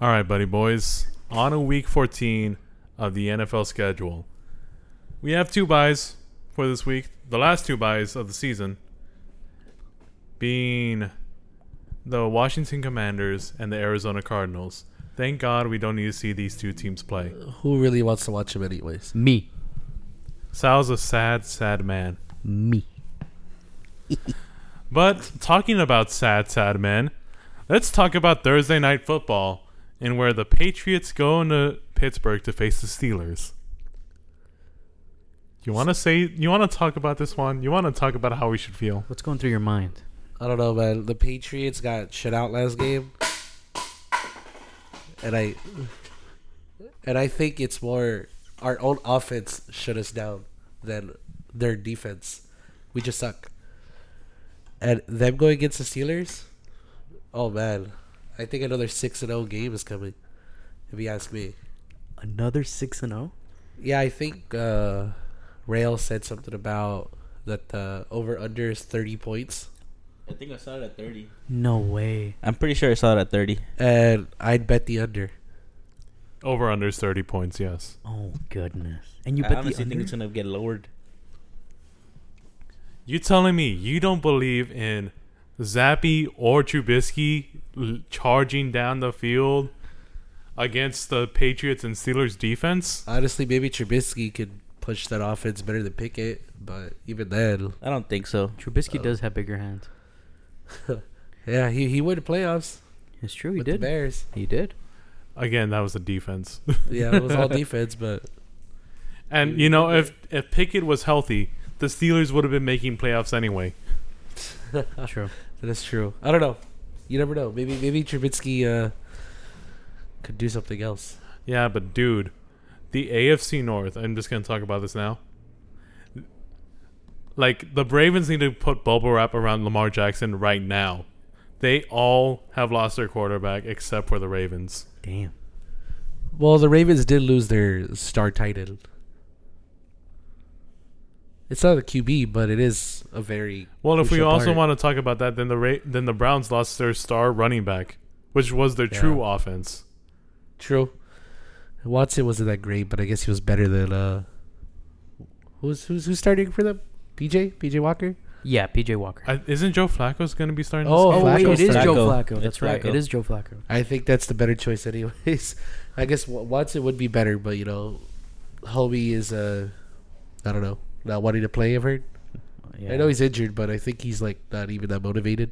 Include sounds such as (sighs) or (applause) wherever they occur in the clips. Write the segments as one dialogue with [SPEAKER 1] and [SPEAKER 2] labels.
[SPEAKER 1] All right, buddy boys. On a week 14 of the NFL schedule, we have two buys for this week. The last two buys of the season being the Washington Commanders and the Arizona Cardinals. Thank God we don't need to see these two teams play.
[SPEAKER 2] Who really wants to watch him anyways?
[SPEAKER 3] Me.
[SPEAKER 1] Sal's a sad, sad man.
[SPEAKER 3] Me.
[SPEAKER 1] But talking about sad, sad men, let's talk about Thursday night football and where the Patriots go into Pittsburgh to face the Steelers. You want to say? You want to talk about this one? You want to talk about how we should feel?
[SPEAKER 3] What's going through your mind?
[SPEAKER 2] I don't know, man. The Patriots got shut out last game, and I and I think it's more our own offense shut us down than their defense. We just suck. And them going against the Steelers, oh man, I think another six and zero game is coming. If you ask me,
[SPEAKER 3] Another six and oh? zero.
[SPEAKER 2] yeah, I think uh, Rail said something about that the over under is thirty points.
[SPEAKER 4] I think I saw it at 30.
[SPEAKER 3] No way.
[SPEAKER 4] I'm pretty sure I saw it at 30.
[SPEAKER 2] And I'd bet the under.
[SPEAKER 1] Over under is thirty points. Yes.
[SPEAKER 3] Oh goodness. And you
[SPEAKER 4] I
[SPEAKER 3] bet the
[SPEAKER 4] honestly think
[SPEAKER 3] under?
[SPEAKER 4] it's going to get lowered.
[SPEAKER 1] You telling me you don't believe in Zappy or Trubisky l- charging down the field against the Patriots and Steelers defense?
[SPEAKER 2] Honestly, maybe Trubisky could push that offense better than Pickett, but even then,
[SPEAKER 4] I don't think so.
[SPEAKER 3] Trubisky does have bigger hands.
[SPEAKER 2] yeah, he he went to playoffs
[SPEAKER 3] It's true. He
[SPEAKER 2] with the
[SPEAKER 3] did.
[SPEAKER 2] Bears.
[SPEAKER 3] He did.
[SPEAKER 1] Again, that was a defense. (laughs)
[SPEAKER 2] Yeah, it was all defense, but
[SPEAKER 1] And you know, if if Pickett was healthy, the Steelers would have been making playoffs anyway.
[SPEAKER 3] True.
[SPEAKER 2] that's true. I don't know. You never know. Maybe maybe Trubisky uh could do something else.
[SPEAKER 1] Yeah, but dude, the AFC North. I'm just gonna talk about this now. Like the Ravens need to put bubble wrap around Lamar Jackson right now. They all have lost their quarterback except for the Ravens.
[SPEAKER 3] Damn.
[SPEAKER 2] Well, the Ravens did lose their star titan. It's not a QB, but it is a very
[SPEAKER 1] Well, if we
[SPEAKER 2] crucial
[SPEAKER 1] also
[SPEAKER 2] part.
[SPEAKER 1] want to talk about that, then the Ra- then the Browns lost their star running back, which was their true offense.
[SPEAKER 2] True. Watson wasn't that great, but I guess he was better than uh who's who's who's starting for them? PJ? PJ Walker?
[SPEAKER 3] Yeah, PJ Walker.
[SPEAKER 1] I, isn't Joe Flacco's going to be starting?
[SPEAKER 2] Oh,
[SPEAKER 1] this
[SPEAKER 3] oh
[SPEAKER 1] game?
[SPEAKER 3] wait,
[SPEAKER 2] Flacco's
[SPEAKER 3] it is
[SPEAKER 4] starting.
[SPEAKER 3] Joe
[SPEAKER 4] Flacco.
[SPEAKER 3] Flacco. That's
[SPEAKER 4] It's
[SPEAKER 3] right.
[SPEAKER 4] Flacco.
[SPEAKER 3] It is Joe Flacco.
[SPEAKER 2] I think that's the better choice anyways. (laughs) I guess Wa- Watson would be better, but you know, Hobie is uh I don't know, not wanting to play, I've heard. I know he's injured, but I think he's like not even that motivated.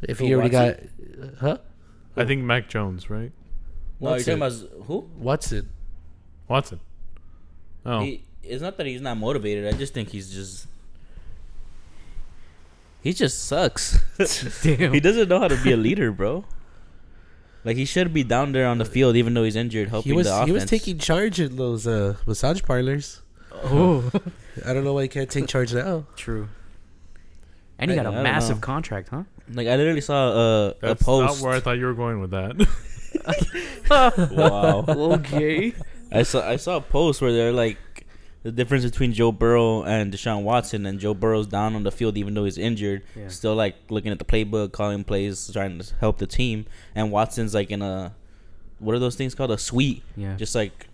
[SPEAKER 2] If
[SPEAKER 4] Who,
[SPEAKER 2] he already
[SPEAKER 4] Watson?
[SPEAKER 2] got uh, huh?
[SPEAKER 1] I think Mac Jones, right?
[SPEAKER 4] No, you're
[SPEAKER 2] Watson.
[SPEAKER 4] talking about who?
[SPEAKER 2] Watson.
[SPEAKER 1] Watson. Oh,
[SPEAKER 4] He, it's not that he's not motivated. I just think he's just. He just (laughs) sucks.
[SPEAKER 3] (laughs) Damn.
[SPEAKER 4] he doesn't know how to be a leader, bro. Like he should be down there on the field, even though he's injured, helping
[SPEAKER 2] He was
[SPEAKER 4] the offense.
[SPEAKER 2] he was taking charge in those uh massage parlors.
[SPEAKER 3] Oh,
[SPEAKER 2] I don't know why he can't take charge now.
[SPEAKER 3] true. And he
[SPEAKER 4] I-
[SPEAKER 3] got
[SPEAKER 4] I
[SPEAKER 3] a
[SPEAKER 4] don't
[SPEAKER 3] massive
[SPEAKER 4] know.
[SPEAKER 3] contract,
[SPEAKER 4] (laughs)
[SPEAKER 3] (laughs) huh?
[SPEAKER 4] Like I literally saw a, a
[SPEAKER 1] that's
[SPEAKER 4] post.
[SPEAKER 1] not where I
[SPEAKER 4] (laughs)
[SPEAKER 1] thought you were going with that. (laughs)
[SPEAKER 4] wow.
[SPEAKER 3] okay.
[SPEAKER 4] I saw I saw a post where they're like the difference between Joe Burrow and Deshaun Watson, and Joe Burrow's down on the field even though he's injured,
[SPEAKER 3] Yeah.
[SPEAKER 4] still like looking at the playbook, calling plays, trying to help the team, and Watson's like in a what are those things called a suite,
[SPEAKER 3] Yeah.
[SPEAKER 4] just like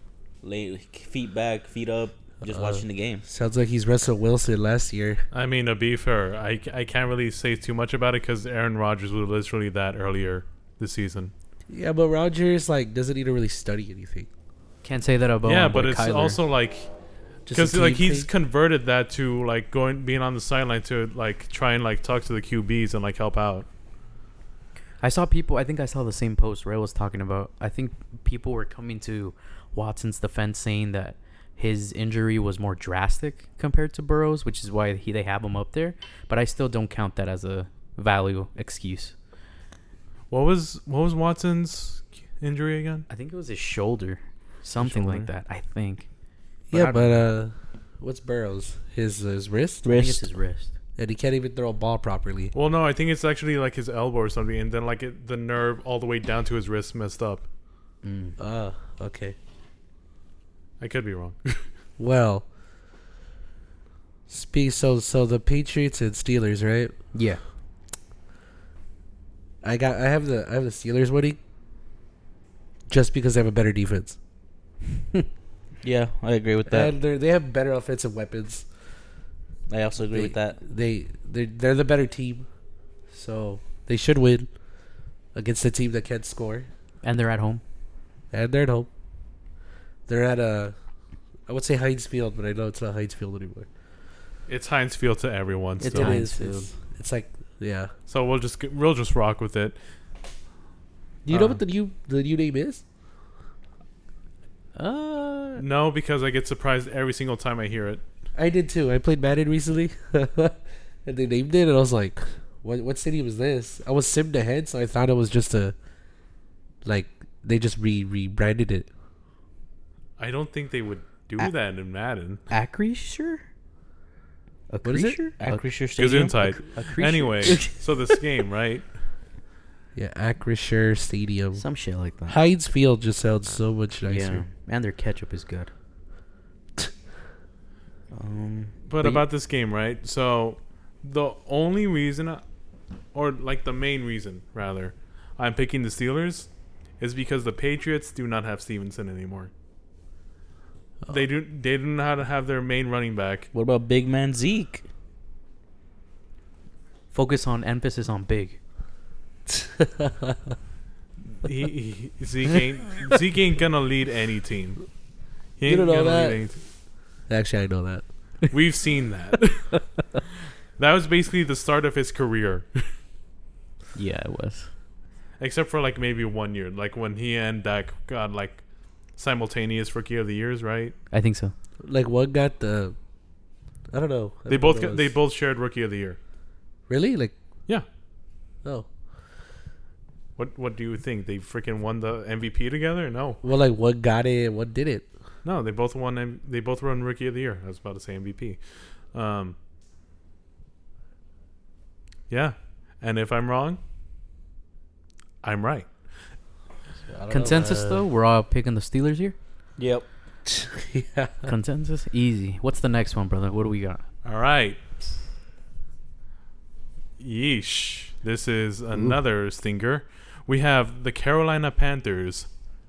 [SPEAKER 4] lay feet back, feet up, just
[SPEAKER 2] Uh,
[SPEAKER 4] watching the game.
[SPEAKER 2] Sounds like he's Russell Wilson last year.
[SPEAKER 1] I mean, to be fair, I, c- I can't really say too much about it because Aaron Rodgers was literally that earlier this season.
[SPEAKER 2] Yeah, but Rogers like doesn't need to really study anything.
[SPEAKER 3] Can't say that about.
[SPEAKER 1] yeah,
[SPEAKER 3] my
[SPEAKER 1] but
[SPEAKER 3] boy
[SPEAKER 1] it's
[SPEAKER 3] Kyler.
[SPEAKER 1] also like
[SPEAKER 2] Just a
[SPEAKER 1] because like
[SPEAKER 2] team
[SPEAKER 1] he's
[SPEAKER 2] thing.
[SPEAKER 1] converted that to like going being on the sideline to like try and like talk to the QBs and like help out.
[SPEAKER 3] I saw people. I think I saw the same post Ray was talking about. I think people were coming to Watson's defense, saying that his injury was more drastic compared to Burrow's, which is why he they have him up there. But I still don't count that as a value excuse.
[SPEAKER 1] What was what was Watson's injury again?
[SPEAKER 3] I think it was his shoulder, something like that. I think.
[SPEAKER 2] yeah, but uh, what's Burrows? His uh, his wrist,
[SPEAKER 3] I think it's his wrist.
[SPEAKER 2] and he can't even throw a ball properly.
[SPEAKER 1] Well, no, I think it's actually like his elbow or something, and then like it, the nerve all the way down to his wrist messed up.
[SPEAKER 2] Ah, okay.
[SPEAKER 1] I could be wrong. (laughs)
[SPEAKER 2] Well, speak so so the Patriots and Steelers, right?
[SPEAKER 3] Yeah.
[SPEAKER 2] I got I have the I have the Steelers winning, just because they have a better defense.
[SPEAKER 4] Yeah, I agree with that.
[SPEAKER 2] And they they have better offensive weapons.
[SPEAKER 4] I also agree
[SPEAKER 2] they,
[SPEAKER 4] with that.
[SPEAKER 2] They they they're the better team, so they should win against a team that can't score.
[SPEAKER 3] and they're at home.
[SPEAKER 2] And they're at home. They're at a, I would say Heinz Field, but I know it's not Heinz Field anymore.
[SPEAKER 1] It's Heinz Field to everyone.
[SPEAKER 2] It's
[SPEAKER 1] still.
[SPEAKER 2] it
[SPEAKER 3] Heinz
[SPEAKER 2] is. It's, it's like yeah.
[SPEAKER 1] So we'll just get, we'll just rock with it.
[SPEAKER 2] Do you know
[SPEAKER 1] Uh,
[SPEAKER 2] what the new the new name is?
[SPEAKER 3] Uh,
[SPEAKER 1] No, because I get surprised every single time I hear it.
[SPEAKER 2] I did too. I played Madden recently, (laughs) and they named it, and I was like, "What? What stadium is this?" I was simmed ahead, so I thought it was just a, like they just re rebranded it.
[SPEAKER 1] I don't think they would do
[SPEAKER 2] Uh,
[SPEAKER 3] A-
[SPEAKER 1] that in Madden.
[SPEAKER 3] Acrisure.
[SPEAKER 2] What is it?
[SPEAKER 4] Acrisure Stadium.
[SPEAKER 1] Gesundheit. Anyway,
[SPEAKER 2] (laughs)
[SPEAKER 1] so this game, right?
[SPEAKER 2] Yeah, Acrisure Stadium.
[SPEAKER 3] (laughs) some shit like that.
[SPEAKER 2] Heinz Field just sounds so much
[SPEAKER 3] Yeah,
[SPEAKER 2] nicer.
[SPEAKER 3] and their ketchup is good.
[SPEAKER 4] (laughs) Um,
[SPEAKER 1] But
[SPEAKER 2] But you-
[SPEAKER 1] about this game, right? So the only reason, I- or like the main reason, rather, I'm picking the Steelers is because the Patriots do not have Stevenson anymore.
[SPEAKER 2] Oh.
[SPEAKER 1] They do. They do not have their main running back.
[SPEAKER 4] what about Big Man Zeke?
[SPEAKER 3] Focus on emphasis on big.
[SPEAKER 1] He,
[SPEAKER 2] (laughs)
[SPEAKER 1] he, Zeke ain't Zeke ain't gonna lead any team. He
[SPEAKER 2] You don't know that.
[SPEAKER 1] any team.
[SPEAKER 2] Actually, I know that.
[SPEAKER 1] We've seen that.
[SPEAKER 2] (laughs)
[SPEAKER 1] that was basically the start of his career,
[SPEAKER 3] Yeah, it was.
[SPEAKER 1] except for like maybe one year, like when he and Dak got like simultaneous rookie of the years, right?
[SPEAKER 3] I think so.
[SPEAKER 2] Like one got the, I don't know. I
[SPEAKER 1] They
[SPEAKER 2] don't know
[SPEAKER 1] both
[SPEAKER 2] what
[SPEAKER 1] got,
[SPEAKER 2] it
[SPEAKER 1] they
[SPEAKER 2] was.
[SPEAKER 1] both shared rookie of the year.
[SPEAKER 2] really like
[SPEAKER 1] Yeah.
[SPEAKER 2] oh
[SPEAKER 1] What What do you think? They freaking won the MVP together? No,
[SPEAKER 2] well like one got it, and one did it.
[SPEAKER 1] no. They both won. M- They both won rookie of the year. I was about to say MVP. Um. Yeah, and if I'm wrong, I'm right.
[SPEAKER 3] Consensus though, we're all picking the Steelers (laughs) here.
[SPEAKER 4] Yep.
[SPEAKER 2] yeah.
[SPEAKER 3] Consensus, easy. What's the next one, brother? What do we got?
[SPEAKER 1] All right. Yeesh. This is another stinker. We have the Carolina Panthers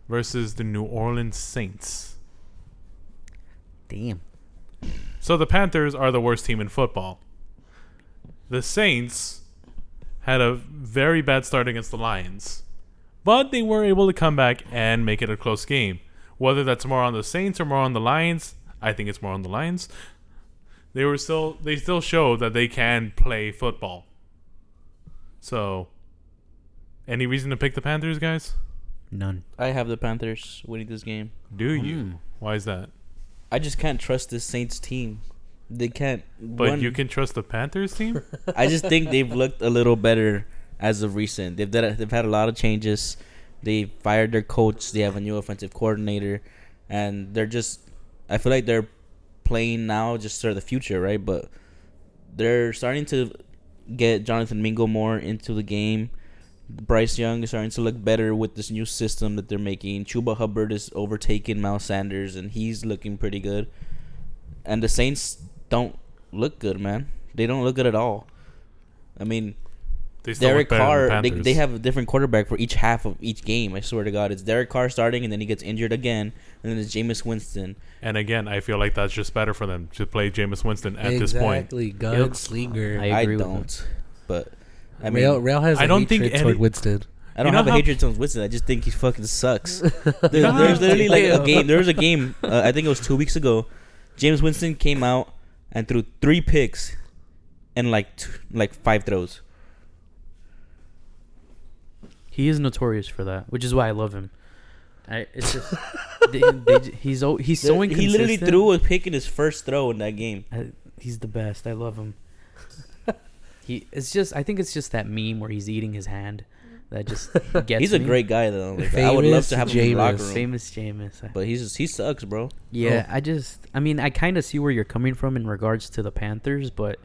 [SPEAKER 1] versus the New Orleans Saints.
[SPEAKER 3] Damn.
[SPEAKER 1] So the Panthers are the worst team in football. The Saints had a very bad start against the Lions, but they were able to come back and make it a close game. Whether that's more on the Saints or more on the Lions, I think it's more on the Lions. They were still they still showed that they can play football. So any reason to pick the Panthers, guys?
[SPEAKER 3] None.
[SPEAKER 4] I have the Panthers winning this game.
[SPEAKER 1] Do you?
[SPEAKER 4] Hmm.
[SPEAKER 1] Why is that?
[SPEAKER 4] I just can't trust this Saints team. They can't.
[SPEAKER 1] But you can trust the Panthers
[SPEAKER 4] (laughs)
[SPEAKER 1] team?
[SPEAKER 4] I just think they've looked a little better as of recent. They've done, they've had a lot of changes. They fired their coach. They have a new offensive coordinator, and they're just. I feel like they're playing now just for the future, right? But they're starting to get Jonathan Mingo more into the game. Bryce Young is starting to look better with this new system that they're making. Chuba Hubbard is overtaking Miles Sanders, and he's looking pretty good. And the Saints don't look good, man. They don't look good at all. I mean,
[SPEAKER 1] They still
[SPEAKER 4] Derek
[SPEAKER 1] look better than the
[SPEAKER 4] Carr, they,
[SPEAKER 1] Panthers.
[SPEAKER 4] they have a different quarterback for each half of each game. I swear to God, it's Derek Carr starting, and then he gets injured again, and then it's Jameis Winston.
[SPEAKER 1] And again, I feel like that's just better for them to play Jameis Winston (laughs) at this point.
[SPEAKER 2] exactly. Gunslinger.
[SPEAKER 3] I
[SPEAKER 4] I,
[SPEAKER 3] agree with
[SPEAKER 4] don't, but I mean,
[SPEAKER 2] Rail, Rail has
[SPEAKER 1] I
[SPEAKER 2] a
[SPEAKER 1] don't think
[SPEAKER 2] hatred toward
[SPEAKER 1] any-
[SPEAKER 2] Winston.
[SPEAKER 4] I don't
[SPEAKER 1] You know
[SPEAKER 4] have a
[SPEAKER 1] how-
[SPEAKER 4] hatred towards Winston. I just think he fucking
[SPEAKER 1] (laughs)
[SPEAKER 4] sucks.
[SPEAKER 1] You know
[SPEAKER 4] There, there's
[SPEAKER 1] how-
[SPEAKER 4] literally like a
[SPEAKER 1] (laughs)
[SPEAKER 2] Damn.
[SPEAKER 4] game. There was a game. Uh, I think it was two weeks ago. James Winston came out and threw three picks, and like two, like five throws.
[SPEAKER 3] He is notorious for that, which is why I love him. I, it's
[SPEAKER 4] (laughs)
[SPEAKER 3] just they, they, j- he's al- he's so
[SPEAKER 4] he
[SPEAKER 3] inconsistent.
[SPEAKER 4] literally threw a pick in his first throw in that game.
[SPEAKER 3] I, he's the best. I love
[SPEAKER 4] (laughs)
[SPEAKER 3] him. he it's just I think it's just that meme where he's eating his hand that
[SPEAKER 4] (laughs)
[SPEAKER 3] just gets.
[SPEAKER 4] He's a
[SPEAKER 3] me.
[SPEAKER 4] great guy though. Like, I would love
[SPEAKER 2] Famous
[SPEAKER 4] to have him in the locker
[SPEAKER 2] Jameis.
[SPEAKER 4] room,
[SPEAKER 3] famous Jameis. I-
[SPEAKER 4] but he's just, he sucks, bro.
[SPEAKER 3] Yeah, I just I mean I kind of see where you're coming from in regards to the Panthers, but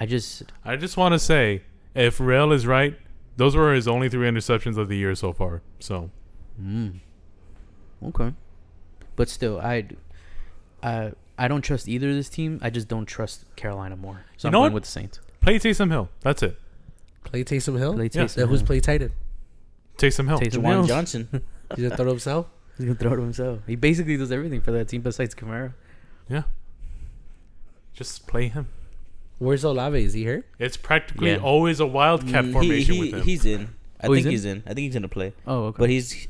[SPEAKER 3] I just
[SPEAKER 1] I just want to say, if Rail is right, those were his only three interceptions of the year so far. So
[SPEAKER 3] Mm. Okay. But still, I, uh, I don't trust either of this team. I just don't trust Carolina more.
[SPEAKER 1] You
[SPEAKER 3] So I'm
[SPEAKER 1] know
[SPEAKER 3] going
[SPEAKER 1] what?
[SPEAKER 3] with the Saints.
[SPEAKER 1] play Taysom Hill. That's it.
[SPEAKER 2] Play Taysom Hill.
[SPEAKER 3] Play
[SPEAKER 1] Yeah.
[SPEAKER 3] Taysom
[SPEAKER 2] Now who's
[SPEAKER 3] Hill.
[SPEAKER 2] play Titan?
[SPEAKER 1] Taysom Hill.
[SPEAKER 3] Taysom
[SPEAKER 4] Juwan
[SPEAKER 3] Hill. (laughs)
[SPEAKER 4] Johnson.
[SPEAKER 2] He's gonna throw it himself.
[SPEAKER 3] He's gonna throw it himself. He basically does everything for that team besides Kamara.
[SPEAKER 1] Yeah. Just play him.
[SPEAKER 2] Where's Olave? Is he here?
[SPEAKER 1] It's practically
[SPEAKER 3] Yeah.
[SPEAKER 1] always a wildcat
[SPEAKER 4] Mm, he-
[SPEAKER 1] formation
[SPEAKER 4] he-
[SPEAKER 1] with him.
[SPEAKER 4] He's in. I
[SPEAKER 3] Oh, he's
[SPEAKER 4] think
[SPEAKER 3] in?
[SPEAKER 4] he's in. I think he's gonna play.
[SPEAKER 3] Oh, okay.
[SPEAKER 4] But he's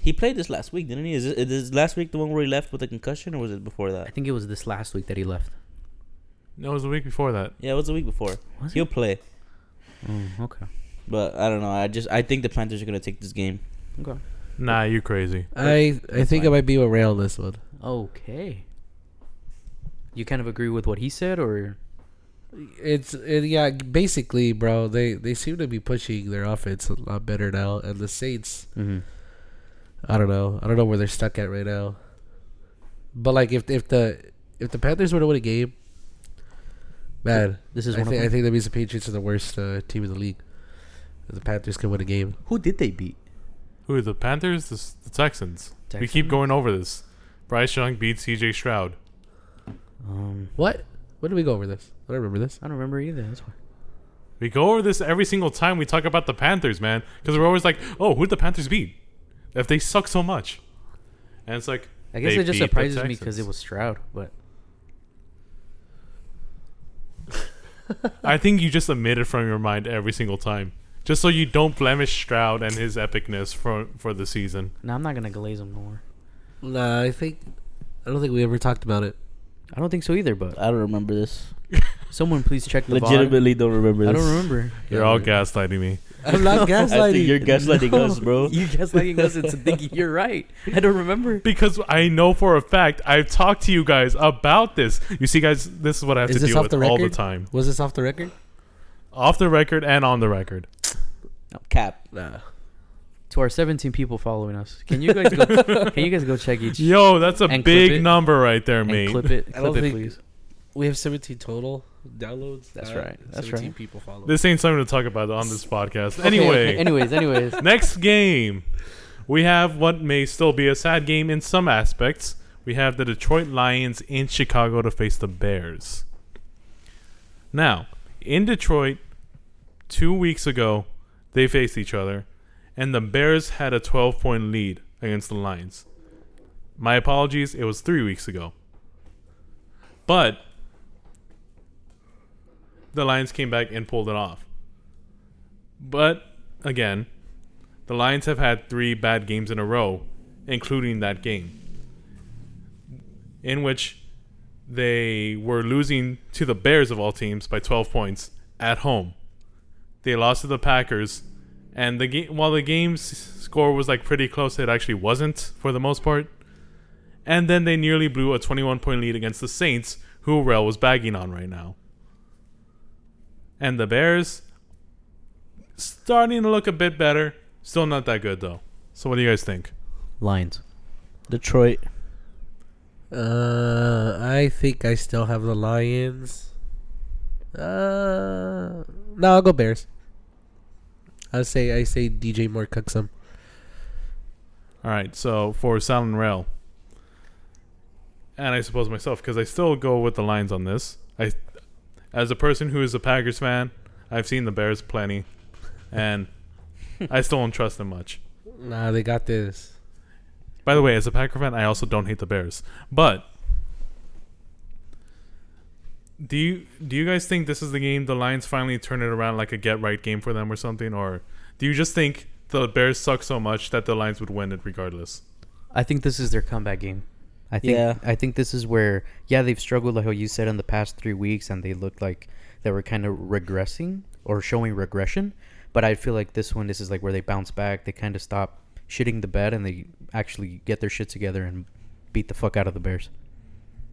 [SPEAKER 4] he played this last week, didn't he? Is, it, is last week the one where he left with a concussion, or was it before
[SPEAKER 3] I
[SPEAKER 4] that?
[SPEAKER 3] think it was this last week that he left.
[SPEAKER 1] no, it was the week before that.
[SPEAKER 4] Yeah, it was the week before.
[SPEAKER 3] Was
[SPEAKER 4] He'll play,
[SPEAKER 3] Mm, okay.
[SPEAKER 4] but I don't know. I just I think the Panthers are gonna take this game.
[SPEAKER 3] Okay.
[SPEAKER 1] Nah, you crazy.
[SPEAKER 2] I I think I
[SPEAKER 4] fine.
[SPEAKER 2] might be with Ray on this one.
[SPEAKER 3] Okay. You kind of agree with what he said, or
[SPEAKER 2] It's it, yeah, basically, bro. They they seem to be pushing their offense a lot better now, and the Saints.
[SPEAKER 3] Mm-hmm.
[SPEAKER 2] I don't know. I don't know where they're stuck at right now. But like, if if the if the Panthers were to win a game, man,
[SPEAKER 3] this is
[SPEAKER 2] I
[SPEAKER 3] one
[SPEAKER 2] think I
[SPEAKER 3] of them?
[SPEAKER 2] think that means the Patriots are the worst uh, team in the league. If the Panthers can win a game.
[SPEAKER 3] Who did they beat?
[SPEAKER 1] Who the Panthers? The, S- the Texans. We keep
[SPEAKER 3] Texans?
[SPEAKER 1] going over this. Bryce Young beats C.J. Stroud.
[SPEAKER 3] Um,
[SPEAKER 2] What? When did we go over this? I don't remember this.
[SPEAKER 3] I don't remember either. That's why.
[SPEAKER 1] We go over this every single time we talk about the Panthers, man. Because we're always like, oh, who'd the Panthers beat? If they suck so much. And it's like,
[SPEAKER 3] I guess
[SPEAKER 1] they
[SPEAKER 3] it just
[SPEAKER 1] beat the
[SPEAKER 3] surprises me because it
[SPEAKER 1] Texans.
[SPEAKER 3] was Stroud, but
[SPEAKER 1] I think you just omit it from your mind every single time. Just so you don't blemish Stroud and his epicness for, for the season.
[SPEAKER 3] no, I'm not gonna glaze him no more.
[SPEAKER 2] Nah, I think I don't think we ever talked about it.
[SPEAKER 3] I don't think so either. But
[SPEAKER 4] I don't remember this.
[SPEAKER 3] someone please check the VAR.
[SPEAKER 4] Legitimately, don't remember
[SPEAKER 3] I
[SPEAKER 4] this.
[SPEAKER 3] don't remember.
[SPEAKER 1] You're all gaslighting me.
[SPEAKER 2] (laughs) I'm not (laughs) gaslighting.
[SPEAKER 4] (laughs) I think you're gaslighting
[SPEAKER 3] No. (laughs)
[SPEAKER 4] us, bro.
[SPEAKER 3] You gaslighting us into thinking you're right. I don't remember.
[SPEAKER 1] Because I know for a fact I've talked to you guys about this. You see, guys, this is what I have
[SPEAKER 2] Is
[SPEAKER 1] to
[SPEAKER 2] this
[SPEAKER 1] deal
[SPEAKER 2] off
[SPEAKER 1] with
[SPEAKER 2] the
[SPEAKER 1] all the
[SPEAKER 2] record?
[SPEAKER 1] time.
[SPEAKER 2] Was this off the record?
[SPEAKER 1] Off the record and on the record.
[SPEAKER 4] Cap.
[SPEAKER 2] Nah.
[SPEAKER 3] To our 17 people following us, can you guys
[SPEAKER 1] (laughs)
[SPEAKER 3] go? can you guys go check each
[SPEAKER 1] Yo, that's a
[SPEAKER 3] And clip it.
[SPEAKER 1] big number right there, mate.
[SPEAKER 3] and clip it?
[SPEAKER 2] I don't
[SPEAKER 3] Clip it,
[SPEAKER 2] think-
[SPEAKER 3] please.
[SPEAKER 2] We have 17 total downloads.
[SPEAKER 3] That's
[SPEAKER 2] Uh,
[SPEAKER 3] right. That's
[SPEAKER 2] 17
[SPEAKER 3] right.
[SPEAKER 2] people follow.
[SPEAKER 1] This ain't something to talk about on this podcast.
[SPEAKER 3] Okay,
[SPEAKER 1] Anyway,
[SPEAKER 3] okay,
[SPEAKER 1] (laughs)
[SPEAKER 3] anyways, anyways.
[SPEAKER 1] next game, we have what may still be a sad game in some aspects. We have the Detroit Lions in Chicago to face the Bears. Now, in Detroit, two weeks ago, they faced each other, and the Bears had a 12 point lead against the Lions. My apologies, it was three weeks ago. But the Lions came back and pulled it off. But again, the Lions have had three bad games in a row, including that game, in which they were losing to the Bears of all teams by 12 points at home. They lost to the Packers, and the game while the game's score was like pretty close, it actually wasn't for the most part. And then they nearly blew a 21 point lead against the Saints, who Rail was bagging on right now. And the Bears starting to look a bit better. Still not that good though. So what do you guys think?
[SPEAKER 3] Lions.
[SPEAKER 4] Detroit.
[SPEAKER 2] Uh, I think I still have the Lions. Uh, no, I'll go Bears. I say I say DJ Moore cooks them.
[SPEAKER 1] All right, so for Silent Rail, and I suppose myself because I still go with the Lions on this. I, as a person who is a Packers fan, I've seen the Bears plenty, and I still don't trust them much.
[SPEAKER 2] Nah, they got this.
[SPEAKER 1] By the way, as a Packer fan, I also don't hate the Bears. But do you do you guys think this is the game the Lions finally turn it around like a get right game for them or something, or do you just think the Bears suck so much that the Lions would win it regardless?
[SPEAKER 3] I think this is their comeback game. I think
[SPEAKER 4] Yeah.
[SPEAKER 3] I think this is where yeah they've struggled like how you said in the past three weeks and they looked like they were kind of regressing or showing regression. But I feel like this one this is like where they bounce back. They kind of stop shitting the bed and they actually get their shit together and beat the fuck out of the Bears.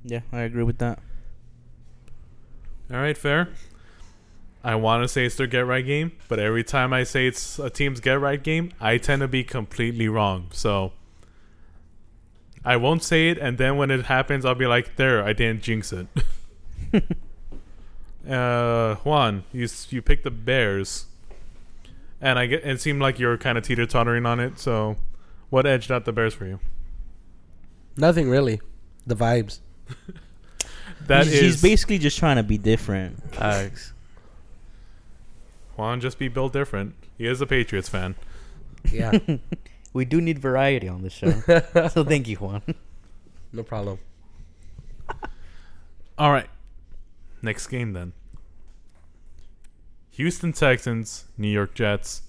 [SPEAKER 4] Yeah, I agree with that.
[SPEAKER 1] All right, fair. I want to say it's their get right game, but every time I say it's a team's get right game, I tend to be completely wrong. So I won't say it, and then when it happens, I'll be like, "There, I didn't jinx
[SPEAKER 4] (laughs)
[SPEAKER 1] it." uh, Juan, you s- you picked the Bears, and I get it seemed like you're kind of teeter tottering on it. So, what edged out the Bears for you?
[SPEAKER 2] Nothing really. The vibes.
[SPEAKER 1] That is
[SPEAKER 4] he's, he's basically just trying to be different.
[SPEAKER 3] Facts.
[SPEAKER 2] (laughs)
[SPEAKER 1] Juan. Just be built different. He is a Patriots fan.
[SPEAKER 2] Yeah.
[SPEAKER 3] we do need variety on this (laughs) show. so thank you, Juan.
[SPEAKER 2] No problem.
[SPEAKER 1] All right. Next game then. Houston Texans, New York Jets.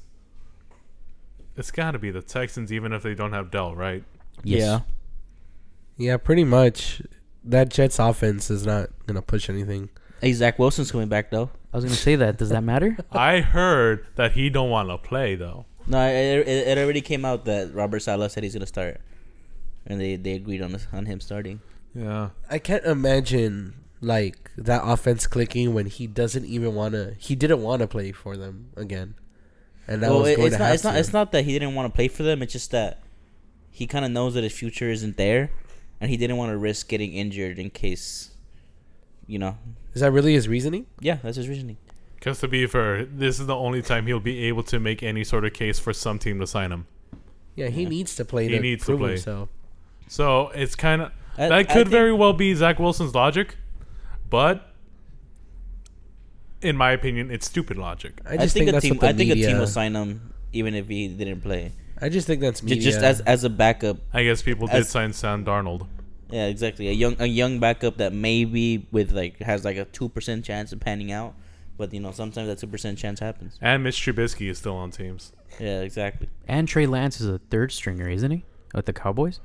[SPEAKER 1] It's got to be the Texans, even if they don't have Dell,
[SPEAKER 4] (laughs)
[SPEAKER 1] right?
[SPEAKER 4] Yeah.
[SPEAKER 2] Yeah, pretty much. That Jets offense is not gonna push anything.
[SPEAKER 4] Hey, Zach Wilson's coming back though.
[SPEAKER 3] I was gonna say that. Does that matter?
[SPEAKER 1] I heard that he don't want to play though.
[SPEAKER 4] No, it, it, it already came out that Robert Sala said he's gonna start, and they, they agreed on this, on him starting.
[SPEAKER 1] Yeah.
[SPEAKER 2] I can't imagine like that offense clicking when he doesn't even wanna. He didn't want to play for them again, and that
[SPEAKER 4] well,
[SPEAKER 2] was
[SPEAKER 4] it-
[SPEAKER 2] going
[SPEAKER 4] it's
[SPEAKER 2] to
[SPEAKER 4] not
[SPEAKER 2] have
[SPEAKER 4] it's not
[SPEAKER 2] to.
[SPEAKER 4] it's not that he didn't want to play for them. It's just that he kind of knows that his future isn't there, and he didn't want to risk getting injured in case, you know.
[SPEAKER 2] Is that really his reasoning?
[SPEAKER 4] Yeah, that's his reasoning.
[SPEAKER 1] Because to be fair, this is the only time he'll be able to make any sort of case for some team to sign him.
[SPEAKER 2] Yeah, he needs to play.
[SPEAKER 1] He
[SPEAKER 2] to
[SPEAKER 1] needs to
[SPEAKER 2] prove
[SPEAKER 1] play.
[SPEAKER 2] himself.
[SPEAKER 1] So it's kind of
[SPEAKER 4] I- I
[SPEAKER 1] that could
[SPEAKER 4] think-
[SPEAKER 1] very well be Zach Wilson's logic, but in my opinion, it's stupid logic.
[SPEAKER 2] I just think,
[SPEAKER 4] a
[SPEAKER 2] that's
[SPEAKER 4] team.
[SPEAKER 2] what the
[SPEAKER 4] I think
[SPEAKER 2] media.
[SPEAKER 4] a team will sign him even if he didn't play.
[SPEAKER 2] I just think that's
[SPEAKER 4] Ju-
[SPEAKER 2] media.
[SPEAKER 4] Just as as a backup.
[SPEAKER 1] I guess people did
[SPEAKER 4] As-
[SPEAKER 1] sign Sam Darnold.
[SPEAKER 4] Yeah, exactly. A young a young backup that maybe with like has like a two percent chance of panning out, but you know sometimes that two percent chance happens.
[SPEAKER 1] And Mitch Trubisky is still on teams.
[SPEAKER 4] Yeah, exactly.
[SPEAKER 3] And Trey Lance is a third stringer, isn't he? With the Cowboys?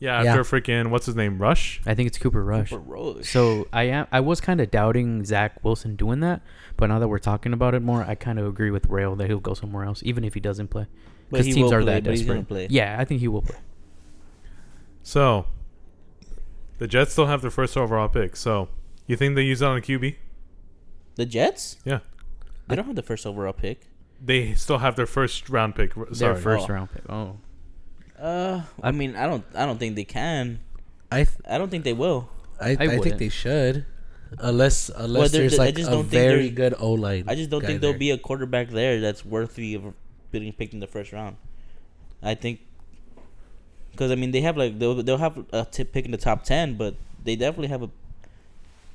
[SPEAKER 1] Yeah,
[SPEAKER 2] Yeah.
[SPEAKER 1] after freaking what's his name, Rush.
[SPEAKER 3] I think it's Cooper Rush.
[SPEAKER 4] Cooper Rush.
[SPEAKER 3] So I am I was kind of doubting Zach Wilson doing that, but now that we're talking about it more, I kind of agree with Rail that he'll go somewhere else, even if he doesn't play.
[SPEAKER 4] But
[SPEAKER 3] Because
[SPEAKER 4] he
[SPEAKER 3] teams
[SPEAKER 4] will
[SPEAKER 3] are
[SPEAKER 4] play,
[SPEAKER 3] that
[SPEAKER 4] but he's gonna
[SPEAKER 3] desperate.
[SPEAKER 4] play.
[SPEAKER 3] Yeah, I think he will play.
[SPEAKER 1] So the Jets still have their first overall pick. So you think they use it on a QB?
[SPEAKER 4] the Jets?
[SPEAKER 1] Yeah,
[SPEAKER 4] They don't have the first overall pick.
[SPEAKER 1] they still have their first round pick. r- Sorry,
[SPEAKER 3] Their first
[SPEAKER 4] Oh.
[SPEAKER 3] round pick. Oh,
[SPEAKER 4] Uh, I mean, I don't, I don't think they can.
[SPEAKER 2] I th-
[SPEAKER 4] I don't think they will.
[SPEAKER 2] I, I, think
[SPEAKER 3] wouldn't.
[SPEAKER 2] they should, unless unless
[SPEAKER 4] Well, there-
[SPEAKER 2] there's
[SPEAKER 4] there- I
[SPEAKER 2] like
[SPEAKER 4] just
[SPEAKER 2] a
[SPEAKER 4] don't think
[SPEAKER 2] very
[SPEAKER 4] there's-
[SPEAKER 2] good O line.
[SPEAKER 4] I just don't think there'll be a quarterback there that's worthy of being picked in the first round. I think, because I mean, they have like they'll they'll have a t- pick in the top ten, but they definitely have a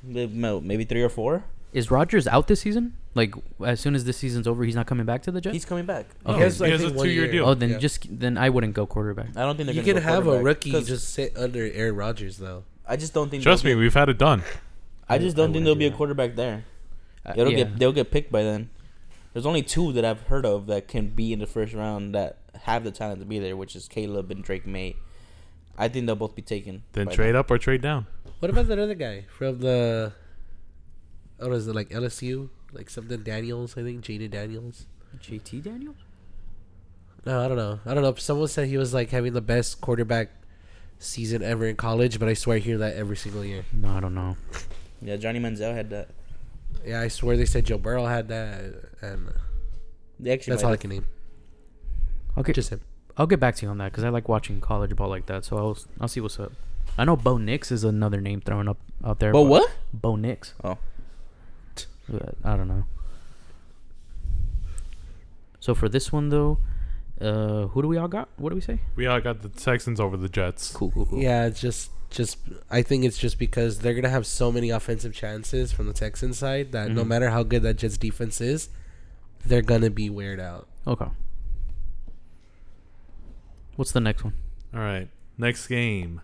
[SPEAKER 4] they- no, maybe three or four.
[SPEAKER 3] is Rogers out this season? Like as soon as this season's over, he's not coming back to the Jets.
[SPEAKER 4] He's coming back.
[SPEAKER 1] Oh,
[SPEAKER 2] He has,
[SPEAKER 1] he
[SPEAKER 2] I
[SPEAKER 1] has
[SPEAKER 2] think,
[SPEAKER 1] a
[SPEAKER 2] one
[SPEAKER 1] two-year
[SPEAKER 2] year.
[SPEAKER 1] deal.
[SPEAKER 3] oh, then
[SPEAKER 2] Yeah.
[SPEAKER 3] just then I wouldn't go quarterback.
[SPEAKER 4] I don't think they're
[SPEAKER 2] you
[SPEAKER 4] gonna
[SPEAKER 2] can
[SPEAKER 4] go
[SPEAKER 2] have a
[SPEAKER 4] quarterback,
[SPEAKER 2] rookie
[SPEAKER 4] 'cause
[SPEAKER 2] just sit under Aaron Rodgers though.
[SPEAKER 4] I just don't think.
[SPEAKER 1] Trust me,
[SPEAKER 4] there'll be-
[SPEAKER 1] we've had it done.
[SPEAKER 4] I just don't
[SPEAKER 3] I wouldn't
[SPEAKER 4] think there'll
[SPEAKER 3] do
[SPEAKER 4] be a
[SPEAKER 3] that.
[SPEAKER 4] quarterback there.
[SPEAKER 3] Uh,
[SPEAKER 4] They'll
[SPEAKER 3] yeah.
[SPEAKER 4] get they'll get picked by then. There's only two that I've heard of that can be in the first round that have the talent to be there, which is Caleb and Drake May. I think they'll both be taken.
[SPEAKER 1] Then trade up or trade down.
[SPEAKER 2] What about that other guy from the? Oh, is it like LSU? Like something Daniels? I think Jaden Daniels.
[SPEAKER 3] JT Daniels.
[SPEAKER 2] No, I don't know. I don't know. Someone said he was like having the best quarterback season ever in college, but I swear I hear that every single year.
[SPEAKER 3] No, I don't know.
[SPEAKER 4] Yeah, Johnny Manziel had that.
[SPEAKER 2] Yeah, I swear they said Joe Burrow had that, and
[SPEAKER 4] They actually
[SPEAKER 2] that's
[SPEAKER 4] might
[SPEAKER 2] all I
[SPEAKER 4] have-
[SPEAKER 2] can name.
[SPEAKER 3] Okay,
[SPEAKER 2] Just him.
[SPEAKER 3] I'll get back to you on that because I like watching college ball like that. So I'll I'll see what's up. I know Bo Nix is another name thrown up out there.
[SPEAKER 4] But what?
[SPEAKER 3] Bo Nix.
[SPEAKER 4] Oh,
[SPEAKER 3] But I don't know. So for this one though, uh, who do we all got? What do we say?
[SPEAKER 1] We all got the Texans over the Jets.
[SPEAKER 3] Cool, cool, cool.
[SPEAKER 2] Yeah, it's just just I think it's just because they're gonna have so many offensive chances from the Texans side that no
[SPEAKER 4] Mm-hmm.
[SPEAKER 3] Mhm.
[SPEAKER 2] matter how good that Jets defense is, they're gonna be weird out.
[SPEAKER 3] Okay. What's the next one?
[SPEAKER 1] All right, next game.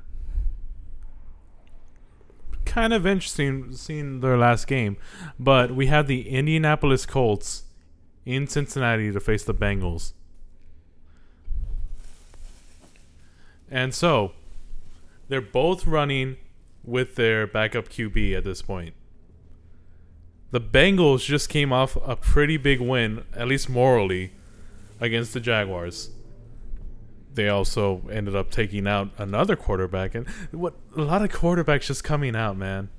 [SPEAKER 1] Kind of interesting seeing their last game, but we have the Indianapolis Colts in Cincinnati to face the Bengals. And so, they're both running with their backup QB at this point. The Bengals just came off a pretty big win, at least morally, against the Jaguars they also ended up taking out another quarterback and what a lot of quarterbacks just coming out man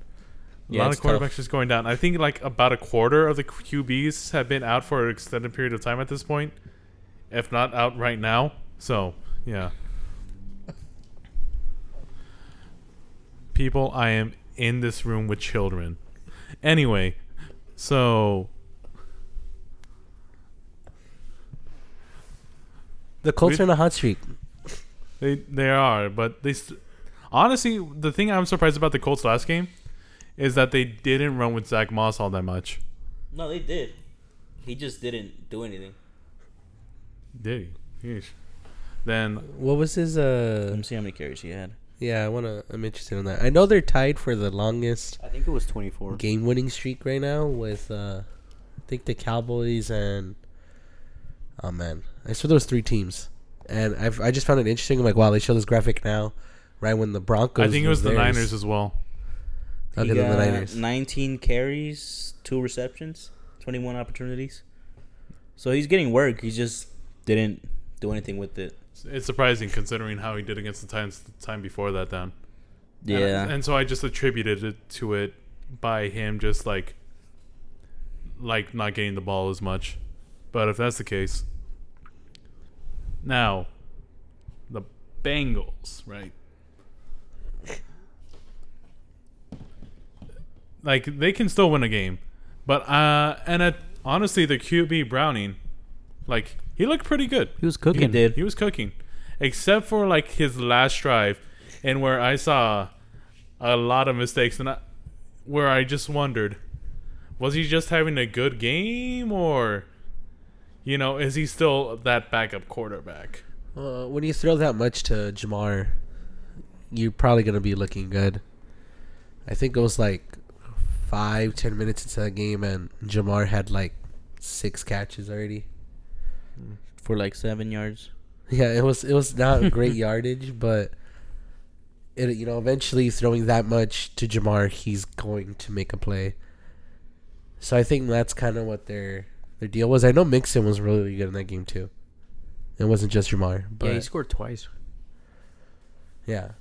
[SPEAKER 1] a
[SPEAKER 4] Yeah,
[SPEAKER 1] lot
[SPEAKER 4] it's
[SPEAKER 1] of
[SPEAKER 4] tough.
[SPEAKER 1] quarterbacks just going down i think like about a quarter of the qb's have been out for an extended period of time at this point if not out right now so yeah people i am in this room with children anyway so
[SPEAKER 2] The Colts
[SPEAKER 1] We-
[SPEAKER 2] are in a hot streak.
[SPEAKER 1] They they are, but they st- honestly the thing I'm surprised about the Colts last game is that they didn't run with Zach Moss all that much.
[SPEAKER 4] no, they did. He just didn't do anything.
[SPEAKER 1] Did he? Yeesh. Then
[SPEAKER 2] What was his uh?
[SPEAKER 4] Let me see how many carries he had.
[SPEAKER 2] Yeah, I wanna. I'm interested in that. I know they're tied for the longest
[SPEAKER 3] I think it was 24.
[SPEAKER 2] game-winning streak right now with, uh, I think the Cowboys and. Oh man, I saw those three teams, and I've, I just found it interesting. I'm like, wow, they show this graphic now, right when the Broncos.
[SPEAKER 1] I think it was the
[SPEAKER 2] theirs.
[SPEAKER 1] Niners as well.
[SPEAKER 2] Okay,
[SPEAKER 4] He
[SPEAKER 2] then the
[SPEAKER 4] got
[SPEAKER 2] Niners.
[SPEAKER 4] 19 carries, two receptions, 21 opportunities. So he's getting work. He just didn't do anything with it.
[SPEAKER 1] It's surprising considering how he did against the Titans the time before that. Then And-
[SPEAKER 4] Yeah.
[SPEAKER 1] and, so I just attributed it to it by him just like like not getting the ball as much. But if that's the case, now the Bengals, right? Like they can still win a game, but uh, and at, honestly, the QB Browning, like he looked pretty good.
[SPEAKER 3] He was cooking.
[SPEAKER 4] he did.
[SPEAKER 1] He was cooking, except for like his last drive, and where I saw a lot of mistakes, and I, where I just wondered, was he just having a good game, or you know, is he still that backup quarterback?
[SPEAKER 2] Uh, when you throw that much to Jamar, you're probably gonna be looking good. I think it was like five, ten minutes into that game, and Jamar had like six catches already.
[SPEAKER 4] For like seven yards.
[SPEAKER 2] Yeah, it was it was not great
[SPEAKER 3] (laughs)
[SPEAKER 2] yardage, but it you know eventually throwing that much to Jamar, he's going to make a play. So I think that's kind of what their their deal was. I know Mixon was really good in that game too. It wasn't just Jamar, but
[SPEAKER 3] yeah, he scored twice.
[SPEAKER 2] yeah.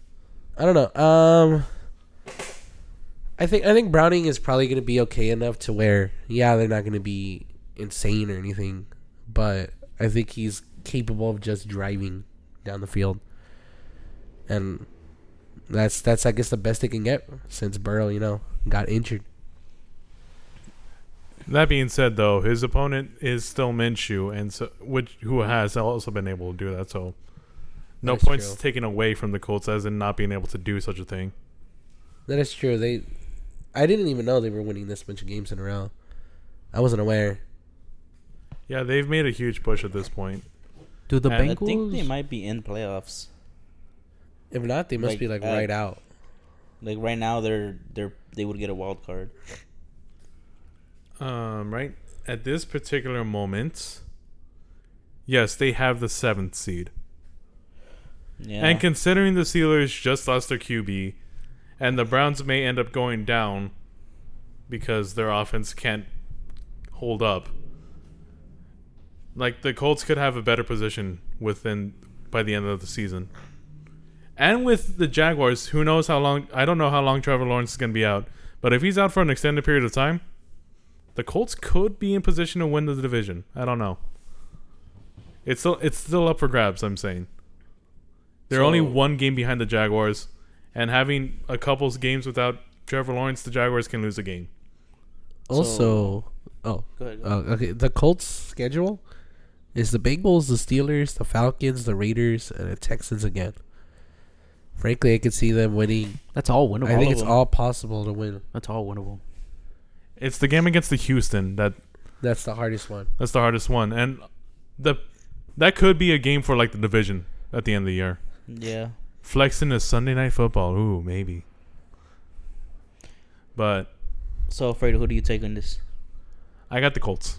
[SPEAKER 2] I don't know. Um I think I think Browning is probably going to be okay enough to where yeah, they're not going to be insane or anything, but I think he's capable of just driving down the field. And that's that's I guess the best they can get since Burrow, you know, got injured.
[SPEAKER 1] That being said, though, his opponent is still Minshew, and so which who has also been able to do that. So, no
[SPEAKER 2] That's
[SPEAKER 1] points
[SPEAKER 2] true.
[SPEAKER 1] taken away from the Colts as in not being able to do such a thing.
[SPEAKER 2] That is true. They I didn't even know they were winning this bunch of games in a row. I wasn't aware.
[SPEAKER 1] Yeah, they've made a huge push at this point.
[SPEAKER 3] Do the
[SPEAKER 1] And
[SPEAKER 4] I
[SPEAKER 3] Bengals?
[SPEAKER 4] think they might be in playoffs.
[SPEAKER 2] If not, they must
[SPEAKER 4] Like,
[SPEAKER 2] be like
[SPEAKER 4] uh,
[SPEAKER 2] right out.
[SPEAKER 4] Like right now, they're they're they would get a wild card.
[SPEAKER 1] Um, right at this particular moment, yes, they have the seventh seed.
[SPEAKER 4] Yeah.
[SPEAKER 1] And considering the Steelers just lost their QB, and the Browns may end up going down because their offense can't hold up. Like the Colts could have a better position within by the end of the season. And with the Jaguars, who knows how long I don't know how long Trevor Lawrence is gonna be out, but if he's out for an extended period of time, the Colts could be in position to win the division. I don't know. It's still it's still up for grabs, I'm saying. They're only
[SPEAKER 4] So-
[SPEAKER 1] one game behind the Jaguars, and having a couple games without Trevor Lawrence, the Jaguars can lose a game.
[SPEAKER 2] Also, oh,
[SPEAKER 4] Go ahead, go
[SPEAKER 2] uh, okay. The Colts' schedule is the Bengals, the Steelers, the Falcons, the Raiders, and the Texans again. Frankly, I could see them winning.
[SPEAKER 3] That's all winnable.
[SPEAKER 2] I think
[SPEAKER 4] of
[SPEAKER 2] it's
[SPEAKER 4] them.
[SPEAKER 2] all possible to win.
[SPEAKER 3] That's all winnable.
[SPEAKER 1] It's the game against the Houston that
[SPEAKER 2] That's the hardest one.
[SPEAKER 1] that's the hardest one, and the that could be a game for like the division at the end of the year.
[SPEAKER 4] yeah.
[SPEAKER 1] Flexing is Sunday night football. Ooh, maybe. But
[SPEAKER 4] So Fredo, who do you take on this?
[SPEAKER 1] I got the Colts.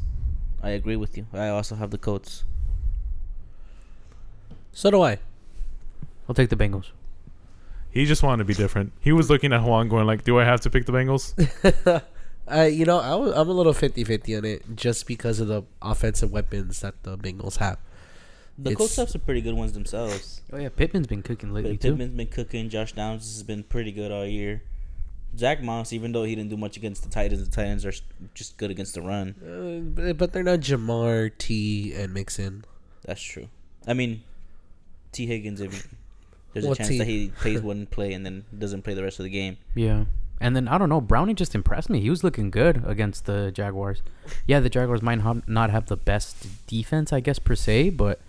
[SPEAKER 4] I agree with you. I also have the Colts.
[SPEAKER 2] So do I.
[SPEAKER 3] I'll take the Bengals.
[SPEAKER 1] He just wanted to be different. He was looking at Juan going like, "Do I have to pick the Bengals?"
[SPEAKER 2] I, you know, I was, I'm a little 50-50 on it just because of the offensive weapons that the Bengals have.
[SPEAKER 4] The
[SPEAKER 2] It's-
[SPEAKER 4] Colts have some pretty good ones themselves.
[SPEAKER 3] Oh yeah, Pittman's been cooking lately
[SPEAKER 4] But
[SPEAKER 3] too.
[SPEAKER 4] Pittman's been cooking. Josh Downs has been pretty good all year. Zach Moss, even though he didn't do much against the Titans, the Titans are just good against the run.
[SPEAKER 2] Uh, but, but they're not Jamar, T, and Mixon.
[SPEAKER 4] That's true. I mean, T. Higgins, (laughs) if there's
[SPEAKER 2] Well,
[SPEAKER 4] a chance
[SPEAKER 2] T.
[SPEAKER 4] that he plays one play and then doesn't play the rest of the game.
[SPEAKER 3] Yeah. And then I don't know, Browning just impressed me. He was looking good against the Jaguars. Yeah, the Jaguars might ha- not have the best defense, I guess per se, but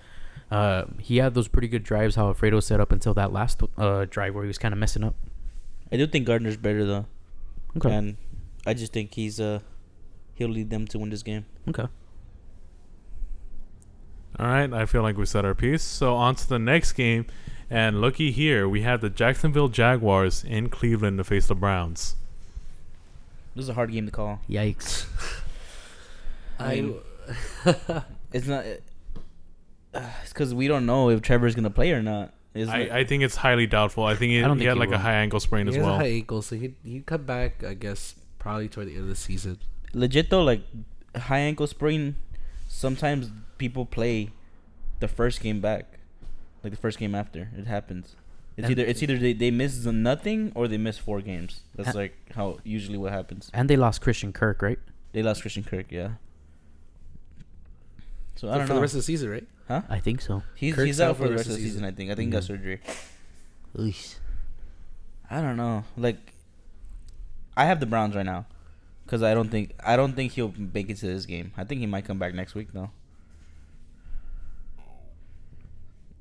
[SPEAKER 3] uh, he had those pretty good drives. How Alfredo set up until that last uh, drive where he was kind of messing up.
[SPEAKER 4] I do think Gardner's better though,
[SPEAKER 3] Okay.
[SPEAKER 4] and I just think he's uh he'll lead them to win this game.
[SPEAKER 3] okay.
[SPEAKER 1] All right, I feel like we said our piece. So on to the next game, and looky here, we have the Jacksonville Jaguars in Cleveland to face the Browns.
[SPEAKER 4] This is a hard game to call.
[SPEAKER 3] Yikes.
[SPEAKER 2] I
[SPEAKER 4] It's not. It, uh, (sighs) it's because we don't know if Trevor's gonna play or not. Isn't it?
[SPEAKER 1] I, I think it's highly doubtful. I think he,
[SPEAKER 3] I don't
[SPEAKER 1] he
[SPEAKER 3] think
[SPEAKER 1] had
[SPEAKER 3] he
[SPEAKER 1] like a
[SPEAKER 3] will.
[SPEAKER 1] high ankle sprain
[SPEAKER 2] he
[SPEAKER 1] as
[SPEAKER 2] has a
[SPEAKER 1] well.
[SPEAKER 2] high ankle, so he he come back. I guess probably toward the end of the season.
[SPEAKER 4] legit though, like high ankle sprain. Sometimes people play the first game back, like the first game after. It happens. It's
[SPEAKER 3] And-
[SPEAKER 4] either it's either they, they miss the nothing or they miss four games. That's
[SPEAKER 3] Ha-
[SPEAKER 4] like how usually what happens.
[SPEAKER 3] And they lost Christian Kirk, right?
[SPEAKER 4] They lost Christian Kirk, yeah. So I
[SPEAKER 2] Like,
[SPEAKER 4] don't
[SPEAKER 2] for
[SPEAKER 4] know.
[SPEAKER 2] the rest of the season, right?
[SPEAKER 4] huh?
[SPEAKER 3] I think so.
[SPEAKER 4] He's
[SPEAKER 2] Kirk's
[SPEAKER 4] he's out for the rest of the season. I think. I think he got
[SPEAKER 3] Mhm.
[SPEAKER 4] surgery. I don't know. Like, I have the Browns right now, because I don't think I don't think he'll make it to this game. I think he might come back next week though.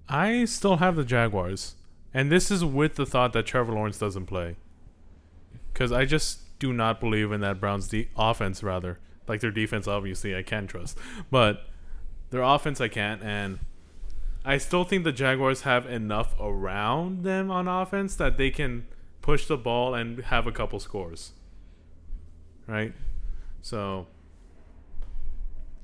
[SPEAKER 1] I still have the Jaguars, and this is with the thought that Trevor Lawrence doesn't play, because I just do not believe in that Browns de- offense. Rather, like their defense, obviously I can trust, but their offense I can't, and I still think the Jaguars have enough around them on offense that they can push the ball and have a couple scores. Right, so.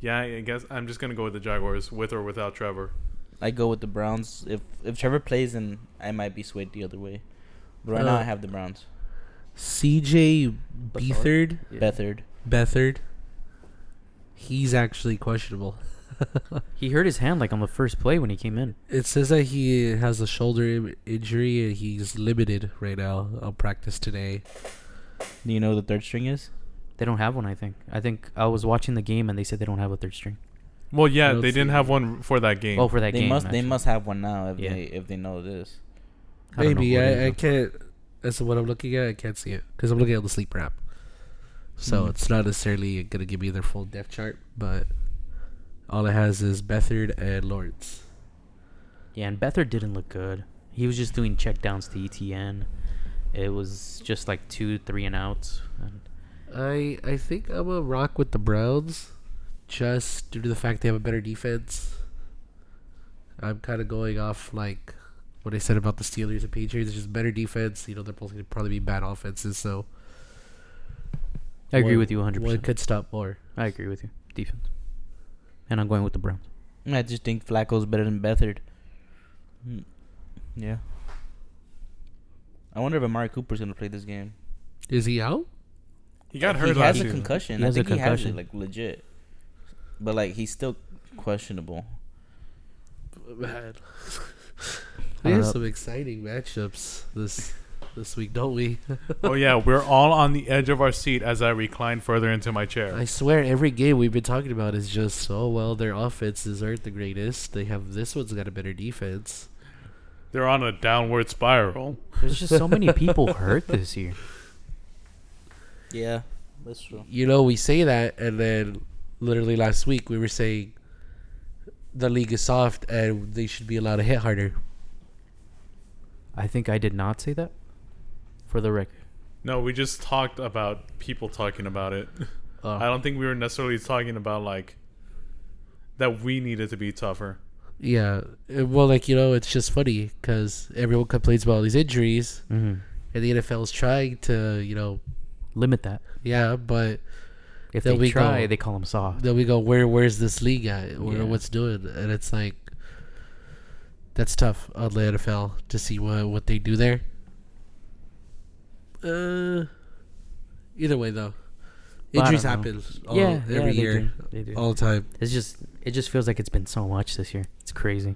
[SPEAKER 1] Yeah, I guess I'm just gonna go with the Jaguars, with or without Trevor.
[SPEAKER 4] I go with the Browns. If if Trevor plays, then I might be swayed the other way. But right now,
[SPEAKER 2] Uh,
[SPEAKER 4] I have the Browns.
[SPEAKER 2] CJ Beathard,
[SPEAKER 3] Bethard? Yeah.
[SPEAKER 4] Bethard.
[SPEAKER 2] Bethard, he's actually questionable. (laughs)
[SPEAKER 3] He hurt his hand like on the first play when he came in.
[SPEAKER 2] It says that he has a shoulder im- injury and he's limited right now on practice today.
[SPEAKER 4] Do you know who the third string is?
[SPEAKER 3] They don't have one, I think. I think I was watching the game and they said they don't have a third string.
[SPEAKER 1] Well, yeah,
[SPEAKER 2] We'll
[SPEAKER 1] they didn't
[SPEAKER 2] see.
[SPEAKER 1] have one for that game.
[SPEAKER 3] Oh, for that
[SPEAKER 4] they
[SPEAKER 3] game.
[SPEAKER 4] must they
[SPEAKER 3] actually.
[SPEAKER 4] must have one now if
[SPEAKER 3] Yeah.
[SPEAKER 4] they if they know
[SPEAKER 3] I
[SPEAKER 4] this.
[SPEAKER 3] don't know
[SPEAKER 2] Maybe
[SPEAKER 3] who it
[SPEAKER 2] I,
[SPEAKER 3] is,
[SPEAKER 2] I
[SPEAKER 3] though.
[SPEAKER 2] can't. That's what I'm looking at. I can't see it because I'm looking at the sleeper app. So
[SPEAKER 3] Hmm.
[SPEAKER 4] Mm.
[SPEAKER 2] it's not necessarily gonna give me their full depth chart, but all it has is Bethard and Lawrence.
[SPEAKER 3] Yeah, and Bethard didn't look good. He was just doing checkdowns to ETN. It was just like two, three and outs. And
[SPEAKER 2] I I think I'm gonna rock with the Browns, just due to the fact they have a better defense. I'm kind of going off like what I said about the Steelers and Patriots. Just better defense. You know, they're both gonna probably be bad offenses. So
[SPEAKER 3] I agree
[SPEAKER 2] one-
[SPEAKER 3] with you 100%.
[SPEAKER 2] One could stop more.
[SPEAKER 3] I agree with you. Defense. And I'm going with the Browns.
[SPEAKER 4] I just think Flacco's better than Bethard. Mm. Yeah. I wonder if Amari Cooper's gonna play this game.
[SPEAKER 2] Is he out?
[SPEAKER 1] he got
[SPEAKER 4] he
[SPEAKER 1] hurt
[SPEAKER 4] has
[SPEAKER 1] last
[SPEAKER 4] a
[SPEAKER 1] season.
[SPEAKER 4] concussion.
[SPEAKER 3] He
[SPEAKER 4] I
[SPEAKER 3] has a
[SPEAKER 4] think he has it
[SPEAKER 3] concussion.
[SPEAKER 4] like legit, but like he's still questionable.
[SPEAKER 2] Man,
[SPEAKER 3] (laughs) I
[SPEAKER 2] we
[SPEAKER 3] don't
[SPEAKER 2] have
[SPEAKER 3] know.
[SPEAKER 2] some exciting matchups this this week, don't we? (laughs)
[SPEAKER 1] oh yeah, we're all on the edge of our seat as I recline further into my chair.
[SPEAKER 2] I swear, every game we've been talking about is just oh well, their offenses aren't the greatest. They have this one's got a better defense.
[SPEAKER 1] They're on a downward spiral.
[SPEAKER 3] There's just so many (laughs) people hurt this year.
[SPEAKER 4] Yeah, that's true.
[SPEAKER 2] you know, we say that, and then literally last week we were saying the league is soft and they should be allowed to hit harder.
[SPEAKER 3] I think I did not say that. For the record.
[SPEAKER 1] No, we just talked about people talking about it.
[SPEAKER 2] Oh.
[SPEAKER 1] I don't think we were necessarily talking about like that we needed to be tougher.
[SPEAKER 2] Yeah. Uh, Well, like, you know, it's just funny because everyone complains about all these injuries,
[SPEAKER 3] Mm-hmm.
[SPEAKER 2] and the NFL's trying to, you know,
[SPEAKER 3] Limit that.
[SPEAKER 2] yeah, but
[SPEAKER 3] If
[SPEAKER 2] Then
[SPEAKER 3] they
[SPEAKER 2] we
[SPEAKER 3] try,
[SPEAKER 2] go-
[SPEAKER 3] they call them soft.
[SPEAKER 2] then we go, where, where's this league at? Where,
[SPEAKER 3] Yeah.
[SPEAKER 2] What's doing? And it's like, that's tough on the NFL to see what, what they do there. Uh, either way, though,
[SPEAKER 3] Well, I
[SPEAKER 2] injuries
[SPEAKER 3] don't know.
[SPEAKER 2] happen all, every
[SPEAKER 3] they
[SPEAKER 2] year,
[SPEAKER 3] do. They do.
[SPEAKER 2] all the time.
[SPEAKER 3] It's just it just feels like it's been so much this year. It's crazy.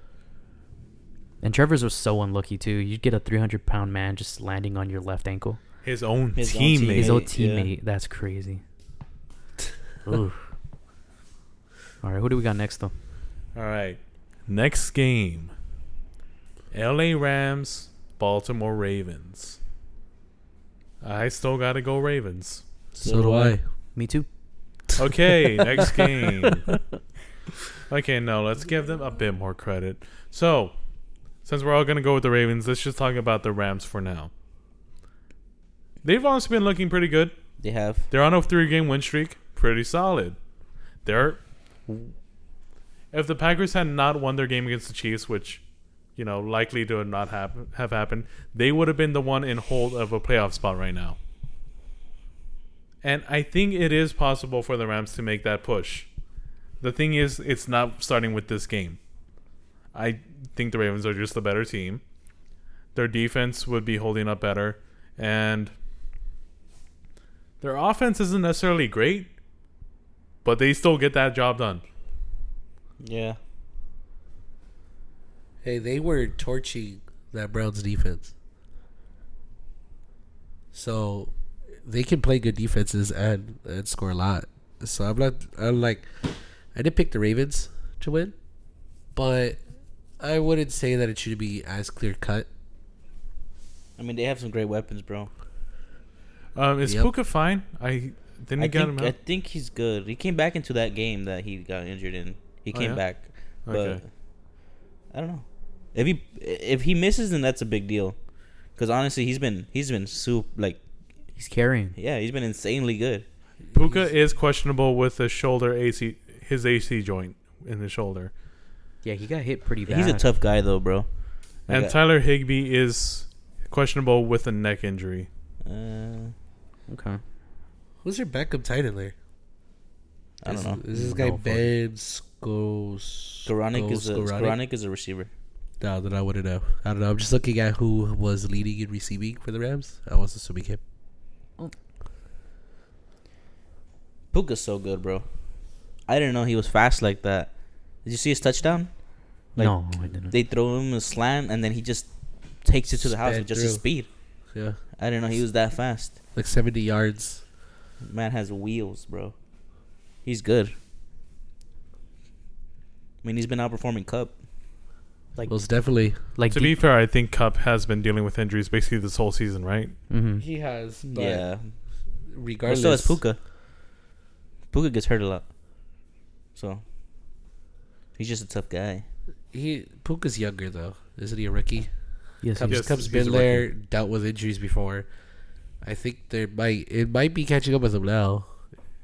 [SPEAKER 3] And Trevor's was so unlucky too. You'd get a 300 pound man just landing on your left ankle.
[SPEAKER 1] His own
[SPEAKER 4] His own
[SPEAKER 1] teammate.
[SPEAKER 3] His old
[SPEAKER 4] Yeah.
[SPEAKER 3] teammate. That's (laughs) crazy. Ooh. All right, who do we got next though?
[SPEAKER 1] All right. Next game. LA Rams, Baltimore Ravens. I still got to go Ravens.
[SPEAKER 2] So, do I.
[SPEAKER 3] Me too.
[SPEAKER 1] (laughs) Okay, next game. Okay, no, let's give them a bit more credit. So, since we're all going to go with the Ravens, let's just talk about the Rams for now. They've honestly been looking pretty good.
[SPEAKER 4] They have.
[SPEAKER 1] They're on a three game win streak. Pretty solid. They're if the Packers had not won their game against the Chiefs, which you know likely to not happen have happened, they would have been the one in hold of a playoff spot right now. And I think it is possible for the Rams to make that push. The thing is, it's not starting with this game. I think the Ravens are just the better team. Their defense would be holding up better, and their offense isn't necessarily great, but they still get that job done.
[SPEAKER 4] Yeah.
[SPEAKER 2] Hey, they were torching that Browns defense. So they can play good defenses and, and score a lot. So I'm not I'm like I did pick the Ravens to win, but I wouldn't say that it should be as clear cut.
[SPEAKER 4] I mean, they have some great weapons, bro.
[SPEAKER 1] Um, is
[SPEAKER 2] Yep.
[SPEAKER 1] Puka fine? I didn't
[SPEAKER 4] I
[SPEAKER 1] get
[SPEAKER 4] think,
[SPEAKER 1] him
[SPEAKER 4] I
[SPEAKER 1] out.
[SPEAKER 4] think he's good. He came back into that game that he got injured in. He
[SPEAKER 1] Oh,
[SPEAKER 4] came
[SPEAKER 1] yeah?
[SPEAKER 4] back, but
[SPEAKER 1] Okay.
[SPEAKER 4] I don't know. If he if he misses, then that's a big deal. Because honestly, he's been he's been soup like
[SPEAKER 3] He's carrying.
[SPEAKER 4] yeah, he's been insanely good.
[SPEAKER 1] Puka is questionable with his shoulder AC, his AC joint in his shoulder,
[SPEAKER 3] Yeah, he got hit pretty bad.
[SPEAKER 4] He's a tough guy though, bro.
[SPEAKER 1] and
[SPEAKER 4] Like,
[SPEAKER 1] Tyler Higbee is questionable with a neck injury.
[SPEAKER 4] uh,
[SPEAKER 3] Okay.
[SPEAKER 2] Who's your backup tight end there?
[SPEAKER 4] I don't
[SPEAKER 2] Is-
[SPEAKER 4] know.
[SPEAKER 2] Is this guy
[SPEAKER 3] No, fuck.
[SPEAKER 2] Ben Skos?
[SPEAKER 4] Skoranek is a
[SPEAKER 2] Skoranek?
[SPEAKER 4] Skoranek is a receiver.
[SPEAKER 2] No, then I wouldn't know. I don't know. I'm just looking at who was leading in receiving for the Rams. I was assuming him.
[SPEAKER 4] Puka's so good, bro. I didn't know he was fast like that. Did you see his touchdown? Like,
[SPEAKER 3] no, I didn't.
[SPEAKER 4] They throw him a slant and then he just takes it to the house
[SPEAKER 2] Sped
[SPEAKER 4] with just his
[SPEAKER 2] through.
[SPEAKER 4] speed.
[SPEAKER 2] Yeah,
[SPEAKER 4] I didn't know he was that fast.
[SPEAKER 2] like 70 yards.
[SPEAKER 4] Man has wheels, bro. He's good. I mean, he's been outperforming Cup.
[SPEAKER 3] like,
[SPEAKER 2] Most definitely.
[SPEAKER 3] like
[SPEAKER 1] To be fair, I think Cup has been dealing with injuries basically this whole season, right?
[SPEAKER 3] hmm
[SPEAKER 2] He has,
[SPEAKER 4] yeah. But
[SPEAKER 2] regardless,
[SPEAKER 4] so is Puka. Puka gets hurt a lot. So, he's just a tough guy.
[SPEAKER 2] He Puka's younger though. Isn't he a rookie?
[SPEAKER 3] Yes,
[SPEAKER 2] Cubs,
[SPEAKER 3] he-
[SPEAKER 1] Yes,
[SPEAKER 2] Cubs
[SPEAKER 1] he's
[SPEAKER 2] been
[SPEAKER 1] a rookie.
[SPEAKER 2] there, dealt with injuries before. I think there might it might be catching up with him now.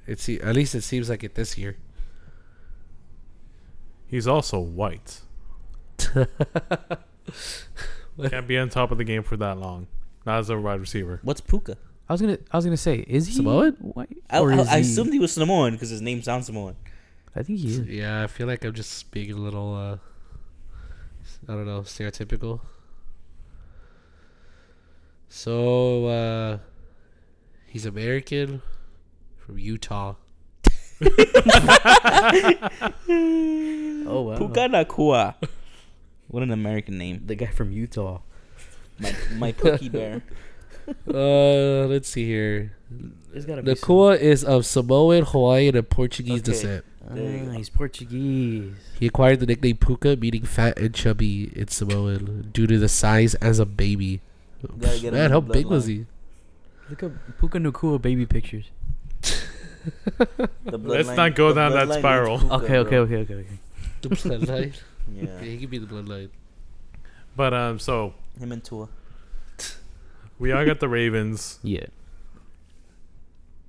[SPEAKER 2] It se- at least it seems like it this year. (laughs)
[SPEAKER 1] He's also white. Can't be on top of the game for that long. Not as a wide receiver.
[SPEAKER 4] What's Puka?
[SPEAKER 3] I was gonna. I was gonna say, is he
[SPEAKER 2] Samoan?
[SPEAKER 3] White,
[SPEAKER 4] I,
[SPEAKER 3] or
[SPEAKER 4] I,
[SPEAKER 3] is
[SPEAKER 4] I
[SPEAKER 3] he-
[SPEAKER 4] assumed he was Samoan because his name sounds Samoan.
[SPEAKER 3] I think he is.
[SPEAKER 2] Yeah, I feel like I'm just being a little uh I don't know, stereotypical. So uh he's American from Utah.
[SPEAKER 3] Oh wow.
[SPEAKER 4] Puka Nakua. What an American name.
[SPEAKER 3] the guy from Utah.
[SPEAKER 4] My,
[SPEAKER 3] (laughs)
[SPEAKER 4] my Pookie Bear.
[SPEAKER 2] uh let's see here.
[SPEAKER 3] There's gotta be some-
[SPEAKER 2] Nakua is of Samoan, Hawaiian, and Portuguese
[SPEAKER 4] Okay.
[SPEAKER 2] descent.
[SPEAKER 4] There you
[SPEAKER 3] Ah,
[SPEAKER 4] go.
[SPEAKER 3] he's Portuguese.
[SPEAKER 2] He acquired the nickname Puka, meaning fat and chubby in Samoan, due to the size as a baby.
[SPEAKER 4] Gotta get
[SPEAKER 2] Man,
[SPEAKER 4] him
[SPEAKER 2] how
[SPEAKER 4] the
[SPEAKER 2] big was
[SPEAKER 4] bloodline.
[SPEAKER 2] he?
[SPEAKER 3] Look up Puka Nakua baby pictures.
[SPEAKER 4] The
[SPEAKER 1] Let's
[SPEAKER 4] bloodline-
[SPEAKER 1] not go
[SPEAKER 4] the
[SPEAKER 1] down that
[SPEAKER 4] bloodline needs
[SPEAKER 1] spiral.
[SPEAKER 4] Puka,
[SPEAKER 3] Okay, okay,
[SPEAKER 4] bro.
[SPEAKER 3] okay, okay, okay.
[SPEAKER 2] The bloodline. (laughs) yeah,
[SPEAKER 4] Yeah.
[SPEAKER 2] he could be the bloodline.
[SPEAKER 1] But um, so
[SPEAKER 4] Him and Tua.
[SPEAKER 1] we all got the Ravens,
[SPEAKER 3] Yeah.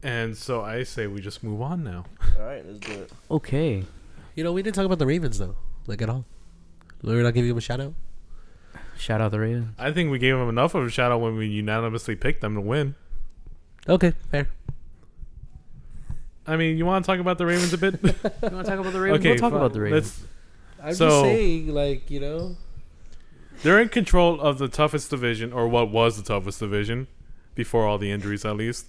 [SPEAKER 1] and so I say we just move on now.
[SPEAKER 4] All right, let's do it.
[SPEAKER 3] Okay.
[SPEAKER 2] You know, we didn't talk about the Ravens though, like at all. We're not giving him a shout out.
[SPEAKER 3] Shout out the Ravens.
[SPEAKER 1] I think we gave them enough of a shout out when we unanimously picked them to win.
[SPEAKER 2] Okay, fair.
[SPEAKER 1] I mean, you want to talk about the Ravens a
[SPEAKER 3] (laughs)
[SPEAKER 1] bit?
[SPEAKER 3] You want to talk about the Ravens? we'll talk
[SPEAKER 1] fine.
[SPEAKER 3] about the Ravens.
[SPEAKER 1] Let's-
[SPEAKER 2] I'm
[SPEAKER 1] just So-
[SPEAKER 2] saying, like you know,
[SPEAKER 1] they're in control of the toughest division, or what was the toughest division before all the injuries, at least.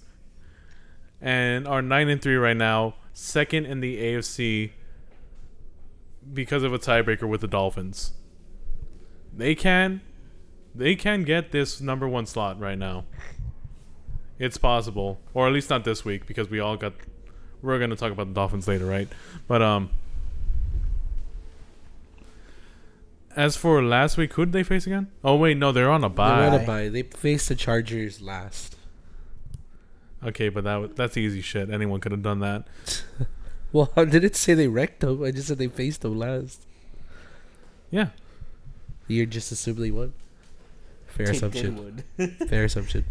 [SPEAKER 1] And are nine and three right now, second in the AFC because of a tiebreaker with the Dolphins. They can, they can get this number one slot right now. It's possible, or at least not this week, because we all got. We're gonna talk about the Dolphins later, right? But um. As for last week, who did they face again? Oh wait, no, they're on a
[SPEAKER 2] they
[SPEAKER 1] bye.
[SPEAKER 2] ran a bye. They faced the Chargers last.
[SPEAKER 1] Okay, but that was, that's easy shit. Anyone could have done that.
[SPEAKER 2] Well, (laughs) I didn't say they wrecked them. I just said they faced them last.
[SPEAKER 1] Yeah.
[SPEAKER 2] You're just assuming they won. Fair
[SPEAKER 4] Take
[SPEAKER 2] assumption.
[SPEAKER 4] Goodwood.
[SPEAKER 2] Fair assumption.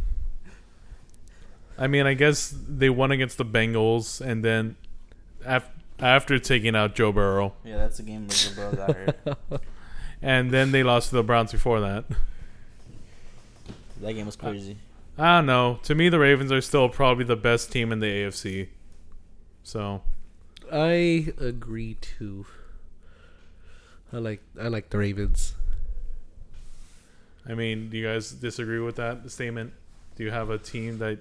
[SPEAKER 1] I mean, I guess they won against the Bengals, and then af- after taking out Joe Burrow,
[SPEAKER 4] Yeah, that's the game where the Bros got
[SPEAKER 1] (laughs)
[SPEAKER 4] hurt.
[SPEAKER 1] and then they lost to the Browns before that. (laughs)
[SPEAKER 4] That game was crazy.
[SPEAKER 1] I don't know. To me, the Ravens are still probably the best team in the AFC. So
[SPEAKER 2] I agree too. I like I like the Ravens.
[SPEAKER 1] I mean, do you guys disagree with that statement? Do you have a team that?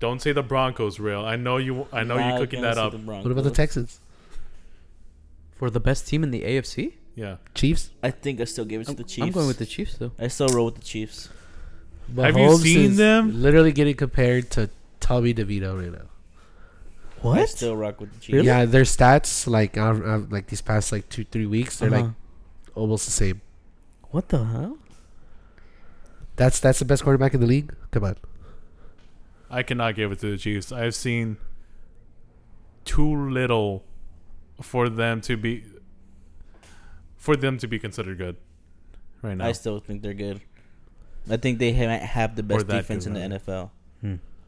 [SPEAKER 1] Don't say the Broncos, real. I know you. I know
[SPEAKER 4] Nah,
[SPEAKER 1] you're cooking
[SPEAKER 4] can't
[SPEAKER 1] that
[SPEAKER 4] see
[SPEAKER 1] up.
[SPEAKER 4] the Broncos.
[SPEAKER 2] What about the Texans?
[SPEAKER 3] For the best team in the AFC?
[SPEAKER 1] Yeah.
[SPEAKER 2] Chiefs?
[SPEAKER 4] I think I still gave it to the Chiefs.
[SPEAKER 3] I'm going with the Chiefs though.
[SPEAKER 4] I still roll with the Chiefs.
[SPEAKER 1] Have you
[SPEAKER 2] Mahomes
[SPEAKER 1] seen
[SPEAKER 2] is
[SPEAKER 1] them?
[SPEAKER 2] Literally getting compared to Tommy DeVito right now.
[SPEAKER 4] I still rock with the Chiefs.
[SPEAKER 2] Yeah, their stats like uh, uh, like these past like two three weeks they're like almost the same.
[SPEAKER 3] what the hell?
[SPEAKER 2] That's that's the best quarterback in the league. Come on,
[SPEAKER 1] I cannot give it to the Chiefs. I've seen too little for them to be for them to be considered good right now.
[SPEAKER 4] I still think they're good. I think they ha- might have the
[SPEAKER 1] Or
[SPEAKER 4] best
[SPEAKER 1] that
[SPEAKER 4] defense in
[SPEAKER 1] good,
[SPEAKER 4] the NFL.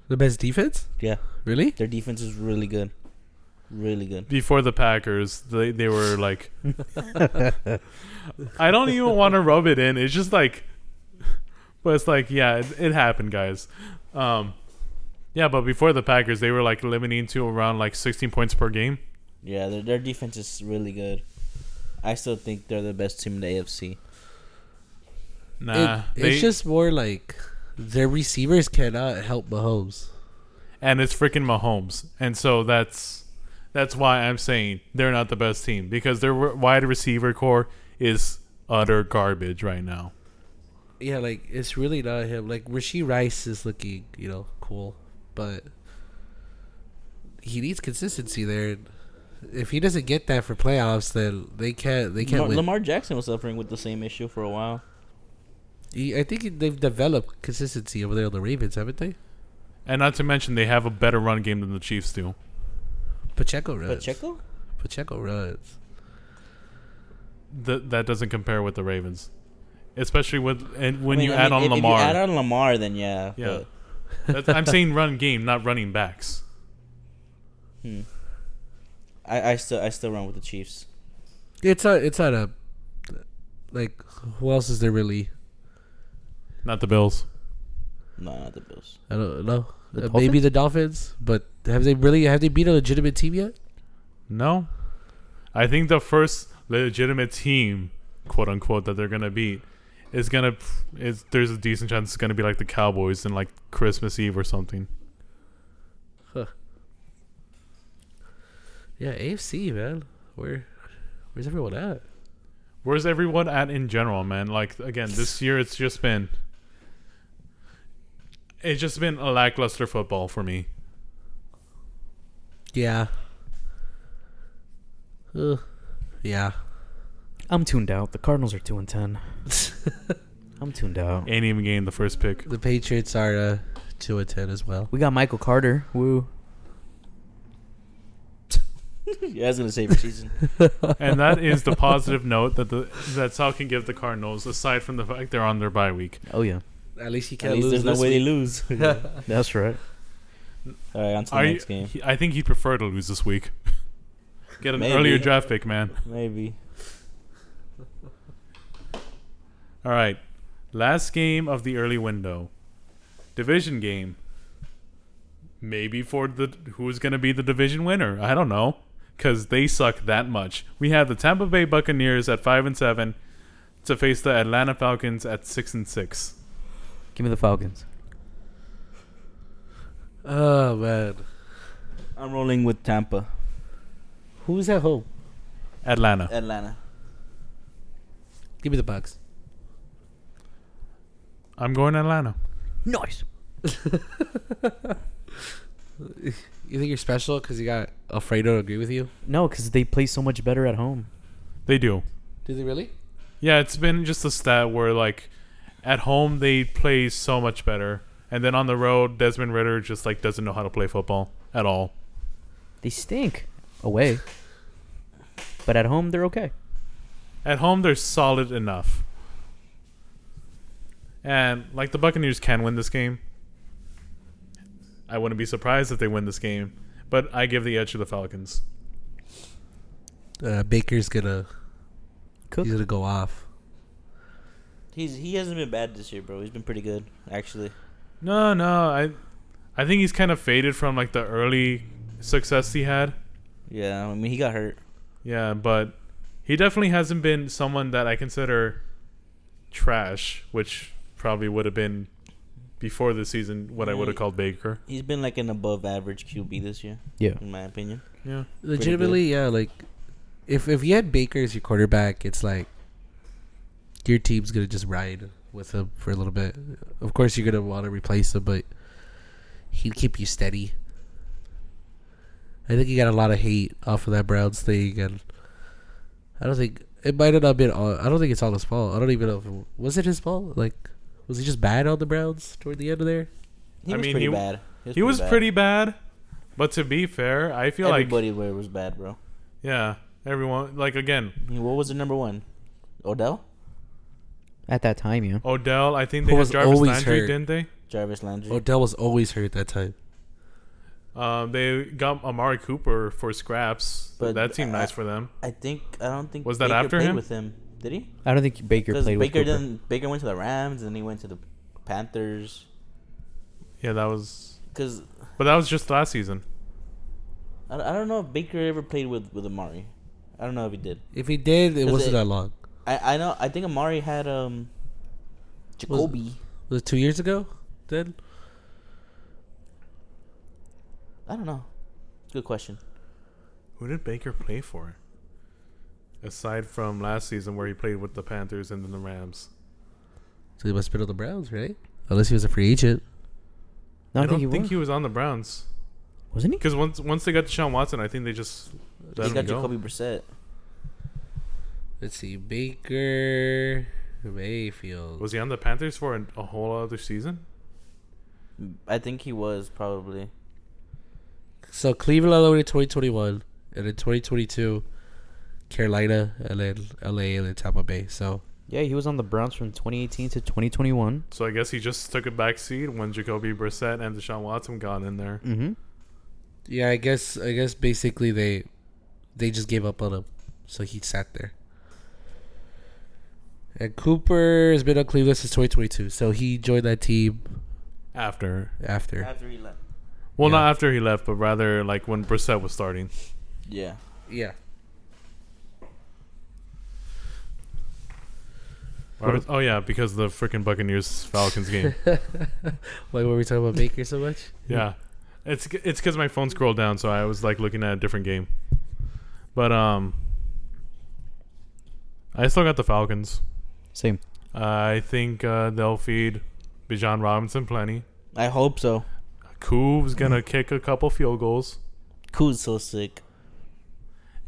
[SPEAKER 2] the best defense?
[SPEAKER 4] Yeah,
[SPEAKER 2] Really?
[SPEAKER 4] their defense is really good, really good.
[SPEAKER 1] Before the Packers, they they were like (laughs) I don't even want to rub it in. It's just like but it's like yeah, it, it happened, guys. Um yeah, but before the Packers, they were like limiting to around like 16 points per game.
[SPEAKER 4] Yeah, their their defense is really good. I still think they're the best team in the AFC.
[SPEAKER 1] Nah,
[SPEAKER 2] It-
[SPEAKER 1] they-
[SPEAKER 2] it's just more like their receivers cannot help Mahomes.
[SPEAKER 1] and it's freaking Mahomes. And so that's that's why I'm saying they're not the best team because their w- wide receiver core is utter garbage right now.
[SPEAKER 2] Yeah, like it's really not him. Like Rasheed Rice is looking, you know, cool, but he needs consistency there. And If he doesn't get that for playoffs, then they can't. They can't
[SPEAKER 4] Lamar,
[SPEAKER 2] win.
[SPEAKER 4] Lamar Jackson was suffering with the same issue for a while.
[SPEAKER 2] He- I think they've developed consistency over there on the Ravens, haven't they?
[SPEAKER 1] And not to mention they have a better run game than the Chiefs do.
[SPEAKER 2] Pacheco runs.
[SPEAKER 4] Pacheco?
[SPEAKER 2] Pacheco runs.
[SPEAKER 1] That that doesn't compare with the Ravens, especially with and when
[SPEAKER 4] I mean-
[SPEAKER 1] you
[SPEAKER 4] I
[SPEAKER 1] add
[SPEAKER 4] mean,
[SPEAKER 1] on
[SPEAKER 4] if-
[SPEAKER 1] Lamar.
[SPEAKER 4] If you add on Lamar, then yeah.
[SPEAKER 1] yeah,
[SPEAKER 4] but-
[SPEAKER 1] That's- I'm saying run game, not running backs.
[SPEAKER 4] I, I still I still run with the Chiefs.
[SPEAKER 2] It's not. It's not a. Like who else is there really?
[SPEAKER 1] Not the Bills.
[SPEAKER 4] No, not the Bills.
[SPEAKER 2] I don't know.
[SPEAKER 3] The
[SPEAKER 2] Uh, maybe the Dolphins, but have they really? Have they beat a legitimate team yet?
[SPEAKER 1] No, I think the first legitimate team, quote unquote, that they're gonna beat is gonna is there's a decent chance it's gonna be like the Cowboys and like Christmas Eve or something.
[SPEAKER 2] Yeah, AFC man. Where, where's everyone at?
[SPEAKER 1] Where's everyone at in general, man? Like again, this year it's just been it's just been a lackluster football for me.
[SPEAKER 2] Yeah. Ugh. yeah. (laughs)
[SPEAKER 3] I'm tuned out. The Cardinals are two and ten. I'm tuned out.
[SPEAKER 1] Ain't even getting the first pick.
[SPEAKER 2] The Patriots are uh, two and ten as well.
[SPEAKER 3] We got Michael Carter. Woo.
[SPEAKER 4] yeah, I was gonna say for
[SPEAKER 1] (laughs)
[SPEAKER 4] season.
[SPEAKER 1] And that is the positive note that the that Sal can give the Cardinals, aside from the fact they're on their bye week.
[SPEAKER 3] Oh yeah.
[SPEAKER 2] At least you
[SPEAKER 4] At
[SPEAKER 2] can't
[SPEAKER 4] least
[SPEAKER 2] lose.
[SPEAKER 4] there's no
[SPEAKER 2] this
[SPEAKER 4] way they
[SPEAKER 1] (laughs)
[SPEAKER 2] week.
[SPEAKER 4] lose. All
[SPEAKER 3] That's right.
[SPEAKER 4] right, on to the
[SPEAKER 1] Are you-
[SPEAKER 4] next game.
[SPEAKER 1] he- I think he'd prefer to lose this week. (laughs) Get an
[SPEAKER 4] Maybe.
[SPEAKER 1] earlier draft pick, man.
[SPEAKER 4] Maybe.
[SPEAKER 1] All right. Last game of the early window. Division game. Maybe for the who's going to be the division winner. I don't know cuz they suck that much. We have the Tampa Bay Buccaneers at 5 and 7 to face the Atlanta Falcons at 6 and 6.
[SPEAKER 3] Give me the Falcons.
[SPEAKER 2] Oh man,
[SPEAKER 4] I'm rolling with Tampa.
[SPEAKER 2] who's at home?
[SPEAKER 1] Atlanta.
[SPEAKER 4] Atlanta.
[SPEAKER 2] Give me the Bucks.
[SPEAKER 1] I'm going Atlanta.
[SPEAKER 3] Nice.
[SPEAKER 2] You think you're special because you got Alfredo to agree with you?
[SPEAKER 3] No, because they play so much better at home.
[SPEAKER 1] They do.
[SPEAKER 2] Do they really?
[SPEAKER 1] Yeah, it's been just a stat where like at home they play so much better and then on the road Desmond Ritter just like doesn't know how to play football at all.
[SPEAKER 3] They stink away. But at home, they're okay.
[SPEAKER 1] At home, they're solid enough. And like the Buccaneers can win this game. I wouldn't be surprised if they win this game, but I give the edge to the Falcons.
[SPEAKER 2] Uh, Baker's gonna
[SPEAKER 3] Cook.
[SPEAKER 2] he's gonna go off.
[SPEAKER 4] He's he hasn't been bad this year, bro. He's been pretty good actually.
[SPEAKER 1] No, no, I, I think he's kind of faded from like the early success he had.
[SPEAKER 4] Yeah, I mean he got hurt.
[SPEAKER 1] Yeah, but he definitely hasn't been someone that I consider trash, which probably would have been before the season what I would have called Baker.
[SPEAKER 4] He's been like an above average QB this year,
[SPEAKER 3] Yeah.
[SPEAKER 4] in my opinion.
[SPEAKER 1] Yeah.
[SPEAKER 2] Legitimately, yeah. Like, if if you had Baker as your quarterback, it's like your team's gonna just ride with him for a little bit. Of course, you're gonna want to replace him, but he'd keep you steady. I think he got a lot of hate off of that Browns thing, and I don't think it might have not been all. I don't think it's all his fault. I don't even know if it- was it his fault. Like, was he just bad on the Browns toward the end of there?
[SPEAKER 4] He
[SPEAKER 1] I
[SPEAKER 4] was
[SPEAKER 1] mean,
[SPEAKER 4] pretty
[SPEAKER 1] he-
[SPEAKER 4] bad.
[SPEAKER 1] He was pretty bad, but to be fair, I feel like
[SPEAKER 4] Everybody where was bad, bro.
[SPEAKER 1] yeah, everyone like again,
[SPEAKER 4] I mean, what was the number one? Odell,
[SPEAKER 3] At that time, yeah.
[SPEAKER 1] Odell, I think
[SPEAKER 2] Who
[SPEAKER 1] they had
[SPEAKER 2] was
[SPEAKER 1] Jarvis
[SPEAKER 2] always
[SPEAKER 1] Landry,
[SPEAKER 2] hurt.
[SPEAKER 1] didn't they?
[SPEAKER 4] Jarvis Landry.
[SPEAKER 2] Odell Oh, was always hurt that time.
[SPEAKER 1] Um, they got Amari Cooper for scraps.
[SPEAKER 4] But
[SPEAKER 1] that seemed
[SPEAKER 4] I-
[SPEAKER 1] nice for them.
[SPEAKER 4] I think I don't think
[SPEAKER 1] Was that
[SPEAKER 4] Baker
[SPEAKER 1] after
[SPEAKER 4] played
[SPEAKER 1] him?
[SPEAKER 4] with him. Did he?
[SPEAKER 3] I don't think Baker
[SPEAKER 4] Because
[SPEAKER 3] played
[SPEAKER 4] Baker
[SPEAKER 3] with Cooper.
[SPEAKER 4] didn't. Baker went to the Rams and then he went to the Panthers.
[SPEAKER 1] Yeah, that was.
[SPEAKER 4] Because
[SPEAKER 1] But that was just last season.
[SPEAKER 4] I, I don't know if Baker ever played with with Amari. I don't know if he did.
[SPEAKER 2] If he did, it
[SPEAKER 4] Was
[SPEAKER 2] wasn't
[SPEAKER 4] it-
[SPEAKER 2] that long.
[SPEAKER 4] I I know. I think Amari had um. Jacoby.
[SPEAKER 2] Was it two years ago? Then
[SPEAKER 4] I don't know. Good question.
[SPEAKER 1] Who did Baker play for? Aside from last season, where he played with the Panthers and then the Rams.
[SPEAKER 2] So he must have been on the Browns, right? Unless he was a free agent.
[SPEAKER 3] No,
[SPEAKER 1] I,
[SPEAKER 3] I,
[SPEAKER 1] don't
[SPEAKER 3] think he was.
[SPEAKER 1] was on the Browns
[SPEAKER 3] Wasn't he?
[SPEAKER 1] because once once they got Deshaun Watson, I think they just let
[SPEAKER 4] He
[SPEAKER 1] him
[SPEAKER 4] got
[SPEAKER 1] go.
[SPEAKER 4] Jacoby Brissett.
[SPEAKER 2] Let's see, Baker Mayfield.
[SPEAKER 1] Was he on the Panthers for an, a whole other season?
[SPEAKER 4] I think he was probably.
[SPEAKER 2] so Cleveland all the way to 2021, and in 2022, Carolina, and then LA, and then Tampa Bay. So
[SPEAKER 3] Yeah, he was on the Browns from 2018 to 2021.
[SPEAKER 1] So I guess he just took a back seat when Jacoby Brissett and Deshaun Watson got in there.
[SPEAKER 3] Mm-hmm.
[SPEAKER 2] yeah, I guess I guess basically they they just gave up on him, so he sat there. And Cooper has been on Cleveland since 2022, so he joined that team
[SPEAKER 1] After,
[SPEAKER 2] after.
[SPEAKER 4] After he left.
[SPEAKER 1] well,
[SPEAKER 2] Yeah.
[SPEAKER 1] not after he left, but rather like when Brissett was starting.
[SPEAKER 4] Yeah.
[SPEAKER 2] Yeah.
[SPEAKER 1] Or- oh yeah, because the freaking Buccaneers Falcons game.
[SPEAKER 2] Like were we talking about Baker so much?
[SPEAKER 1] yeah, it's it's because my phone scrolled down, so I was like looking at a different game. But um, I still got the Falcons.
[SPEAKER 3] Same.
[SPEAKER 1] I think uh, they'll feed Bijan Robinson plenty.
[SPEAKER 4] I hope so.
[SPEAKER 1] Coob's gonna kick a couple field goals,
[SPEAKER 4] Cool's so sick.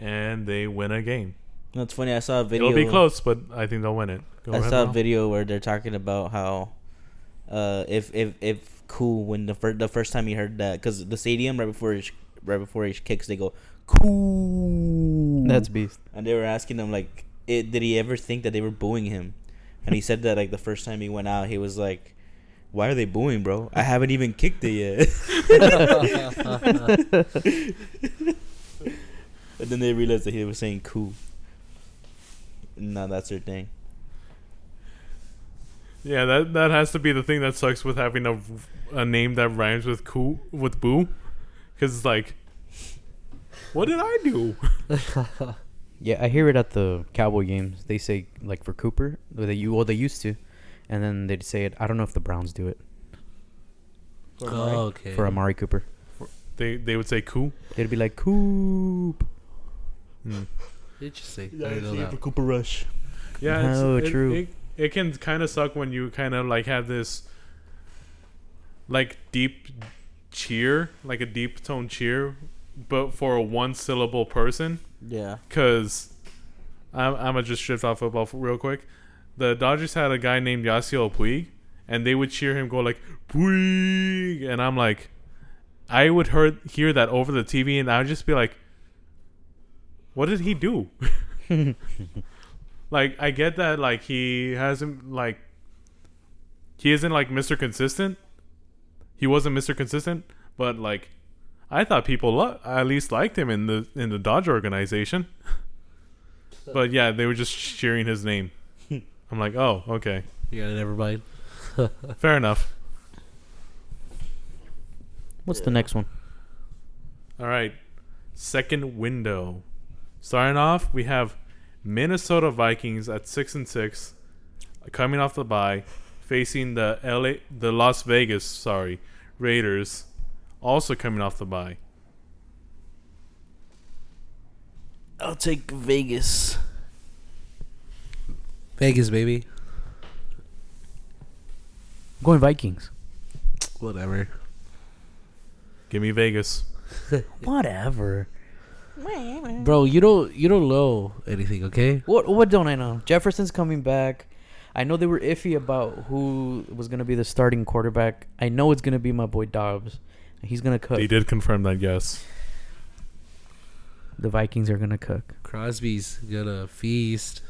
[SPEAKER 1] and they win a game.
[SPEAKER 4] That's funny. I saw a video.
[SPEAKER 1] It'll be close, but I think they'll win it. Go
[SPEAKER 4] I
[SPEAKER 1] ahead,
[SPEAKER 4] saw a
[SPEAKER 1] Mel.
[SPEAKER 4] video where they're talking about how uh, if if if cool when the first the first time he heard that because the stadium right before each right before each kicks they go cool
[SPEAKER 3] That's (laughs) beast.
[SPEAKER 4] and they were asking him like it, did he ever think that they were booing him and he said that like the first time he went out he was like why are they booing bro I haven't even kicked it yet
[SPEAKER 3] Uh,
[SPEAKER 4] (laughs) and then they realized that he was saying cool no that's their thing
[SPEAKER 1] Yeah, that that has to be the thing that sucks with having a, a name that rhymes with coo with boo, because it's like, what did I do?
[SPEAKER 3] Yeah, I hear it at the Cowboy games. They say like for Cooper, or they you well they used to, and then they'd say it. I don't know if the Browns do it
[SPEAKER 2] Oh, okay.
[SPEAKER 3] for Amari Cooper.
[SPEAKER 1] They they would say coo.
[SPEAKER 3] They'd be like Coop.
[SPEAKER 2] Interesting. I didn't know that.
[SPEAKER 4] Cooper Rush
[SPEAKER 1] Yeah, it's-
[SPEAKER 3] Oh,
[SPEAKER 1] it,
[SPEAKER 3] true.
[SPEAKER 1] It, it can kind of suck when you kind of like have this like deep cheer, like a deep tone cheer, but for a one syllable person.
[SPEAKER 4] yeah
[SPEAKER 1] Cause I'm I'm gonna just shift off football f- real quick. The Dodgers had a guy named Yasiel Puig, and they would cheer him go like Puig, and I'm like, I would heard hear that over the TV, and I would just be like, what did he do? (laughs) like I get that like he hasn't like he isn't like Mr. Consistent. He wasn't Mr. Consistent, but like I thought people lo- at least liked him in the in the Dodge organization. But yeah, they were just cheering his
[SPEAKER 4] (laughs)
[SPEAKER 1] name. I'm like, oh, okay,
[SPEAKER 2] Yeah, never mind.
[SPEAKER 1] fair enough.
[SPEAKER 3] What's the next one?
[SPEAKER 1] All right, second window. Starting off, we have Minnesota Vikings at six and six, coming off the bye, facing the LA, the Las Vegas, sorry, Raiders, also coming off the bye.
[SPEAKER 4] I'll take Vegas.
[SPEAKER 2] Vegas, baby.
[SPEAKER 3] Going Vikings.
[SPEAKER 2] Whatever.
[SPEAKER 1] Give me
[SPEAKER 4] (laughs)
[SPEAKER 1] Vegas.
[SPEAKER 3] Whatever.
[SPEAKER 2] Bro, you don't you don't know anything, okay?
[SPEAKER 3] What what don't I know? Jefferson's coming back. I know they were iffy about who was gonna be the starting quarterback. I know it's gonna be my boy Dobbs. He's gonna cook.
[SPEAKER 1] They did confirm that, yes.
[SPEAKER 3] The Vikings are gonna cook.
[SPEAKER 2] Crosby's gonna feast.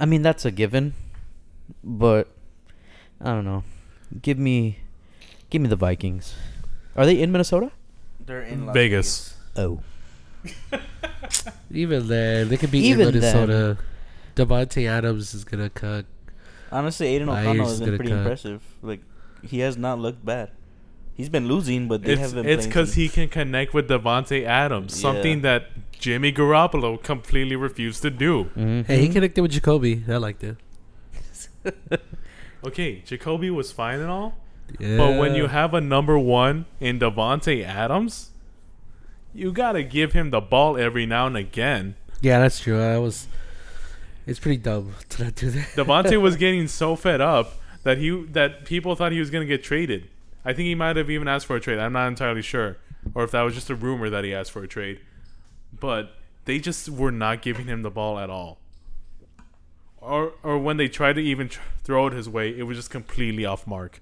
[SPEAKER 3] I mean that's a given, but I don't know. Give me, give me the Vikings. Are they in Minnesota?
[SPEAKER 4] They're in
[SPEAKER 1] Las Vegas.
[SPEAKER 3] Oh,
[SPEAKER 2] Even then, they could be
[SPEAKER 3] Even
[SPEAKER 2] in Minnesota. Devontae Adams is gonna cook.
[SPEAKER 4] Honestly, Aiden
[SPEAKER 2] My
[SPEAKER 4] O'Connell
[SPEAKER 2] ears
[SPEAKER 4] has
[SPEAKER 2] gonna
[SPEAKER 4] been pretty
[SPEAKER 2] cut.
[SPEAKER 4] impressive. Like he has not looked bad. He's been losing, but they
[SPEAKER 1] It's
[SPEAKER 4] have been.
[SPEAKER 1] it's
[SPEAKER 4] playing
[SPEAKER 1] because
[SPEAKER 4] some-
[SPEAKER 1] he can connect with Devonte Adams, something
[SPEAKER 4] Yeah.
[SPEAKER 1] that Jimmy Garoppolo completely refused to do.
[SPEAKER 3] Mm-hmm.
[SPEAKER 2] Hey, he connected with Jacoby. I liked it.
[SPEAKER 1] Okay, Jacoby was fine and all,
[SPEAKER 2] Yeah.
[SPEAKER 1] but when you have a number one in Devonte Adams, you gotta give him the ball every now and again.
[SPEAKER 2] yeah, that's true. I was. It's pretty dumb (laughs) to not do that.
[SPEAKER 1] Devonte was getting so fed up that he that people thought he was gonna get traded. I think he might have even asked for a trade. I'm not entirely sure, or if that was just a rumor that he asked for a trade. But they just were not giving him the ball at all. Or or when they tried to even tr- throw it his way, it was just completely off mark.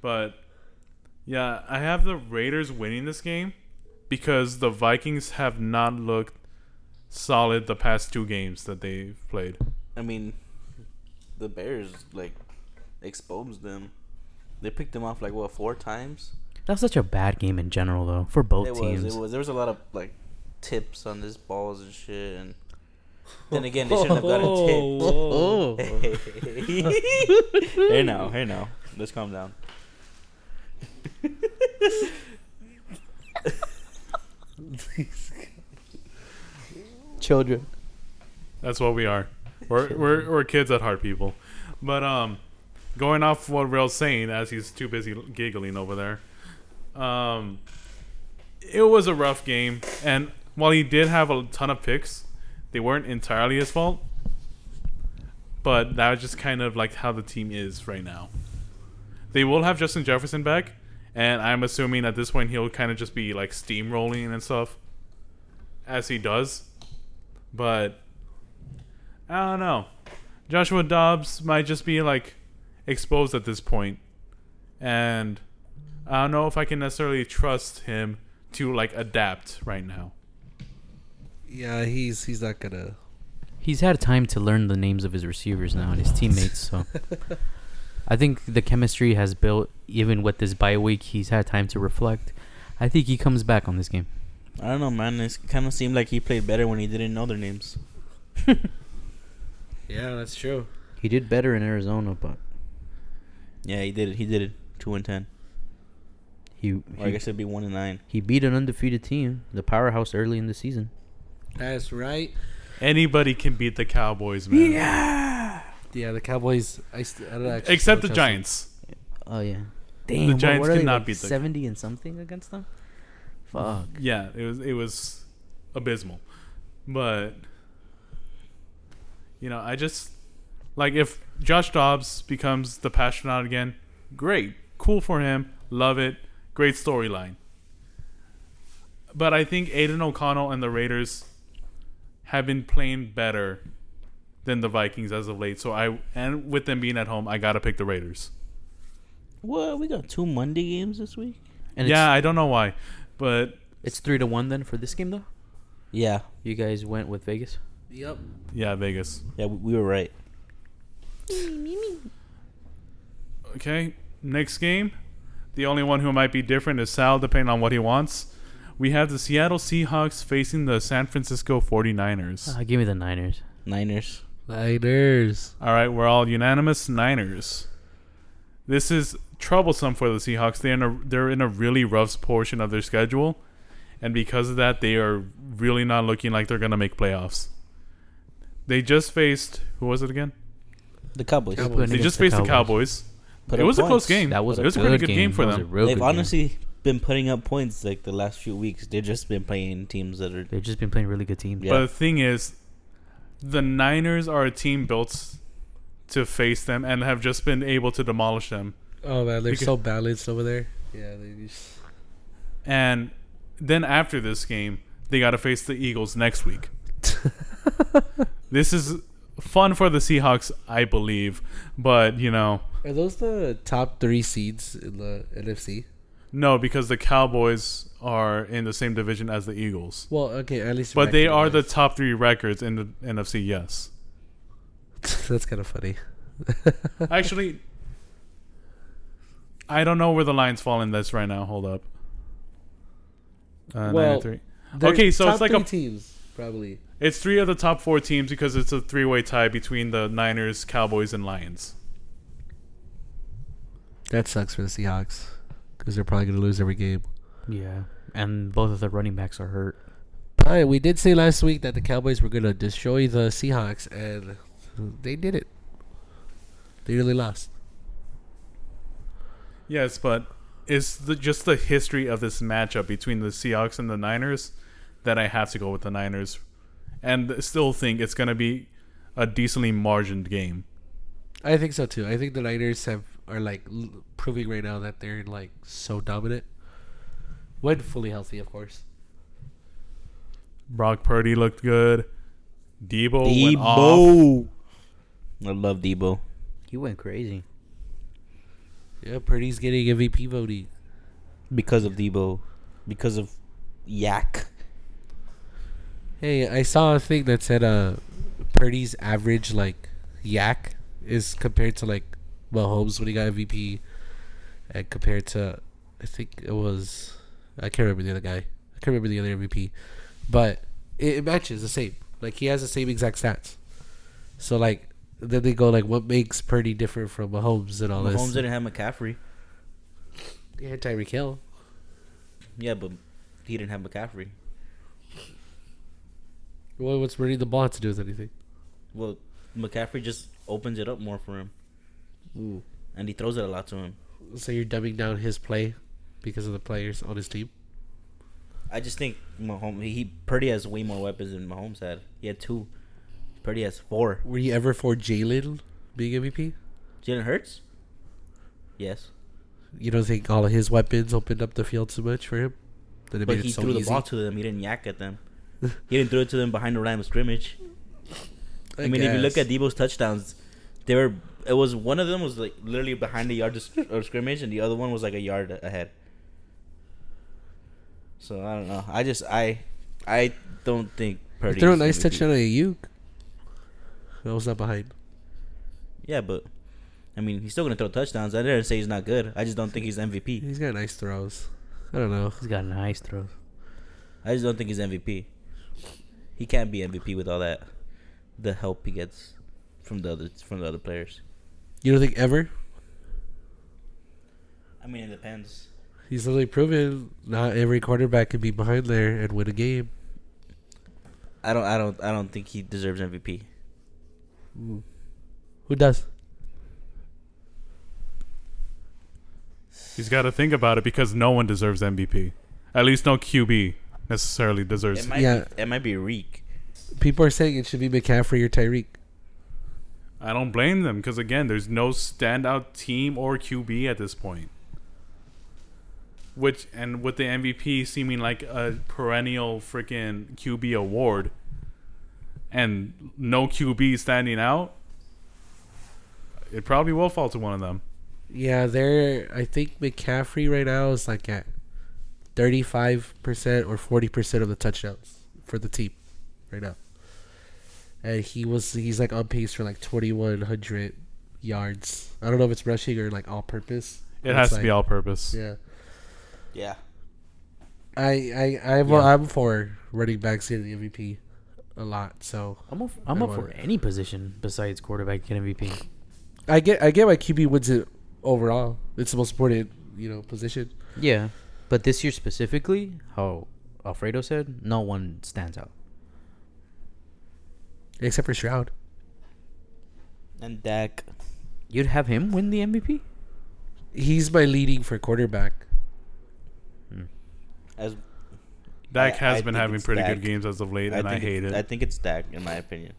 [SPEAKER 1] But yeah, I have the Raiders winning this game because the Vikings have not looked solid the past two games that they've played.
[SPEAKER 4] I mean, the Bears like exposed them. They picked them off like what four times?
[SPEAKER 3] that was such a bad game in general, though, for both
[SPEAKER 4] it
[SPEAKER 3] teams.
[SPEAKER 4] was. It was. There was a lot of like tips on this balls and shit. And then again, they shouldn't
[SPEAKER 3] (laughs)
[SPEAKER 4] have gotten
[SPEAKER 2] Oh.
[SPEAKER 4] tipped. hey now, hey now, let's calm down.
[SPEAKER 3] Children.
[SPEAKER 1] That's what we are. We're we're, we're kids at heart, people. But um, going off what Rail's saying as he's too busy giggling over there, um, it was a rough game, and while he did have a ton of picks, they weren't entirely his fault. But that was just kind of like how the team is right now. They will have Justin Jefferson back, and I'm assuming at this point he'll kind of just be like steamrolling and stuff, as he does. But I don't know. Joshua Dobbs might just be like exposed at this point, and I don't know if I can necessarily trust him to like adapt right now.
[SPEAKER 2] Yeah, he's he's not gonna.
[SPEAKER 3] He's had time to learn the names of his receivers now and his teammates, (laughs) so I think the chemistry has built even with this bye week. He's had time to reflect. I think he comes back on this game.
[SPEAKER 4] I don't know, man. It kind of seemed like he played better when he didn't know their names.
[SPEAKER 2] Yeah, that's true.
[SPEAKER 3] (laughs) He did better in Arizona, but
[SPEAKER 4] Yeah, he did it. He did it. Two and ten.
[SPEAKER 3] he
[SPEAKER 4] Or I
[SPEAKER 3] he,
[SPEAKER 4] guess it'd be one and nine.
[SPEAKER 3] he beat an undefeated team, the powerhouse early in the season.
[SPEAKER 2] That's right.
[SPEAKER 1] Anybody can beat the Cowboys, man.
[SPEAKER 2] Yeah, the Cowboys. I, st- I don't actually
[SPEAKER 1] Except the
[SPEAKER 2] know Chelsea.
[SPEAKER 1] Giants.
[SPEAKER 3] Oh yeah. Damn. what-
[SPEAKER 1] Giants
[SPEAKER 3] what are they,
[SPEAKER 1] cannot
[SPEAKER 3] like,
[SPEAKER 1] beat the-
[SPEAKER 3] seventy and something against them. Fuck.
[SPEAKER 1] Yeah, it was it was abysmal, but you know I just like if Josh Dobbs becomes the passionate again, great, cool for him, love it, great storyline. But I think Aiden O'Connell and the Raiders have been playing better than the Vikings as of late. So I and with them being at home, I gotta pick the Raiders.
[SPEAKER 4] What? We got two Monday games this week.
[SPEAKER 3] And
[SPEAKER 1] yeah, I don't know why, but
[SPEAKER 3] it's, it's three to one then for this game though.
[SPEAKER 4] Yeah,
[SPEAKER 3] You guys went with Vegas.
[SPEAKER 2] Yep.
[SPEAKER 1] yeah, Vegas.
[SPEAKER 4] yeah, we, we were right.
[SPEAKER 1] Okay, next game. The only one who might be different is Sal, depending on what he wants. we have the Seattle Seahawks facing the San Francisco 49ers.
[SPEAKER 3] Uh, give me the Niners.
[SPEAKER 4] Niners.
[SPEAKER 2] Niners.
[SPEAKER 1] All right, we're all unanimous Niners. This is troublesome for the Seahawks. They're in a they're in a really rough portion of their schedule, and because of that, they are really not looking like they're gonna make playoffs. They just faced who was it again?
[SPEAKER 4] The Cowboys.
[SPEAKER 2] Cowboys.
[SPEAKER 3] Putting
[SPEAKER 1] They
[SPEAKER 3] against
[SPEAKER 1] just faced the Cowboys.
[SPEAKER 4] Put
[SPEAKER 1] It
[SPEAKER 4] up
[SPEAKER 1] was a
[SPEAKER 4] points.
[SPEAKER 1] close game.
[SPEAKER 3] That was
[SPEAKER 1] It
[SPEAKER 3] a
[SPEAKER 1] was a
[SPEAKER 3] good
[SPEAKER 1] pretty good
[SPEAKER 3] game.
[SPEAKER 1] game for
[SPEAKER 3] That was a
[SPEAKER 1] them.
[SPEAKER 3] real
[SPEAKER 4] They've
[SPEAKER 3] good game.
[SPEAKER 4] honestly been putting up points like the last few weeks. They've just been playing teams that are
[SPEAKER 3] They've just been playing really good teams.
[SPEAKER 4] Yeah.
[SPEAKER 1] But the thing is, the Niners are a team built to face them and have just been able to demolish them.
[SPEAKER 2] Oh man, they're
[SPEAKER 1] Because-
[SPEAKER 2] so balanced over there. Yeah, they just
[SPEAKER 1] And then after this game, they got to face the Eagles next week. this is fun for the Seahawks, I believe. But, you know,
[SPEAKER 2] are those the top three seeds in the NFC?
[SPEAKER 1] no, because the Cowboys are in the same division as the Eagles.
[SPEAKER 2] Well, okay, at least.
[SPEAKER 1] But they are the
[SPEAKER 2] recognize.
[SPEAKER 1] top three records in the NFC, yes.
[SPEAKER 2] (laughs) That's kind of funny.
[SPEAKER 1] Actually, I don't know where the lines fall in this right now. Hold up. Uh,
[SPEAKER 2] Well,
[SPEAKER 1] well, three.
[SPEAKER 2] They're
[SPEAKER 1] okay, so
[SPEAKER 2] top
[SPEAKER 1] it's like
[SPEAKER 2] three
[SPEAKER 1] a,
[SPEAKER 2] teams probably.
[SPEAKER 1] it's three of the top four teams because it's a three way tie between the Niners, Cowboys, and Lions.
[SPEAKER 2] That sucks for the Seahawks because they're probably gonna lose every game.
[SPEAKER 3] Yeah. And both of the running backs are hurt.
[SPEAKER 2] But we did say last week that the Cowboys were gonna destroy the Seahawks, and they did it. They really lost.
[SPEAKER 1] Yes, but it's the, just the history of this matchup between the Seahawks and the Niners that I have to go with the Niners, and still think it's going to be a decently margined game.
[SPEAKER 2] I think so too. I think the Niners have are like l- proving right now that they're like so dominant when fully healthy, of course.
[SPEAKER 1] Brock Purdy looked good. Debo, went off.
[SPEAKER 4] Debo. I love Debo.
[SPEAKER 3] He went crazy.
[SPEAKER 2] Yeah, Purdy's getting MVP voting.
[SPEAKER 4] Because of Debo. Because of Yak.
[SPEAKER 2] Hey, I saw a thing that said uh, Purdy's average like yak is compared to like Mahomes when he got MVP, and compared to I think it was I can't remember the other guy. I can't remember the other MVP, but it, it matches the same. Like he has the same exact stats. So like then they go like, what makes Purdy different from Mahomes and all this?
[SPEAKER 4] Mahomes didn't have McCaffrey.
[SPEAKER 2] Yeah, Tyreek Hill.
[SPEAKER 4] Yeah, but he didn't have McCaffrey.
[SPEAKER 2] What, what's running the ball have to do with anything?
[SPEAKER 4] Well, McCaffrey just opens it up more for him. And he throws it a lot to him.
[SPEAKER 2] So you're dumbing down his play because of the players on his team.
[SPEAKER 4] I just think Mahomes, he Purdy has way more weapons than Mahomes had. He had two. Purdy has four.
[SPEAKER 2] Were you ever for Jalen being MVP?
[SPEAKER 4] Jalen Hurts? Yes.
[SPEAKER 2] You don't think all of his weapons opened up the field so much for him? That it
[SPEAKER 4] But
[SPEAKER 2] made
[SPEAKER 4] he
[SPEAKER 2] it so
[SPEAKER 4] threw
[SPEAKER 2] easy?
[SPEAKER 4] the ball to them. He didn't yak at them.
[SPEAKER 2] (laughs)
[SPEAKER 4] he didn't throw it to them behind the line of scrimmage. I, mean, if you look
[SPEAKER 2] guess.
[SPEAKER 4] at Debo's touchdowns, they were. It was one of them was like literally behind the yard of sc- of scrimmage, and the other one was like a yard ahead. So I don't know. I just I I don't think
[SPEAKER 2] He
[SPEAKER 4] Purdy
[SPEAKER 2] threw a
[SPEAKER 4] is
[SPEAKER 2] nice
[SPEAKER 4] MVP.
[SPEAKER 2] touchdown at you. I was not behind.
[SPEAKER 4] Yeah, but I mean he's still gonna throw touchdowns. I didn't say he's not good. I just don't think he's MVP.
[SPEAKER 2] He's got nice throws. I don't know.
[SPEAKER 3] He's got nice throws.
[SPEAKER 4] I just don't think he's MVP. He can't be MVP with all that the help he gets from the other from the other players.
[SPEAKER 2] You don't think ever?
[SPEAKER 4] I mean it depends.
[SPEAKER 2] He's literally proven not every quarterback can be behind there and win a game.
[SPEAKER 4] I don't I don't I don't think he deserves MVP.
[SPEAKER 2] Who does?
[SPEAKER 1] He's got to think about it because no one deserves MVP. At least no QB necessarily deserves
[SPEAKER 4] It
[SPEAKER 1] it.
[SPEAKER 4] might
[SPEAKER 2] Yeah.
[SPEAKER 4] be, it might be Reek.
[SPEAKER 2] People are saying it should be McCaffrey or Tyreek.
[SPEAKER 1] I don't blame them because again, there's no standout team or QB at this point. Which and with the MVP seeming like a perennial freaking QB award, and no QB standing out, it probably will fall to one of them.
[SPEAKER 2] Yeah, they're. I think McCaffrey right now is like at thirty-five percent or forty percent of the touchdowns for the team right now, and he was he's like on pace for like twenty-one hundred yards. I don't know if it's rushing or like all-purpose.
[SPEAKER 1] It
[SPEAKER 2] It's
[SPEAKER 1] has to
[SPEAKER 2] like-
[SPEAKER 1] be all purpose.
[SPEAKER 2] Yeah,
[SPEAKER 4] Yeah.
[SPEAKER 2] I I I'm,
[SPEAKER 3] Yeah.
[SPEAKER 2] I'm for running backs getting MVP a lot. So
[SPEAKER 3] I'm up, I'm
[SPEAKER 2] I
[SPEAKER 3] up for
[SPEAKER 2] want it.
[SPEAKER 3] any position besides quarterback and MVP.
[SPEAKER 2] I get I get why QB wins it overall. It's the most important you know position.
[SPEAKER 3] Yeah, but this year specifically, how Alfredo said, no one stands out.
[SPEAKER 2] Except for Shroud.
[SPEAKER 4] And Dak.
[SPEAKER 3] You'd have him win the MVP.
[SPEAKER 2] He's my leading for quarterback.
[SPEAKER 4] As
[SPEAKER 1] Dak
[SPEAKER 4] I-
[SPEAKER 1] has
[SPEAKER 4] I
[SPEAKER 1] been
[SPEAKER 4] think
[SPEAKER 1] having
[SPEAKER 4] it's
[SPEAKER 1] pretty
[SPEAKER 4] Dak.
[SPEAKER 1] good games as of late, and I
[SPEAKER 4] think
[SPEAKER 1] hate
[SPEAKER 4] it's-
[SPEAKER 1] it.
[SPEAKER 4] I think it's Dak, in my opinion.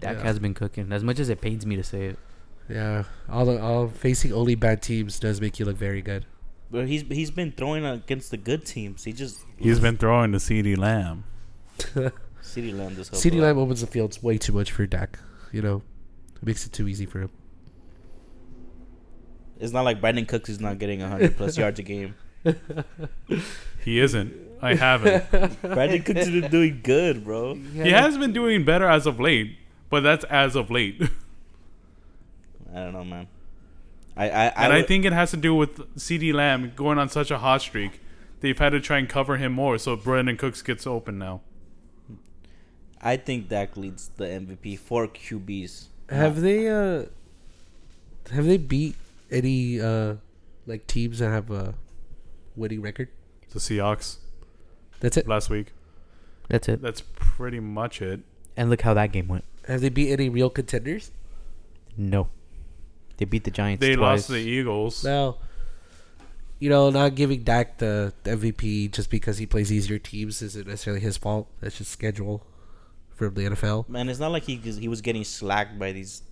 [SPEAKER 3] Dak
[SPEAKER 2] Yeah.
[SPEAKER 3] has been cooking. As much as it pains me to say it,
[SPEAKER 2] Yeah, all the all facing only bad teams does make you look very good.
[SPEAKER 4] But he's he's been throwing against the good teams. He just
[SPEAKER 1] He's been throwing to CD Lamb.
[SPEAKER 4] City Lamb this whole
[SPEAKER 2] CD
[SPEAKER 4] blowout.
[SPEAKER 2] Lamb opens the fields way too much for Dak. You know, it makes it too easy for him.
[SPEAKER 4] It's not like Brandon Cooks is not getting
[SPEAKER 2] (laughs)
[SPEAKER 4] 100 plus yards a game.
[SPEAKER 1] He isn't. I
[SPEAKER 4] (laughs)
[SPEAKER 1] haven't.
[SPEAKER 4] Brandon Cooks has been doing good, bro.
[SPEAKER 1] he has been doing better as of late, but that's as of late.
[SPEAKER 4] I don't know, man. I I I,
[SPEAKER 1] and I
[SPEAKER 4] would-
[SPEAKER 1] think it has to do with CD Lamb going on such a hot streak. They've had to try and cover him more, so Brandon Cooks gets open now.
[SPEAKER 4] I think Dak leads the MVP for QBs.
[SPEAKER 2] Have they uh have they beat any uh like teams that have a winning record?
[SPEAKER 1] The Seahawks
[SPEAKER 2] That's it.
[SPEAKER 1] last week.
[SPEAKER 3] that's it.
[SPEAKER 1] That's pretty much it.
[SPEAKER 3] And look how that game went.
[SPEAKER 2] Have they beat any real contenders?
[SPEAKER 3] No, they beat the Giants.
[SPEAKER 1] They
[SPEAKER 3] twice.
[SPEAKER 1] lost to the Eagles.
[SPEAKER 2] No. You know, not giving Dak the the MVP just because he plays easier teams isn't necessarily his fault. That's just schedule from the NFL.
[SPEAKER 4] Man, it's not like he he was getting slacked by these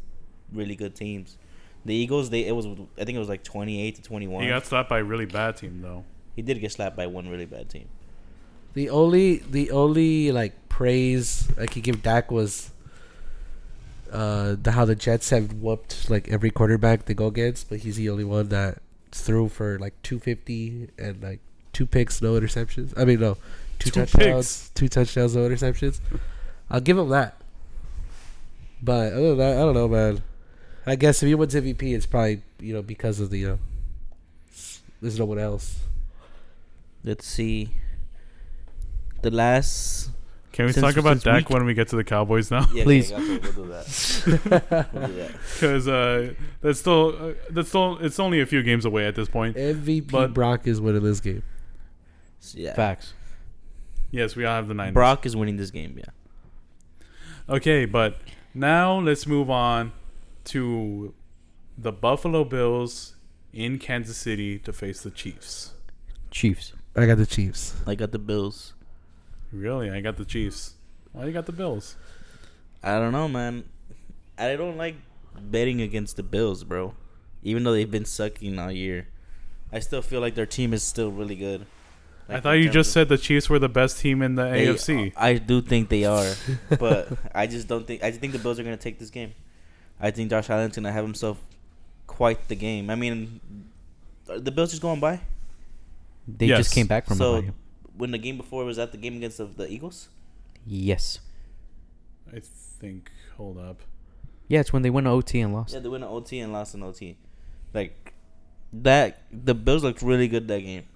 [SPEAKER 4] really good teams. The Eagles, they it was I think it was like 28 to 21.
[SPEAKER 1] He got slapped by a really bad team, though.
[SPEAKER 4] He did get slapped by one really bad team.
[SPEAKER 2] The only the only like praise I could give Dak was uh the how the Jets have whooped like every quarterback they go against, but he's the only one that threw for like two fifty and like two picks, no interceptions. I mean no, two,
[SPEAKER 1] Two
[SPEAKER 2] touchdowns, two touchdowns, no interceptions. I'll give him that. But other than that, I don't know, man. I guess if he wins MVP, it's probably you know because of the uh, there's no one else.
[SPEAKER 4] Let's see. The last
[SPEAKER 1] Can we
[SPEAKER 4] Since-
[SPEAKER 1] talk about
[SPEAKER 4] since
[SPEAKER 1] Dak
[SPEAKER 4] we-
[SPEAKER 1] when we get to the Cowboys now? (laughs)
[SPEAKER 4] yeah,
[SPEAKER 3] Please.
[SPEAKER 4] okay, we'll do that.
[SPEAKER 3] (laughs)
[SPEAKER 4] We'll do that.
[SPEAKER 1] Because uh, that's still uh, that's still it's only a few games away at this point.
[SPEAKER 2] MVP
[SPEAKER 1] But-
[SPEAKER 2] Brock is winning this game.
[SPEAKER 4] So, (laughs) yeah.
[SPEAKER 3] facts.
[SPEAKER 1] Yes, we all have the Niners.
[SPEAKER 4] Brock is winning this game. Yeah.
[SPEAKER 1] Okay, but now let's move on to the Buffalo Bills in Kansas City to face the Chiefs.
[SPEAKER 3] Chiefs.
[SPEAKER 2] I got the Chiefs.
[SPEAKER 4] I got the Bills.
[SPEAKER 1] Really, I got the Chiefs. Why you got the Bills?
[SPEAKER 4] I don't know, man. I don't like betting against the Bills, bro. Even though they've been sucking all year, I still feel like their team is still really good.
[SPEAKER 1] I
[SPEAKER 4] Like,
[SPEAKER 1] thought
[SPEAKER 4] in
[SPEAKER 1] you
[SPEAKER 4] terms
[SPEAKER 1] just
[SPEAKER 4] of-
[SPEAKER 1] said the Chiefs were the best team in the
[SPEAKER 4] They-
[SPEAKER 1] AFC.
[SPEAKER 4] I do think
[SPEAKER 1] (laughs)
[SPEAKER 4] they are, but I just don't think. I just think the Bills are gonna take this game. I think Josh Allen's gonna have himself quite the game. I mean, are the Bills just going by.
[SPEAKER 3] They
[SPEAKER 1] Yes.
[SPEAKER 3] just came back from
[SPEAKER 4] so
[SPEAKER 3] the bye.
[SPEAKER 4] when the game before was that the game against the, the Eagles,
[SPEAKER 3] Yes.
[SPEAKER 1] I think. Hold up.
[SPEAKER 3] Yeah, it's when they went to OT and lost.
[SPEAKER 4] yeah, they went to OT and lost in OT. Like that, the Bills looked really good that game.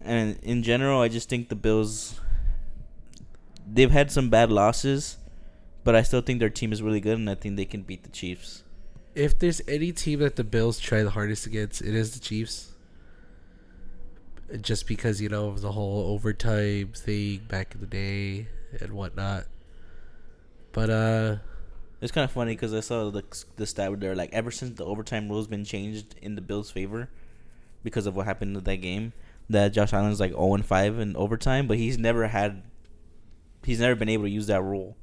[SPEAKER 4] And in general, I just think the Bills they've had some bad losses, but I still think their team is really good, and I think they can beat the Chiefs.
[SPEAKER 2] If there's any team that the Bills try the hardest against, it is the Chiefs. Just because, you know, of the whole overtime thing back in the day and whatnot. But uh (laughs)
[SPEAKER 4] It's kind of funny because I saw the the stat where they're like, ever since the overtime rule's been changed in the Bills' favor, because of what happened with that game, that Josh Allen's like 0 and 5 in overtime, but he's never had, he's never been able to use that rule,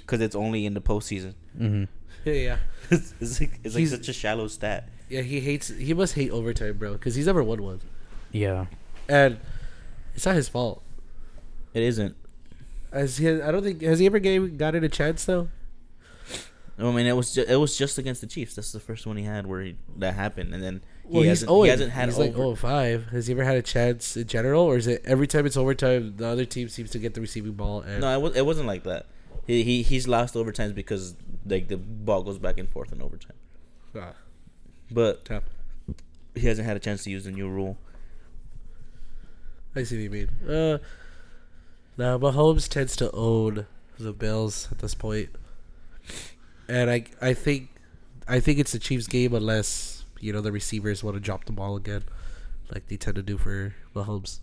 [SPEAKER 4] because it's only in the postseason.
[SPEAKER 3] Mm-hmm.
[SPEAKER 2] yeah.
[SPEAKER 4] (laughs) it's it's like, it's like
[SPEAKER 2] He's-
[SPEAKER 4] such a shallow stat.
[SPEAKER 2] Yeah, he hates he must hate overtime, bro, cuz he's never won one.
[SPEAKER 3] Yeah.
[SPEAKER 2] And it's not his fault.
[SPEAKER 4] It isn't.
[SPEAKER 2] As he, I don't think has he ever gave, gotten a chance though?
[SPEAKER 4] I mean, it was ju- it was just against the Chiefs. That's the first one he had where he, that happened, and then he,
[SPEAKER 2] Well, he's
[SPEAKER 4] hasn't, he
[SPEAKER 2] always
[SPEAKER 4] hasn't had
[SPEAKER 2] he's
[SPEAKER 4] over.
[SPEAKER 2] like oh, 0 5. Has he ever had a chance in general or is it every time it's overtime the other team seems to get the receiving ball and
[SPEAKER 4] No, it, was, it wasn't like that. He, he he's lost overtimes because like the ball goes back and forth in overtime.
[SPEAKER 2] Ah,
[SPEAKER 4] But
[SPEAKER 2] tap.
[SPEAKER 4] he hasn't had a chance to use the new rule.
[SPEAKER 2] I see what you mean. Uh, now Mahomes tends to own the Bills at this point, and I I think I think it's the Chiefs' game unless you know the receivers want to drop the ball again, like they tend to do for Mahomes.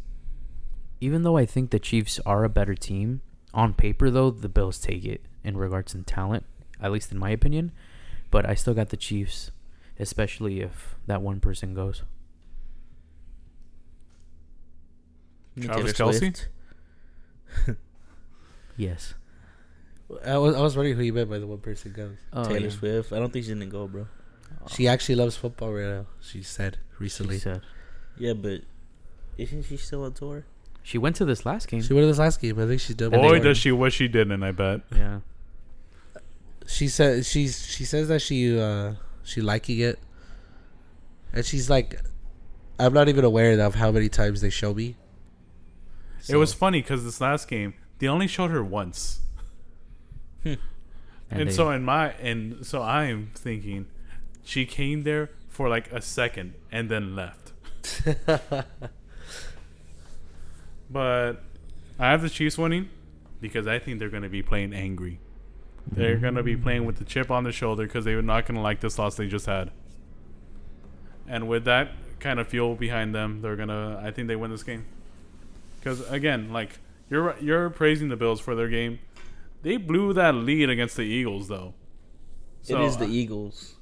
[SPEAKER 3] Even though I think the Chiefs are a better team on paper, though the Bills take it in regards to talent, at least in my opinion. But I still got the Chiefs, especially if that one person goes.
[SPEAKER 1] Travis
[SPEAKER 4] Taylor
[SPEAKER 1] Kelce?
[SPEAKER 4] Swift.
[SPEAKER 3] Yes.
[SPEAKER 2] I was I was wondering who you meant by the one person goes.
[SPEAKER 3] Oh,
[SPEAKER 4] Taylor
[SPEAKER 3] yeah.
[SPEAKER 4] Swift. I don't think she's gonna go, bro.
[SPEAKER 2] She actually loves football right now. She said recently.
[SPEAKER 3] She,
[SPEAKER 2] She,
[SPEAKER 3] said-
[SPEAKER 4] Yeah, but isn't she still on tour?
[SPEAKER 3] she went to this last game.
[SPEAKER 2] went to this last game. I think she's done.
[SPEAKER 3] And they
[SPEAKER 1] Boy,
[SPEAKER 3] won.
[SPEAKER 1] does she wish she didn't. I bet.
[SPEAKER 3] yeah.
[SPEAKER 2] she says she's she says that she uh she liking it and she's like i'm not even aware of how many times they show me
[SPEAKER 1] It
[SPEAKER 2] (laughs)
[SPEAKER 1] was funny because this last game they only showed her once, and,
[SPEAKER 2] (laughs)
[SPEAKER 3] they-
[SPEAKER 1] so in my and so I'm thinking, she came there for like a second and then left. but I have the Chiefs winning because I think they're going to be playing angry. They're going to be playing with the chip on their shoulder because they were not going to like this loss they just had. And with that kind of fuel behind them, they're going to I think they win this game. Cuz again, like you're you're praising the Bills for their game. They blew that lead against the Eagles though. So,
[SPEAKER 4] it is the
[SPEAKER 1] uh,
[SPEAKER 4] Eagles.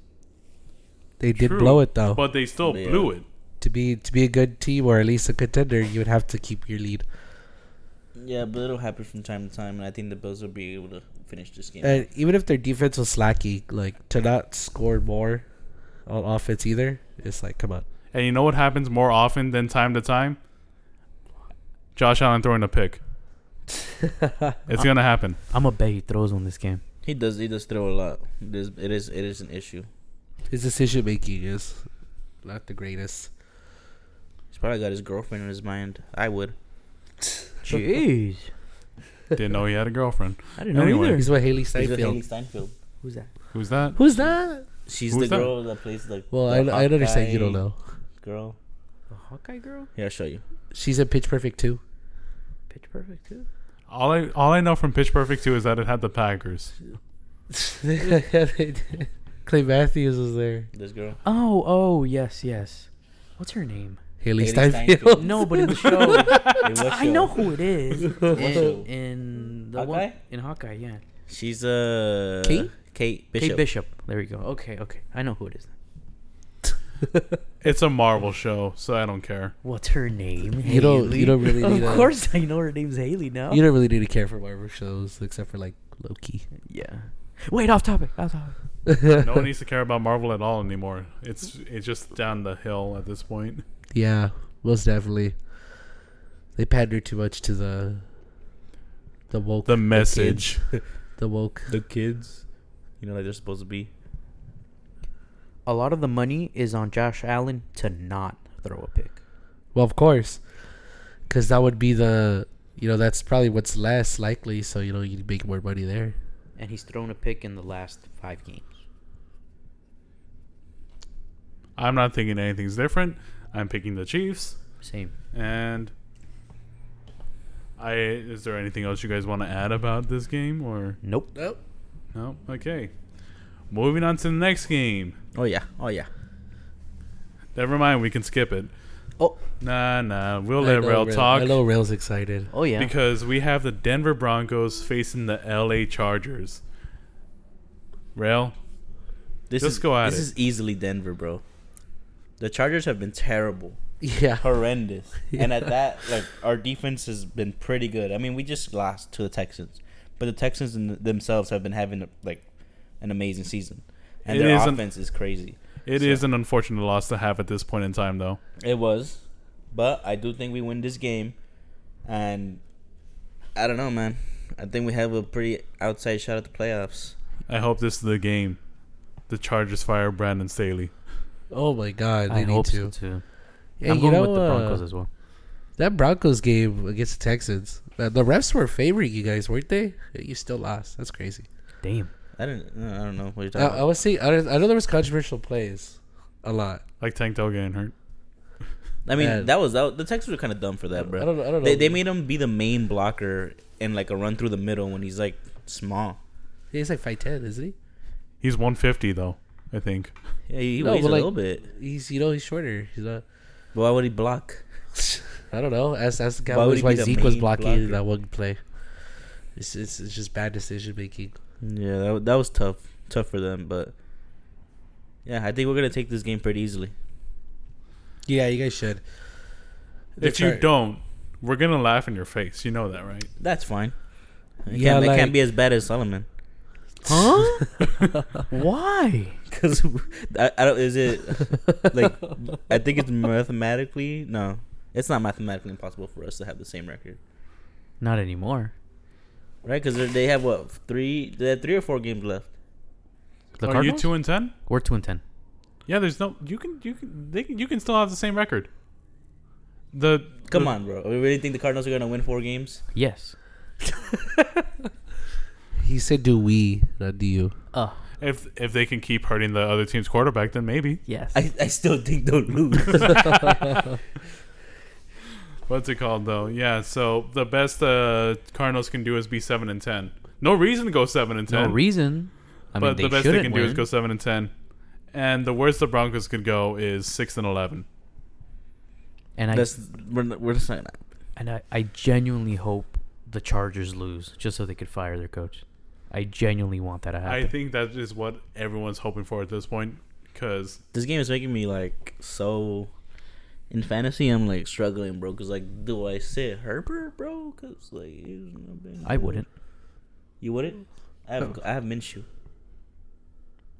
[SPEAKER 2] they did
[SPEAKER 1] True,
[SPEAKER 2] blow it though
[SPEAKER 1] But they still
[SPEAKER 4] Yeah.
[SPEAKER 1] blew it.
[SPEAKER 2] to be to be a good team or at least a contender you would have to keep your lead
[SPEAKER 4] Yeah, but it'll happen from time to time, and I think the Bills will be able to finish this game.
[SPEAKER 2] and even if their defense was slacking like to not score more on offense either it's like come on
[SPEAKER 1] And you know what happens more often than time to time? Josh Allen throwing a pick. it's gonna happen.
[SPEAKER 3] I'm a bet he throws on this game.
[SPEAKER 4] he does. He does throw a lot. It is. It is. It is an issue.
[SPEAKER 2] his decision making is not the greatest
[SPEAKER 4] He's probably got his girlfriend in his mind. I would.
[SPEAKER 3] Jeez.
[SPEAKER 1] Didn't know he had a girlfriend.
[SPEAKER 3] I didn't know
[SPEAKER 1] Anyway.
[SPEAKER 3] either.
[SPEAKER 2] he's what haley
[SPEAKER 4] He's with Haley
[SPEAKER 2] steinfeld
[SPEAKER 4] Steinfeld.
[SPEAKER 3] Who's that?
[SPEAKER 1] Who's that?
[SPEAKER 2] who's that
[SPEAKER 4] She's
[SPEAKER 1] Who's
[SPEAKER 4] the
[SPEAKER 1] that?
[SPEAKER 4] girl that plays like.
[SPEAKER 2] well
[SPEAKER 4] the
[SPEAKER 2] I, I understand you don't
[SPEAKER 4] Hawkeye
[SPEAKER 2] know
[SPEAKER 4] Girl,
[SPEAKER 3] The Hawkeye girl?
[SPEAKER 4] here I'll show you.
[SPEAKER 2] she's in pitch perfect too (laughs)
[SPEAKER 3] Pitch Perfect too?
[SPEAKER 1] All I all I know from Pitch Perfect 2 is that it had the Packers.
[SPEAKER 2] Clay Matthews was there.
[SPEAKER 4] This girl.
[SPEAKER 3] Oh, oh, yes, yes. What's her
[SPEAKER 2] (laughs)
[SPEAKER 3] name?
[SPEAKER 2] Haley
[SPEAKER 4] Haley
[SPEAKER 2] Steinfeld.
[SPEAKER 4] Steinfeld.
[SPEAKER 3] No, but in the show.
[SPEAKER 4] It was
[SPEAKER 3] I
[SPEAKER 4] show.
[SPEAKER 3] know who
[SPEAKER 2] (laughs)
[SPEAKER 3] it is.
[SPEAKER 4] show?
[SPEAKER 3] in, in the one
[SPEAKER 4] Hawkeye?
[SPEAKER 3] in Hawkeye, yeah.
[SPEAKER 4] She's uh
[SPEAKER 2] Kate?
[SPEAKER 4] Kate Bishop.
[SPEAKER 3] Kate Bishop. There we go. Okay, okay. I know who it is.
[SPEAKER 1] It's a Marvel show, so I don't care.
[SPEAKER 3] What's her name?
[SPEAKER 2] You don't. You
[SPEAKER 3] Haley?
[SPEAKER 2] don't really need.
[SPEAKER 3] Of
[SPEAKER 2] a-
[SPEAKER 3] course, I know her name's Haley
[SPEAKER 2] (laughs)
[SPEAKER 3] now.
[SPEAKER 2] You don't really need to care for Marvel shows except for like Loki.
[SPEAKER 3] yeah. Wait, off topic. Off topic.
[SPEAKER 1] No one needs to care about Marvel at all anymore. It's it's just down the hill at this point.
[SPEAKER 2] Yeah, most definitely. They pander too much to the the woke,
[SPEAKER 1] The message.
[SPEAKER 2] the woke.
[SPEAKER 4] The kids. You know, like they're supposed to be.
[SPEAKER 3] A lot of the money is on Josh Allen to not throw a pick.
[SPEAKER 2] Well, of course, because that would be the you know that's probably what's less likely. So you know you make more money there.
[SPEAKER 3] And he's thrown a pick in the last five games.
[SPEAKER 1] I'm not thinking anything's different. I'm picking the Chiefs.
[SPEAKER 3] Same.
[SPEAKER 1] And I is there anything else you guys want to add about this game or
[SPEAKER 3] Nope.
[SPEAKER 2] Nope.
[SPEAKER 1] No? Okay. Moving on to the next game.
[SPEAKER 4] Oh yeah. Oh yeah.
[SPEAKER 1] Never mind, we can skip it.
[SPEAKER 3] Oh.
[SPEAKER 1] Nah, nah. We'll let Rail
[SPEAKER 2] I
[SPEAKER 1] talk
[SPEAKER 2] know Rail's excited.
[SPEAKER 3] Oh yeah.
[SPEAKER 1] because we have the Denver Broncos facing the LA Chargers. Rail,
[SPEAKER 4] This
[SPEAKER 1] Just
[SPEAKER 4] is
[SPEAKER 1] go at
[SPEAKER 4] this
[SPEAKER 1] it.
[SPEAKER 4] is easily Denver, bro. The Chargers have been terrible,
[SPEAKER 2] Yeah. (laughs)
[SPEAKER 4] horrendous, and at that, like our defense has been pretty good. I mean, we just lost to the Texans, but the Texans in themselves have been having like an amazing season, and
[SPEAKER 1] It
[SPEAKER 4] their
[SPEAKER 1] is an-
[SPEAKER 4] offense is crazy.
[SPEAKER 1] It is
[SPEAKER 4] So-
[SPEAKER 1] an unfortunate loss to have at this point in time, though.
[SPEAKER 4] It was, but I do think we win this game, and I don't know, man. I think we have a pretty outside shot at the playoffs.
[SPEAKER 1] I hope this is the game. The Chargers fire Brandon Staley.
[SPEAKER 2] Oh my God, they
[SPEAKER 3] I
[SPEAKER 2] need
[SPEAKER 3] hope
[SPEAKER 2] to.
[SPEAKER 3] so too.
[SPEAKER 2] Yeah,
[SPEAKER 3] I'm
[SPEAKER 2] you
[SPEAKER 3] going
[SPEAKER 2] know,
[SPEAKER 3] with the
[SPEAKER 2] uh,
[SPEAKER 3] Broncos as well.
[SPEAKER 2] That Broncos game against the Texans, uh, the refs were favoring you guys, weren't they? You still lost. That's crazy.
[SPEAKER 3] Damn.
[SPEAKER 4] I didn't. I don't know what you're
[SPEAKER 2] I,
[SPEAKER 4] talking
[SPEAKER 2] I
[SPEAKER 4] about.
[SPEAKER 2] was seeing. I, I know there was controversial plays, a lot.
[SPEAKER 1] Like Tank Dell getting hurt.
[SPEAKER 4] I mean,
[SPEAKER 2] And-
[SPEAKER 4] that was that, was- the Texans were kind of dumb for that, bro.
[SPEAKER 2] I don't know. I don't know.
[SPEAKER 4] They, they made him be the main blocker and like a run through the middle when he's like small.
[SPEAKER 2] He's like five ten, isn't he?
[SPEAKER 1] He's 150 though, I think.
[SPEAKER 4] Yeah, he
[SPEAKER 2] No,
[SPEAKER 4] weighs a
[SPEAKER 2] but, like-
[SPEAKER 4] little bit.
[SPEAKER 2] He's you know he's shorter. He's not.
[SPEAKER 4] But why would he block?
[SPEAKER 2] I don't know. As as the
[SPEAKER 4] Why
[SPEAKER 2] Cowboys,
[SPEAKER 4] would he
[SPEAKER 2] why
[SPEAKER 4] be the
[SPEAKER 2] Zeke was
[SPEAKER 4] main
[SPEAKER 2] blocking
[SPEAKER 4] blocker?
[SPEAKER 2] that one play. It's, it's it's just bad decision making.
[SPEAKER 4] Yeah, that, wa- that was tough, tough for them. But yeah, I think we're gonna take this game pretty easily.
[SPEAKER 2] Yeah, you guys should.
[SPEAKER 1] if you don't, we're gonna laugh in your face. You know that, right?
[SPEAKER 4] That's fine. It
[SPEAKER 2] Yeah,
[SPEAKER 4] can't, it
[SPEAKER 2] like-
[SPEAKER 4] can't be as bad as Solomon. (laughs)
[SPEAKER 3] Huh? Why?
[SPEAKER 4] Cause (laughs) I, I don't.
[SPEAKER 2] (laughs)
[SPEAKER 4] Is it like I think it's mathematically no. It's not mathematically impossible for us to have the same record,
[SPEAKER 3] Not anymore.
[SPEAKER 4] right? Because they have what three? They have three or four games left.
[SPEAKER 3] The
[SPEAKER 1] Are you
[SPEAKER 3] Cardinals?
[SPEAKER 1] two and ten?
[SPEAKER 3] We're two and ten.
[SPEAKER 1] Yeah, there's no. You can you can they can, you can still have the same record. The
[SPEAKER 4] Come
[SPEAKER 1] the-
[SPEAKER 4] on, bro. We really think the Cardinals are gonna win four games?
[SPEAKER 3] Yes.
[SPEAKER 2] he said, "Do we not do you?"
[SPEAKER 3] Uh
[SPEAKER 1] If if they can keep hurting the other team's quarterback, then maybe.
[SPEAKER 3] yes.
[SPEAKER 4] I, I still think
[SPEAKER 2] (laughs)
[SPEAKER 4] they'll lose.
[SPEAKER 1] What's it called though? Yeah. So the best uh, Cardinals can do is be seven and ten. No reason to go seven and
[SPEAKER 3] no
[SPEAKER 1] ten.
[SPEAKER 3] reason. I mean,
[SPEAKER 1] but
[SPEAKER 3] they
[SPEAKER 1] the best they
[SPEAKER 3] shouldn't
[SPEAKER 1] can do
[SPEAKER 3] win.
[SPEAKER 1] is go seven and ten. And the worst the Broncos could go is six and eleven.
[SPEAKER 3] and I
[SPEAKER 4] That's we're, not- we're just not.
[SPEAKER 3] and I, I genuinely hope the Chargers lose just so they could fire their coach. I genuinely want that to happen.
[SPEAKER 1] I think that is what everyone's hoping for at this point. Because
[SPEAKER 4] This game is making me like so. In fantasy, I'm like struggling, bro. Cause like, do I sit Herbert, bro? Cause like, he's not been
[SPEAKER 3] I
[SPEAKER 4] good.
[SPEAKER 3] wouldn't.
[SPEAKER 4] You wouldn't. I have I have Minshew.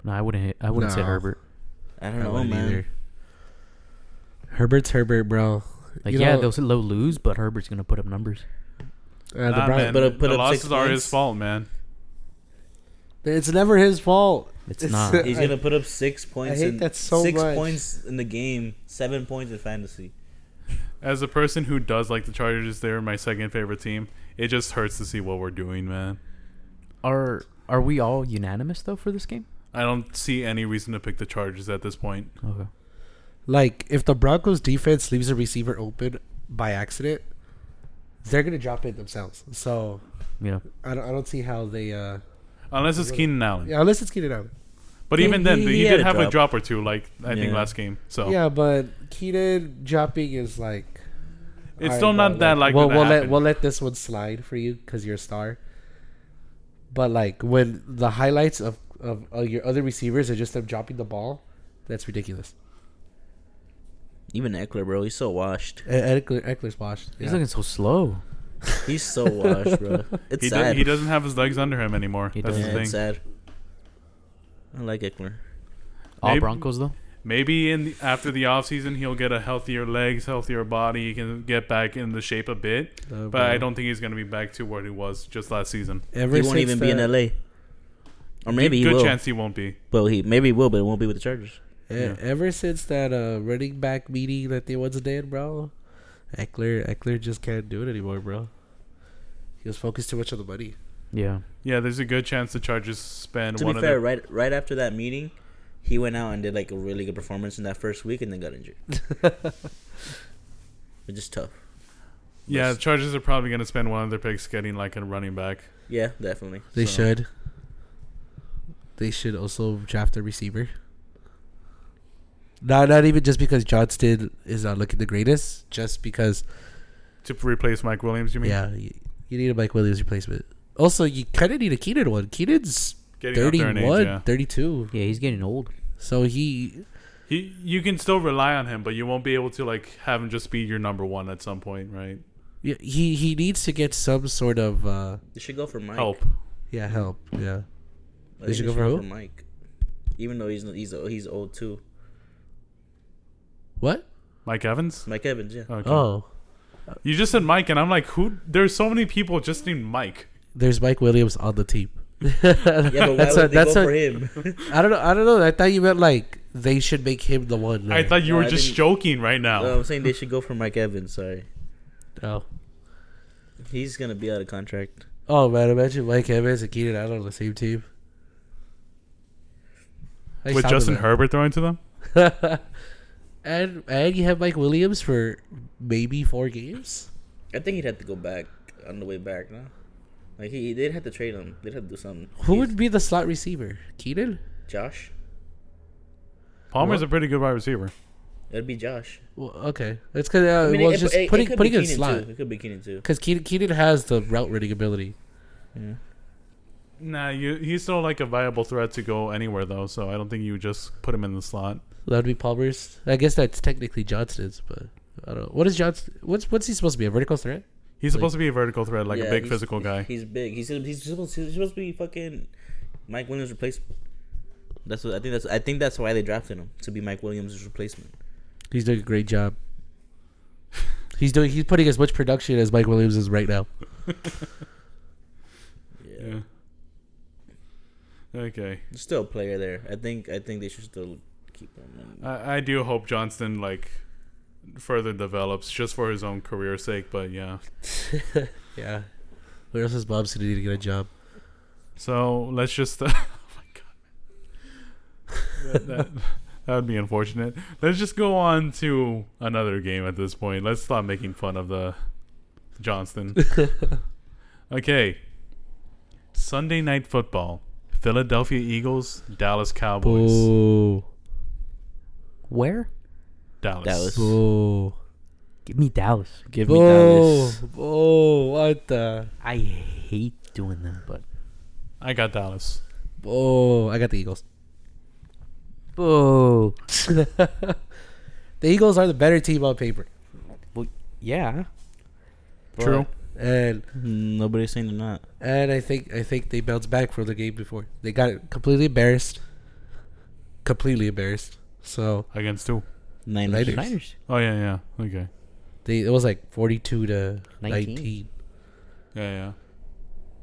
[SPEAKER 3] No, I wouldn't. hit- I wouldn't say
[SPEAKER 2] No.
[SPEAKER 3] Herbert.
[SPEAKER 4] I don't
[SPEAKER 2] I
[SPEAKER 4] know,
[SPEAKER 2] wouldn't
[SPEAKER 4] man.
[SPEAKER 2] either. Herbert's Herbert, bro.
[SPEAKER 3] Like,
[SPEAKER 2] You
[SPEAKER 3] yeah,
[SPEAKER 2] know,
[SPEAKER 3] they'll say low lose, but Herbert's gonna put up numbers.
[SPEAKER 2] uh, the
[SPEAKER 1] nah,
[SPEAKER 2] Brown-
[SPEAKER 1] man,
[SPEAKER 4] Put up- put
[SPEAKER 1] the
[SPEAKER 4] up six
[SPEAKER 1] losses are his
[SPEAKER 4] points.
[SPEAKER 1] fault, man.
[SPEAKER 2] It's never his fault.
[SPEAKER 3] It's
[SPEAKER 2] (laughs)
[SPEAKER 3] not.
[SPEAKER 4] He's gonna put up six points.
[SPEAKER 2] hate
[SPEAKER 4] in,
[SPEAKER 2] that so
[SPEAKER 4] Six
[SPEAKER 2] much.
[SPEAKER 4] points in the game, seven points in fantasy.
[SPEAKER 1] As a person who does like the Chargers, they're my second favorite team. It just hurts to see what we're doing, man.
[SPEAKER 3] Are are we all unanimous though for this game?
[SPEAKER 1] I don't see any reason to pick the Chargers at this point.
[SPEAKER 3] Okay.
[SPEAKER 2] Like if the Broncos defense leaves a receiver open by accident, they're gonna drop it themselves. So
[SPEAKER 3] Yeah.
[SPEAKER 2] I don't, I don't see how they. uh
[SPEAKER 1] Unless it's Keenan Allen.
[SPEAKER 2] Yeah, unless it's Keenan Allen.
[SPEAKER 1] But
[SPEAKER 4] He-
[SPEAKER 1] even then,
[SPEAKER 4] he-
[SPEAKER 1] he,
[SPEAKER 4] he had
[SPEAKER 1] did
[SPEAKER 4] a
[SPEAKER 1] have a
[SPEAKER 4] drop.
[SPEAKER 1] drop or two, like I think
[SPEAKER 4] Yeah.
[SPEAKER 1] last game. So
[SPEAKER 2] Yeah, but Keenan dropping is like.
[SPEAKER 1] it's
[SPEAKER 2] all
[SPEAKER 1] still
[SPEAKER 2] right,
[SPEAKER 1] not
[SPEAKER 2] bro,
[SPEAKER 1] that
[SPEAKER 2] like,
[SPEAKER 1] likely
[SPEAKER 2] We'll,
[SPEAKER 1] to
[SPEAKER 2] we'll let
[SPEAKER 1] happen.
[SPEAKER 2] we'll let this one slide for you because you're a star. But like when the highlights of of, of your other receivers are just them dropping the ball, that's ridiculous.
[SPEAKER 4] Even Eckler, bro, he's so washed.
[SPEAKER 2] E- Eckler, Eckler's washed.
[SPEAKER 3] He's
[SPEAKER 2] yeah.
[SPEAKER 3] looking so slow.
[SPEAKER 4] He's (laughs) so washed, bro. It's
[SPEAKER 1] he, does,
[SPEAKER 4] sad.
[SPEAKER 1] he doesn't have his legs under him anymore.
[SPEAKER 3] He
[SPEAKER 1] That's
[SPEAKER 4] yeah,
[SPEAKER 1] the thing.
[SPEAKER 4] it's sad. I like Eckler.
[SPEAKER 3] All
[SPEAKER 1] Maybe-
[SPEAKER 3] Broncos though.
[SPEAKER 1] Maybe in the, after the offseason, he'll get a healthier legs, healthier body. He can get back in the shape a bit.
[SPEAKER 2] Uh,
[SPEAKER 1] But I don't think he's going to be back to where he was just last season.
[SPEAKER 2] Ever
[SPEAKER 4] He won't
[SPEAKER 2] since
[SPEAKER 4] even be in
[SPEAKER 2] that-
[SPEAKER 4] LA. Or maybe he
[SPEAKER 1] good
[SPEAKER 4] will.
[SPEAKER 1] chance he won't be.
[SPEAKER 4] Well, he maybe he will, but it won't be with the Chargers.
[SPEAKER 2] E-
[SPEAKER 1] Yeah.
[SPEAKER 2] Ever since that uh, running back meeting that they once did, bro, Eckler Eckler just can't do it anymore, bro. He was focused too much on the money.
[SPEAKER 3] Yeah.
[SPEAKER 1] Yeah, there's a good chance the Chargers spend
[SPEAKER 4] To
[SPEAKER 1] one
[SPEAKER 4] be
[SPEAKER 1] of
[SPEAKER 4] fair,
[SPEAKER 1] their
[SPEAKER 4] right right after that meeting, he went out and did like a really good performance in that first week, and then got injured. Which is tough.
[SPEAKER 1] Yeah, the Chargers are probably going to spend one of their picks getting like a running back.
[SPEAKER 4] Yeah, definitely.
[SPEAKER 2] They
[SPEAKER 4] So,
[SPEAKER 2] should. They should also draft a receiver. Not not even just because Johnston is not looking the greatest, just because
[SPEAKER 1] To replace Mike Williams, you mean?
[SPEAKER 2] yeah, you, you need a Mike Williams replacement. Also, you kind of need a Keenan one. Keenan's
[SPEAKER 1] Getting up there in
[SPEAKER 2] 31,
[SPEAKER 1] age, yeah.
[SPEAKER 2] 32.
[SPEAKER 3] Yeah. He's getting old.
[SPEAKER 2] So he
[SPEAKER 1] He, you can still rely on him, but you won't be able to like have him just be your number one at some point, right?
[SPEAKER 2] yeah, he he needs to get some sort of uh
[SPEAKER 4] They should go for Mike.
[SPEAKER 1] Help.
[SPEAKER 2] yeah, help. Yeah. They
[SPEAKER 4] I think
[SPEAKER 2] should go for who?
[SPEAKER 4] Mike. Even though he's he's he's old too.
[SPEAKER 2] What?
[SPEAKER 1] Mike Evans?
[SPEAKER 4] Mike Evans, yeah.
[SPEAKER 1] Okay.
[SPEAKER 2] Oh,
[SPEAKER 1] You just said Mike, and I'm like, who? There's so many people just named Mike.
[SPEAKER 2] there's Mike Williams on the team.
[SPEAKER 4] (laughs) Yeah, but why
[SPEAKER 2] That's
[SPEAKER 4] would
[SPEAKER 2] a-
[SPEAKER 4] they
[SPEAKER 2] that's
[SPEAKER 4] go
[SPEAKER 2] a-
[SPEAKER 4] for him? (laughs)
[SPEAKER 2] I don't know. I don't know. I thought you meant like they should make him the one.
[SPEAKER 1] I
[SPEAKER 2] there.
[SPEAKER 1] thought you were
[SPEAKER 4] No, I
[SPEAKER 1] just
[SPEAKER 4] didn't-
[SPEAKER 1] joking right now.
[SPEAKER 4] no, I'm saying they should go for Mike Evans. Sorry,
[SPEAKER 2] oh.
[SPEAKER 4] he's gonna be out of contract.
[SPEAKER 2] Oh man, imagine Mike Evans and Keenan Allen on the same team. I
[SPEAKER 1] With
[SPEAKER 2] stopped
[SPEAKER 1] Justin
[SPEAKER 2] at
[SPEAKER 1] Herbert throwing to them?
[SPEAKER 2] that. (laughs) And and you have Mike Williams for maybe four games.
[SPEAKER 4] I think he'd have to go back on the way back, no? Like he they'd have to trade him. They'd have to do something.
[SPEAKER 2] Who
[SPEAKER 4] He's-
[SPEAKER 2] would be the slot receiver? Keenan?
[SPEAKER 4] Josh?
[SPEAKER 1] Palmer's a pretty good wide receiver.
[SPEAKER 4] It'd be Josh.
[SPEAKER 2] Well, okay, it's because uh,
[SPEAKER 4] I mean,
[SPEAKER 2] well,
[SPEAKER 4] it-
[SPEAKER 2] it's just
[SPEAKER 4] it- it
[SPEAKER 2] putting
[SPEAKER 4] could be
[SPEAKER 2] putting in
[SPEAKER 4] Keenan,
[SPEAKER 2] slot
[SPEAKER 4] Too. It could be Keenan too.
[SPEAKER 2] because Keenan, Keenan has the route running ability.
[SPEAKER 4] Yeah.
[SPEAKER 1] Nah, you, he's still like a viable threat to go anywhere though, so I don't think you just put him in the slot.
[SPEAKER 2] That'd be Palmer's. I guess that's technically Johnston's, but I don't know. What is Johnston? What's what's he supposed to be? A vertical threat?
[SPEAKER 1] He's supposed to be a vertical threat, like
[SPEAKER 4] Yeah,
[SPEAKER 1] a big
[SPEAKER 4] he's-
[SPEAKER 1] physical guy.
[SPEAKER 4] He's big. He's he's supposed, he's supposed to be fucking Mike Williams' replacement. That's what I think. That's I think that's why they drafted him to be Mike Williams' replacement.
[SPEAKER 2] He's doing a great (laughs) job. He's doing. He's putting as much production as Mike Williams is right now.
[SPEAKER 4] Yeah.
[SPEAKER 1] Yeah. Okay.
[SPEAKER 4] There's still a player there. I think I think they should still keep him. And,
[SPEAKER 1] I, I do hope Johnston like further develops just for his own career's sake, but yeah.
[SPEAKER 2] Yeah. Where else is Bob City need to get a job?
[SPEAKER 1] So let's just. (laughs) oh my god. That, that, (laughs) that would be unfortunate. Let's just go on to another game at this point. Let's stop making fun of the
[SPEAKER 4] (laughs)
[SPEAKER 1] Johnston. okay. Sunday night football. Philadelphia Eagles, Dallas Cowboys.
[SPEAKER 2] Boo.
[SPEAKER 3] Where?
[SPEAKER 1] Dallas.
[SPEAKER 4] Dallas.
[SPEAKER 2] Boo.
[SPEAKER 3] Give me Dallas.
[SPEAKER 4] Give me
[SPEAKER 2] Boo.
[SPEAKER 4] Dallas.
[SPEAKER 2] Boo. What the?
[SPEAKER 3] I hate doing that, but
[SPEAKER 1] I got Dallas.
[SPEAKER 2] Boo. I got the Eagles. (laughs)
[SPEAKER 3] boo.
[SPEAKER 2] the Eagles are the better team on paper.
[SPEAKER 3] Well, yeah.
[SPEAKER 1] True.
[SPEAKER 2] And
[SPEAKER 4] Nobody's saying they're not.
[SPEAKER 2] and I think I think they bounced back from the game before. They got completely embarrassed. Completely embarrassed. So
[SPEAKER 1] Against two.
[SPEAKER 4] Niners.
[SPEAKER 2] Niners.
[SPEAKER 3] Niners.
[SPEAKER 1] Oh, yeah, yeah. Okay.
[SPEAKER 2] they it was like forty two to
[SPEAKER 3] Nineteen.
[SPEAKER 2] nineteen.
[SPEAKER 1] Yeah, yeah.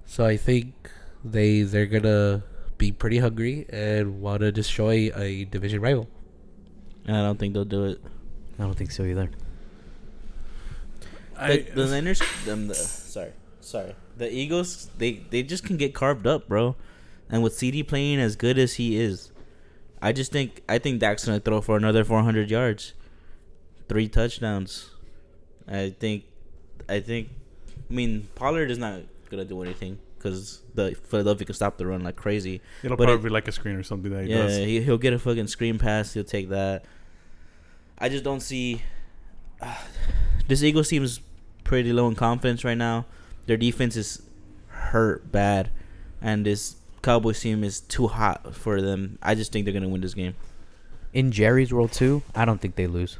[SPEAKER 2] So I think they they're gonna be pretty hungry and wanna destroy a division rival.
[SPEAKER 4] And I don't think they'll do it.
[SPEAKER 3] I don't think so either.
[SPEAKER 1] I,
[SPEAKER 4] the, the Niners. Um, the, sorry, sorry. The Eagles. They they just can get carved up, bro. And with CD playing as good as he is, I just think I think Dak's gonna throw for another 400 yards, three touchdowns. I think, I think, I mean Pollard is not gonna do anything because the Philadelphia can stop the run like crazy.
[SPEAKER 1] it'll
[SPEAKER 4] but it-
[SPEAKER 1] probably be like a screen or something that he
[SPEAKER 4] yeah,
[SPEAKER 1] does.
[SPEAKER 4] he, he'll get a fucking screen pass. He'll take that. I just don't see. (sighs) this Eagles team's pretty low in confidence right now. Their defense is hurt bad, and this Cowboys team is too hot for them. I just think they're gonna win this game.
[SPEAKER 3] In Jerry's world too, I don't think they lose.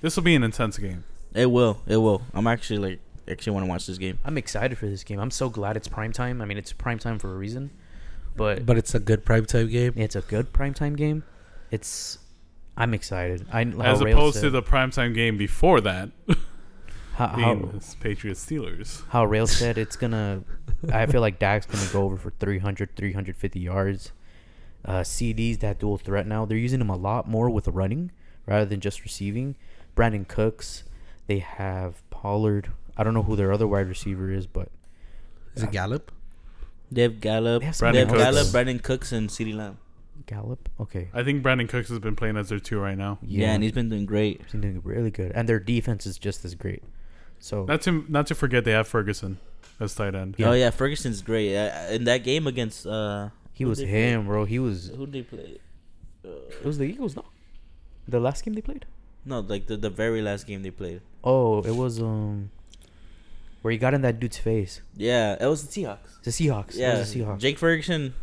[SPEAKER 1] This will be an intense game.
[SPEAKER 4] It will. It will. I'm actually like actually want to watch this game.
[SPEAKER 3] I'm excited for this game. I'm so glad it's prime time. I mean, it's prime time for a reason, but
[SPEAKER 2] But it's a good primetime game.
[SPEAKER 3] it's a good prime time game. It's I'm excited. I
[SPEAKER 1] As opposed to the primetime game before
[SPEAKER 4] (laughs)
[SPEAKER 1] that,
[SPEAKER 3] how,
[SPEAKER 1] being
[SPEAKER 3] how,
[SPEAKER 1] this Patriots Steelers.
[SPEAKER 3] how Rail said
[SPEAKER 1] (laughs)
[SPEAKER 3] it's gonna. I feel like Dak's gonna go over for 300, 350 yards. Uh, CD's that dual threat now. They're using him a lot more with running rather than just receiving. Brandon Cooks. They have Pollard. I don't know who their other wide receiver is, but
[SPEAKER 2] Is it Gallup?
[SPEAKER 4] They have Gallup,
[SPEAKER 3] They
[SPEAKER 4] they
[SPEAKER 3] have some Brandon
[SPEAKER 4] have,
[SPEAKER 3] Cooks.
[SPEAKER 4] Gallup, Brandon Cooks, and Ceedee Lamb.
[SPEAKER 3] Gallup. Okay.
[SPEAKER 1] I think Brandon Cooks has been playing as their two right now.
[SPEAKER 4] Yeah. and he's been doing great.
[SPEAKER 3] He's doing really good, and their defense is just as great. So
[SPEAKER 1] Not to not to forget they have Ferguson as tight end.
[SPEAKER 3] Yeah.
[SPEAKER 4] Oh yeah, Ferguson's great. Uh, in that game against uh,
[SPEAKER 3] he
[SPEAKER 4] who'd
[SPEAKER 3] was
[SPEAKER 4] they play?
[SPEAKER 3] him, bro. He was.
[SPEAKER 4] Who did they play? Uh,
[SPEAKER 3] It was the Eagles, no? The last game they played.
[SPEAKER 4] No, like the, the very last game they played.
[SPEAKER 3] Oh, it was um, where he got in that dude's face.
[SPEAKER 4] Yeah, it was the Seahawks.
[SPEAKER 3] The Seahawks.
[SPEAKER 4] Yeah,
[SPEAKER 3] it was the Seahawks.
[SPEAKER 4] Jake Ferguson.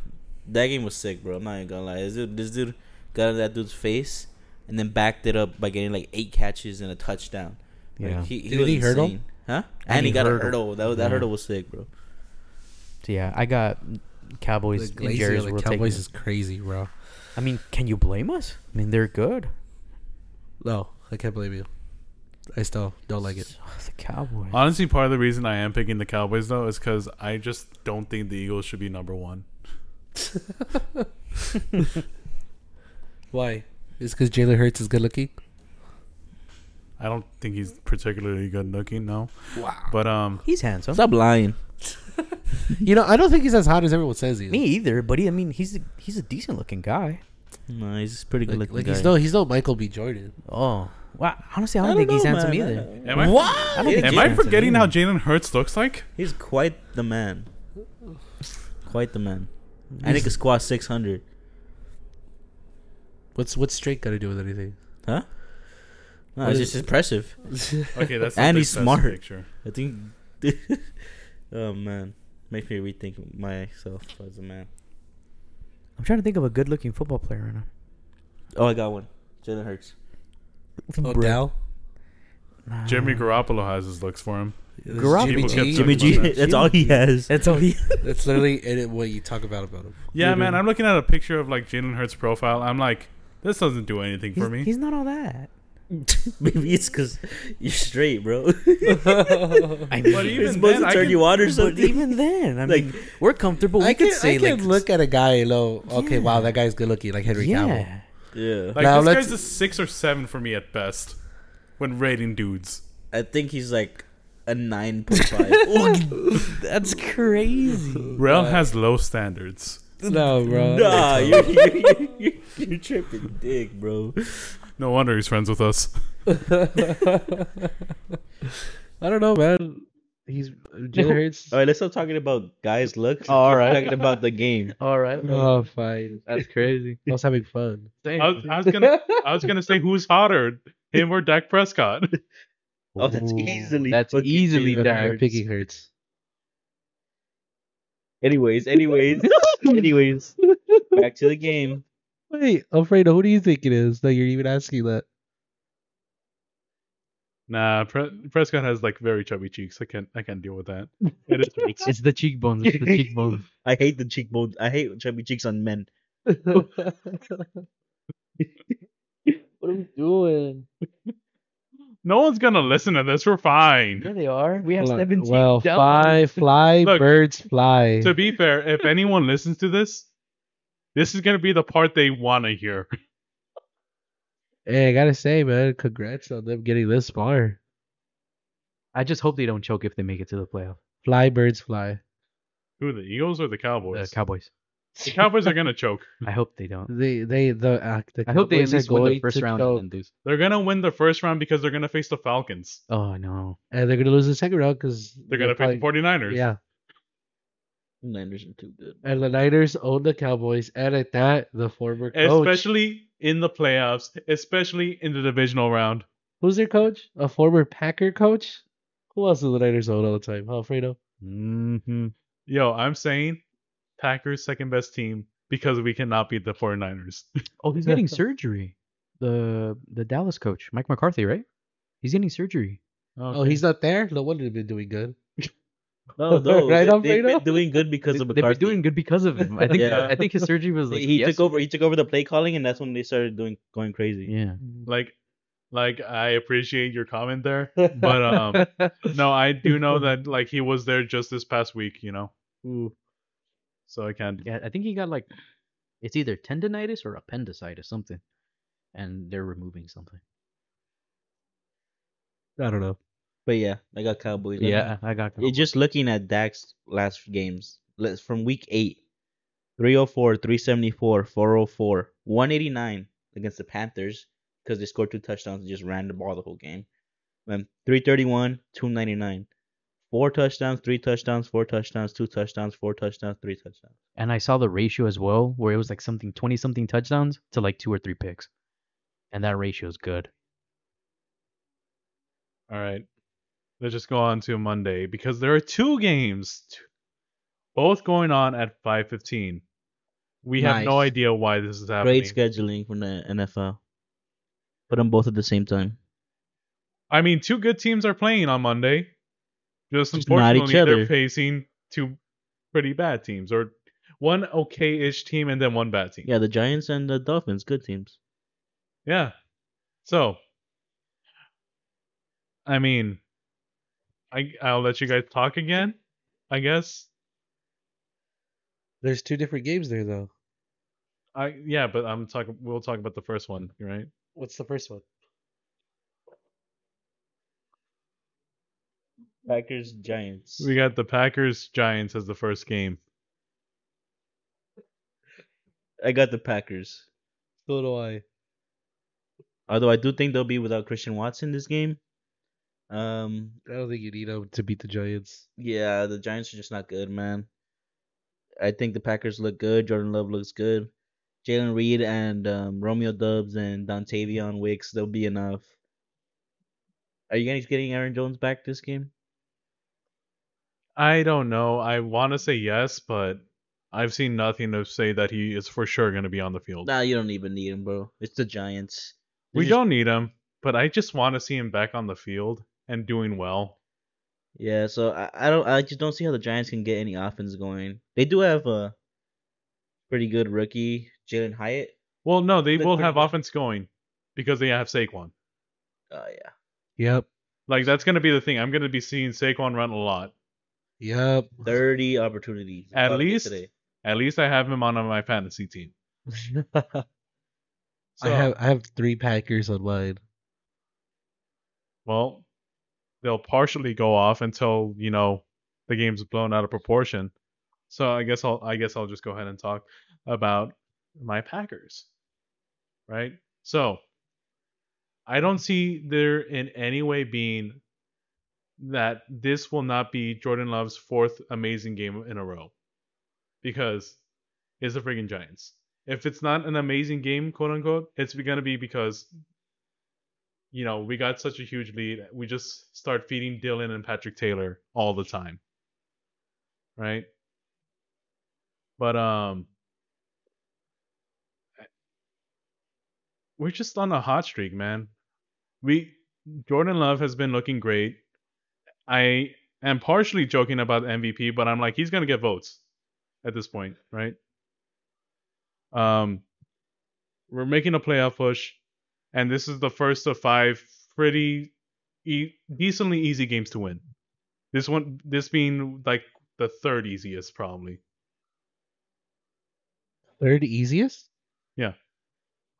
[SPEAKER 4] That game was sick, bro. I'm not even gonna lie. This dude, this dude got in that dude's face and then backed it up by getting like eight catches and a touchdown. Like,
[SPEAKER 3] Yeah.
[SPEAKER 4] he, he
[SPEAKER 2] Did
[SPEAKER 4] was
[SPEAKER 2] he hurdle?
[SPEAKER 4] insane. Huh?
[SPEAKER 3] And
[SPEAKER 4] And,
[SPEAKER 3] he
[SPEAKER 4] he got
[SPEAKER 3] hurdled.
[SPEAKER 4] a hurdle. That that
[SPEAKER 3] Yeah.
[SPEAKER 4] hurdle was sick, bro.
[SPEAKER 3] So, yeah, I got Cowboys.
[SPEAKER 2] The
[SPEAKER 3] and
[SPEAKER 2] Glacier,
[SPEAKER 3] Jerry's
[SPEAKER 2] the
[SPEAKER 3] world
[SPEAKER 2] Cowboys
[SPEAKER 3] taking
[SPEAKER 2] is crazy, bro.
[SPEAKER 3] it. I mean, can you blame us? I mean, they're good.
[SPEAKER 2] No, I can't blame you. I still don't like it.
[SPEAKER 3] Oh, the Cowboys.
[SPEAKER 4] Uh,
[SPEAKER 1] Honestly, part of the reason I am picking the Cowboys though is because I just don't think the Eagles should be number one.
[SPEAKER 2] Why? It's because Jalen Hurts is good looking.
[SPEAKER 1] I don't think he's particularly good looking. No. Wow. But um,
[SPEAKER 3] He's handsome.
[SPEAKER 4] Stop lying.
[SPEAKER 2] You know, I don't think he's as hot as everyone says he is.
[SPEAKER 3] Me either, but he, I mean, he's a, he's a decent looking guy.
[SPEAKER 4] No, he's a pretty good
[SPEAKER 2] Like,
[SPEAKER 4] looking
[SPEAKER 2] like
[SPEAKER 4] guy.
[SPEAKER 2] he's no he's no Michael B. Jordan.
[SPEAKER 3] Oh, wow. Honestly, I don't, think he's
[SPEAKER 4] know,
[SPEAKER 3] handsome
[SPEAKER 4] man.
[SPEAKER 3] either.
[SPEAKER 1] Am I-
[SPEAKER 4] What?
[SPEAKER 3] I don't think
[SPEAKER 1] Am
[SPEAKER 3] Jalen
[SPEAKER 1] I
[SPEAKER 3] Hurts
[SPEAKER 1] forgetting how
[SPEAKER 3] anymore.
[SPEAKER 1] Jalen Hurts looks like?
[SPEAKER 4] He's quite the man. Quite the man. I think a squat 600.
[SPEAKER 2] What's what's straight got to do with anything?
[SPEAKER 4] Huh? No,
[SPEAKER 2] What
[SPEAKER 4] it's
[SPEAKER 2] is-
[SPEAKER 4] just impressive.
[SPEAKER 1] Okay, that's
[SPEAKER 4] And
[SPEAKER 1] the
[SPEAKER 4] he's
[SPEAKER 1] best
[SPEAKER 4] smart.
[SPEAKER 1] Picture.
[SPEAKER 4] I think. (laughs) oh man, makes me rethink myself as a man.
[SPEAKER 3] I'm trying to think of a good-looking football player right now.
[SPEAKER 4] Oh, I got one. Jalen Hurts.
[SPEAKER 2] Odell,
[SPEAKER 3] Nah.
[SPEAKER 1] Jimmy
[SPEAKER 4] Ah.
[SPEAKER 1] Garoppolo has his looks for him.
[SPEAKER 2] This
[SPEAKER 3] Garoppolo.
[SPEAKER 2] Jimmy
[SPEAKER 1] People kept
[SPEAKER 2] G.
[SPEAKER 1] talking
[SPEAKER 4] Jimmy G.
[SPEAKER 1] about that.
[SPEAKER 4] That's all he has. (laughs)
[SPEAKER 3] That's all he.
[SPEAKER 2] That's literally it, what you talk about about him.
[SPEAKER 1] Yeah, man, I'm looking at a picture of like Jalen Hurts' profile. I'm like, this doesn't do anything
[SPEAKER 3] he's,
[SPEAKER 1] for me.
[SPEAKER 3] he's not all that.
[SPEAKER 4] Maybe it's because you're straight, bro.
[SPEAKER 3] I
[SPEAKER 1] But
[SPEAKER 4] (laughs) You're
[SPEAKER 1] even
[SPEAKER 4] supposed
[SPEAKER 1] then,
[SPEAKER 4] to
[SPEAKER 1] I
[SPEAKER 4] turn
[SPEAKER 1] can-
[SPEAKER 4] you on or
[SPEAKER 3] But
[SPEAKER 4] something.
[SPEAKER 3] even then, I
[SPEAKER 4] Like-
[SPEAKER 3] mean, we're comfortable. We
[SPEAKER 2] I
[SPEAKER 3] could
[SPEAKER 2] can,
[SPEAKER 3] say
[SPEAKER 2] I can
[SPEAKER 3] like
[SPEAKER 2] look at a guy and know, okay,
[SPEAKER 3] Yeah.
[SPEAKER 2] wow, that guy's good looking, like Henry Cavill.
[SPEAKER 3] yeah.
[SPEAKER 4] yeah,
[SPEAKER 1] Like
[SPEAKER 2] Now
[SPEAKER 1] this
[SPEAKER 2] let's-
[SPEAKER 1] guy's a six or seven for me at best when rating dudes.
[SPEAKER 4] I think he's like a nine point (laughs) five.
[SPEAKER 3] That's (laughs) crazy.
[SPEAKER 1] Rel has low standards.
[SPEAKER 2] No, bro.
[SPEAKER 4] nah, you're, you're, you're, you're, you're tripping dick, bro.
[SPEAKER 1] No wonder he's friends with us.
[SPEAKER 2] (laughs) I don't know, man. (laughs) He's Jalen Hurts.
[SPEAKER 4] All right, let's stop talking about guys' looks. All right, talking about the game.
[SPEAKER 5] All right.
[SPEAKER 2] Oh, fine. I
[SPEAKER 5] That's crazy.
[SPEAKER 2] was having (laughs) fun.
[SPEAKER 5] Damn.
[SPEAKER 1] I was, I was gonna, I was
[SPEAKER 3] (laughs)
[SPEAKER 1] gonna say who's hotter, him or Dak Prescott?
[SPEAKER 4] (laughs)
[SPEAKER 1] (laughs)
[SPEAKER 4] Oh, that's
[SPEAKER 5] Ooh,
[SPEAKER 4] easily.
[SPEAKER 5] that's
[SPEAKER 4] fucking
[SPEAKER 5] easily
[SPEAKER 4] Jalen
[SPEAKER 5] Jalen
[SPEAKER 4] Hurts.
[SPEAKER 5] Hurts.
[SPEAKER 2] I'm picking Hurts.
[SPEAKER 4] Anyways,
[SPEAKER 3] (laughs)
[SPEAKER 4] anyways, anyways. Back to the game.
[SPEAKER 2] Wait, Alfredo, who do you think it is that you're even asking that?
[SPEAKER 1] Nah, Pre- Prescott has like very chubby cheeks. I can't, I can't deal with that. It
[SPEAKER 3] (laughs)
[SPEAKER 1] is Hurts.
[SPEAKER 5] It's the cheekbones. It's
[SPEAKER 2] (laughs)
[SPEAKER 5] the cheekbones.
[SPEAKER 4] I hate the cheekbones. I hate chubby cheeks on men.
[SPEAKER 5] what are we doing?
[SPEAKER 1] (laughs) No one's gonna listen to this. We're fine.
[SPEAKER 5] There they are. We have
[SPEAKER 2] Hold on.
[SPEAKER 5] 17.
[SPEAKER 2] well,
[SPEAKER 5] down.
[SPEAKER 2] fly,
[SPEAKER 1] (laughs)
[SPEAKER 2] fly,
[SPEAKER 1] Look,
[SPEAKER 2] birds fly.
[SPEAKER 1] To be fair, if anyone listens to this, this is gonna be the part they wanna hear.
[SPEAKER 2] Hey, I gotta say, man, congrats on them getting this far.
[SPEAKER 3] I just hope they don't choke if they make it to the playoff.
[SPEAKER 2] Fly, birds fly.
[SPEAKER 1] Who the Eagles or the
[SPEAKER 3] The
[SPEAKER 1] Cowboys?
[SPEAKER 3] uh, Cowboys.
[SPEAKER 1] the Cowboys are gonna choke. (laughs)
[SPEAKER 3] I hope they don't.
[SPEAKER 2] They, they, the, uh, the
[SPEAKER 3] I hope they at
[SPEAKER 2] Cowboys are
[SPEAKER 3] least win the
[SPEAKER 2] going
[SPEAKER 3] first
[SPEAKER 2] to
[SPEAKER 3] round
[SPEAKER 2] choke,
[SPEAKER 3] and then lose.
[SPEAKER 1] They're gonna win the first round because they're gonna face the Falcons.
[SPEAKER 3] Oh no.
[SPEAKER 2] and they're gonna lose the second round because
[SPEAKER 1] They're gonna face the 49ers.
[SPEAKER 2] Yeah,
[SPEAKER 4] Niners are too good.
[SPEAKER 2] and the Niners own the Cowboys, and at that, the former coach,
[SPEAKER 1] Especially in the playoffs, especially in the divisional round.
[SPEAKER 2] who's their coach, a former Packer coach. Who else do the Niners own all the time? Alfredo.
[SPEAKER 3] Mm-hmm.
[SPEAKER 1] Yo, I'm saying Packers second best team because we cannot beat the 49ers.
[SPEAKER 3] Oh,
[SPEAKER 2] (laughs)
[SPEAKER 3] he's getting surgery. The the Dallas coach, Mike McCarthy, right? He's getting surgery.
[SPEAKER 2] Oh, he's not there. No wonder they've been doing good.
[SPEAKER 3] (laughs)
[SPEAKER 4] No, no,
[SPEAKER 2] Right,
[SPEAKER 4] they, have been
[SPEAKER 2] Alfredo?
[SPEAKER 4] doing good because
[SPEAKER 3] They-
[SPEAKER 4] of
[SPEAKER 3] They've been
[SPEAKER 4] McCarthy.
[SPEAKER 3] doing good because of him. I think
[SPEAKER 4] Yeah.
[SPEAKER 3] I think his surgery was like
[SPEAKER 4] he
[SPEAKER 3] yes-
[SPEAKER 4] took over. He took over the play calling, and that's when they started doing going crazy.
[SPEAKER 3] Yeah.
[SPEAKER 1] (laughs) like like I appreciate your comment
[SPEAKER 2] (laughs)
[SPEAKER 1] there. But um no, I do know that like he was there just this past week, you know. So I can't
[SPEAKER 3] Yeah, I think he got like it's either tendonitis or appendicitis, something. And they're removing something.
[SPEAKER 2] I don't know.
[SPEAKER 4] But yeah, I got Cowboys. I
[SPEAKER 3] Yeah, I got
[SPEAKER 4] It- just looking at Dak's last games let's- from week oh 8 304, 374, 404, 189 against the Panthers because they scored two touchdowns and just ran the ball the whole game. Um, 331, 299. Four touchdowns, three touchdowns, four touchdowns, two touchdowns, four touchdowns, three touchdowns.
[SPEAKER 3] And I saw the ratio as well, where it was like something twenty something touchdowns to like two or three picks, and that ratio is good.
[SPEAKER 1] All right. Let's just go on to Monday because there are two games, t- both going on at 5:15. We have no
[SPEAKER 4] Nice.
[SPEAKER 1] idea why this is happening.
[SPEAKER 4] Great scheduling from the NFL. Put them both at the same time.
[SPEAKER 1] I mean, two good teams are playing on Monday. Just,
[SPEAKER 4] Just not each
[SPEAKER 1] unfortunately, they're
[SPEAKER 4] other.
[SPEAKER 1] facing two pretty bad teams, or one okay-ish team and then one bad team.
[SPEAKER 4] Yeah, the Giants and the Dolphins, good teams.
[SPEAKER 1] Yeah. So, I mean, I I'll let you guys talk again. I guess.
[SPEAKER 2] There's two different games there though.
[SPEAKER 1] I yeah, but I'm talking. We'll talk about the first one, right?
[SPEAKER 2] What's the first one?
[SPEAKER 4] Packers, Giants.
[SPEAKER 1] We got the Packers Giants as the first game.
[SPEAKER 4] I got the Packers.
[SPEAKER 2] So do I.
[SPEAKER 4] Although I do think they'll be without Christian Watson this game. Um,
[SPEAKER 2] I don't think you need him to beat the Giants.
[SPEAKER 4] yeah, the Giants are just not good, man. I think the Packers look good. Jordan Love looks good. Jalen Reed and um, Romeo Dubs and Dontavion Wicks, they'll be enough. Are you guys getting Aaron Jones back this game?
[SPEAKER 1] I don't know. I want to say yes, but I've seen nothing to say that he is for sure going to be on the field.
[SPEAKER 4] Nah, you don't even need him, bro. It's the Giants. They
[SPEAKER 1] we
[SPEAKER 4] just-
[SPEAKER 1] don't need him, but I just want to see him back on the field and doing well.
[SPEAKER 4] Yeah, so I, I don't I just don't see how the Giants can get any offense going. They do have a pretty good rookie, Jalen Hyatt.
[SPEAKER 1] Well, no, they
[SPEAKER 4] That's
[SPEAKER 1] will
[SPEAKER 4] pretty
[SPEAKER 1] have
[SPEAKER 4] much-
[SPEAKER 1] offense going because they have Saquon.
[SPEAKER 4] Oh yeah.
[SPEAKER 2] Yep.
[SPEAKER 1] Like that's going to be the thing. I'm going to be seeing Saquon run a lot.
[SPEAKER 2] Yep.
[SPEAKER 4] Thirty opportunities.
[SPEAKER 1] At
[SPEAKER 4] Fuck,
[SPEAKER 1] least- (laughs)
[SPEAKER 4] today.
[SPEAKER 1] At least I have him on my fantasy team. So,
[SPEAKER 2] I have I have three Packers on mine.
[SPEAKER 1] well, they'll partially go off until you know the game's blown out of proportion. So I guess I'll I guess I'll just go ahead and talk about my Packers, right? So I don't see there in any way being that this will not be Jordan Love's fourth amazing game in a row because it's the friggin' Giants. If it's not an amazing game, quote unquote, it's gonna be because you know, we got such a huge lead. We just start feeding Dylan and Patrick Taylor all the time. Right? But um we're just on a hot streak, man. We Jordan Love has been looking great. I am partially joking about MVP, but I'm like he's going to get votes at this point, right? Um we're making a playoff push and this is the first of five pretty e- decently easy games to win. This one, this being like the third easiest, probably.
[SPEAKER 2] Third easiest?
[SPEAKER 1] Yeah.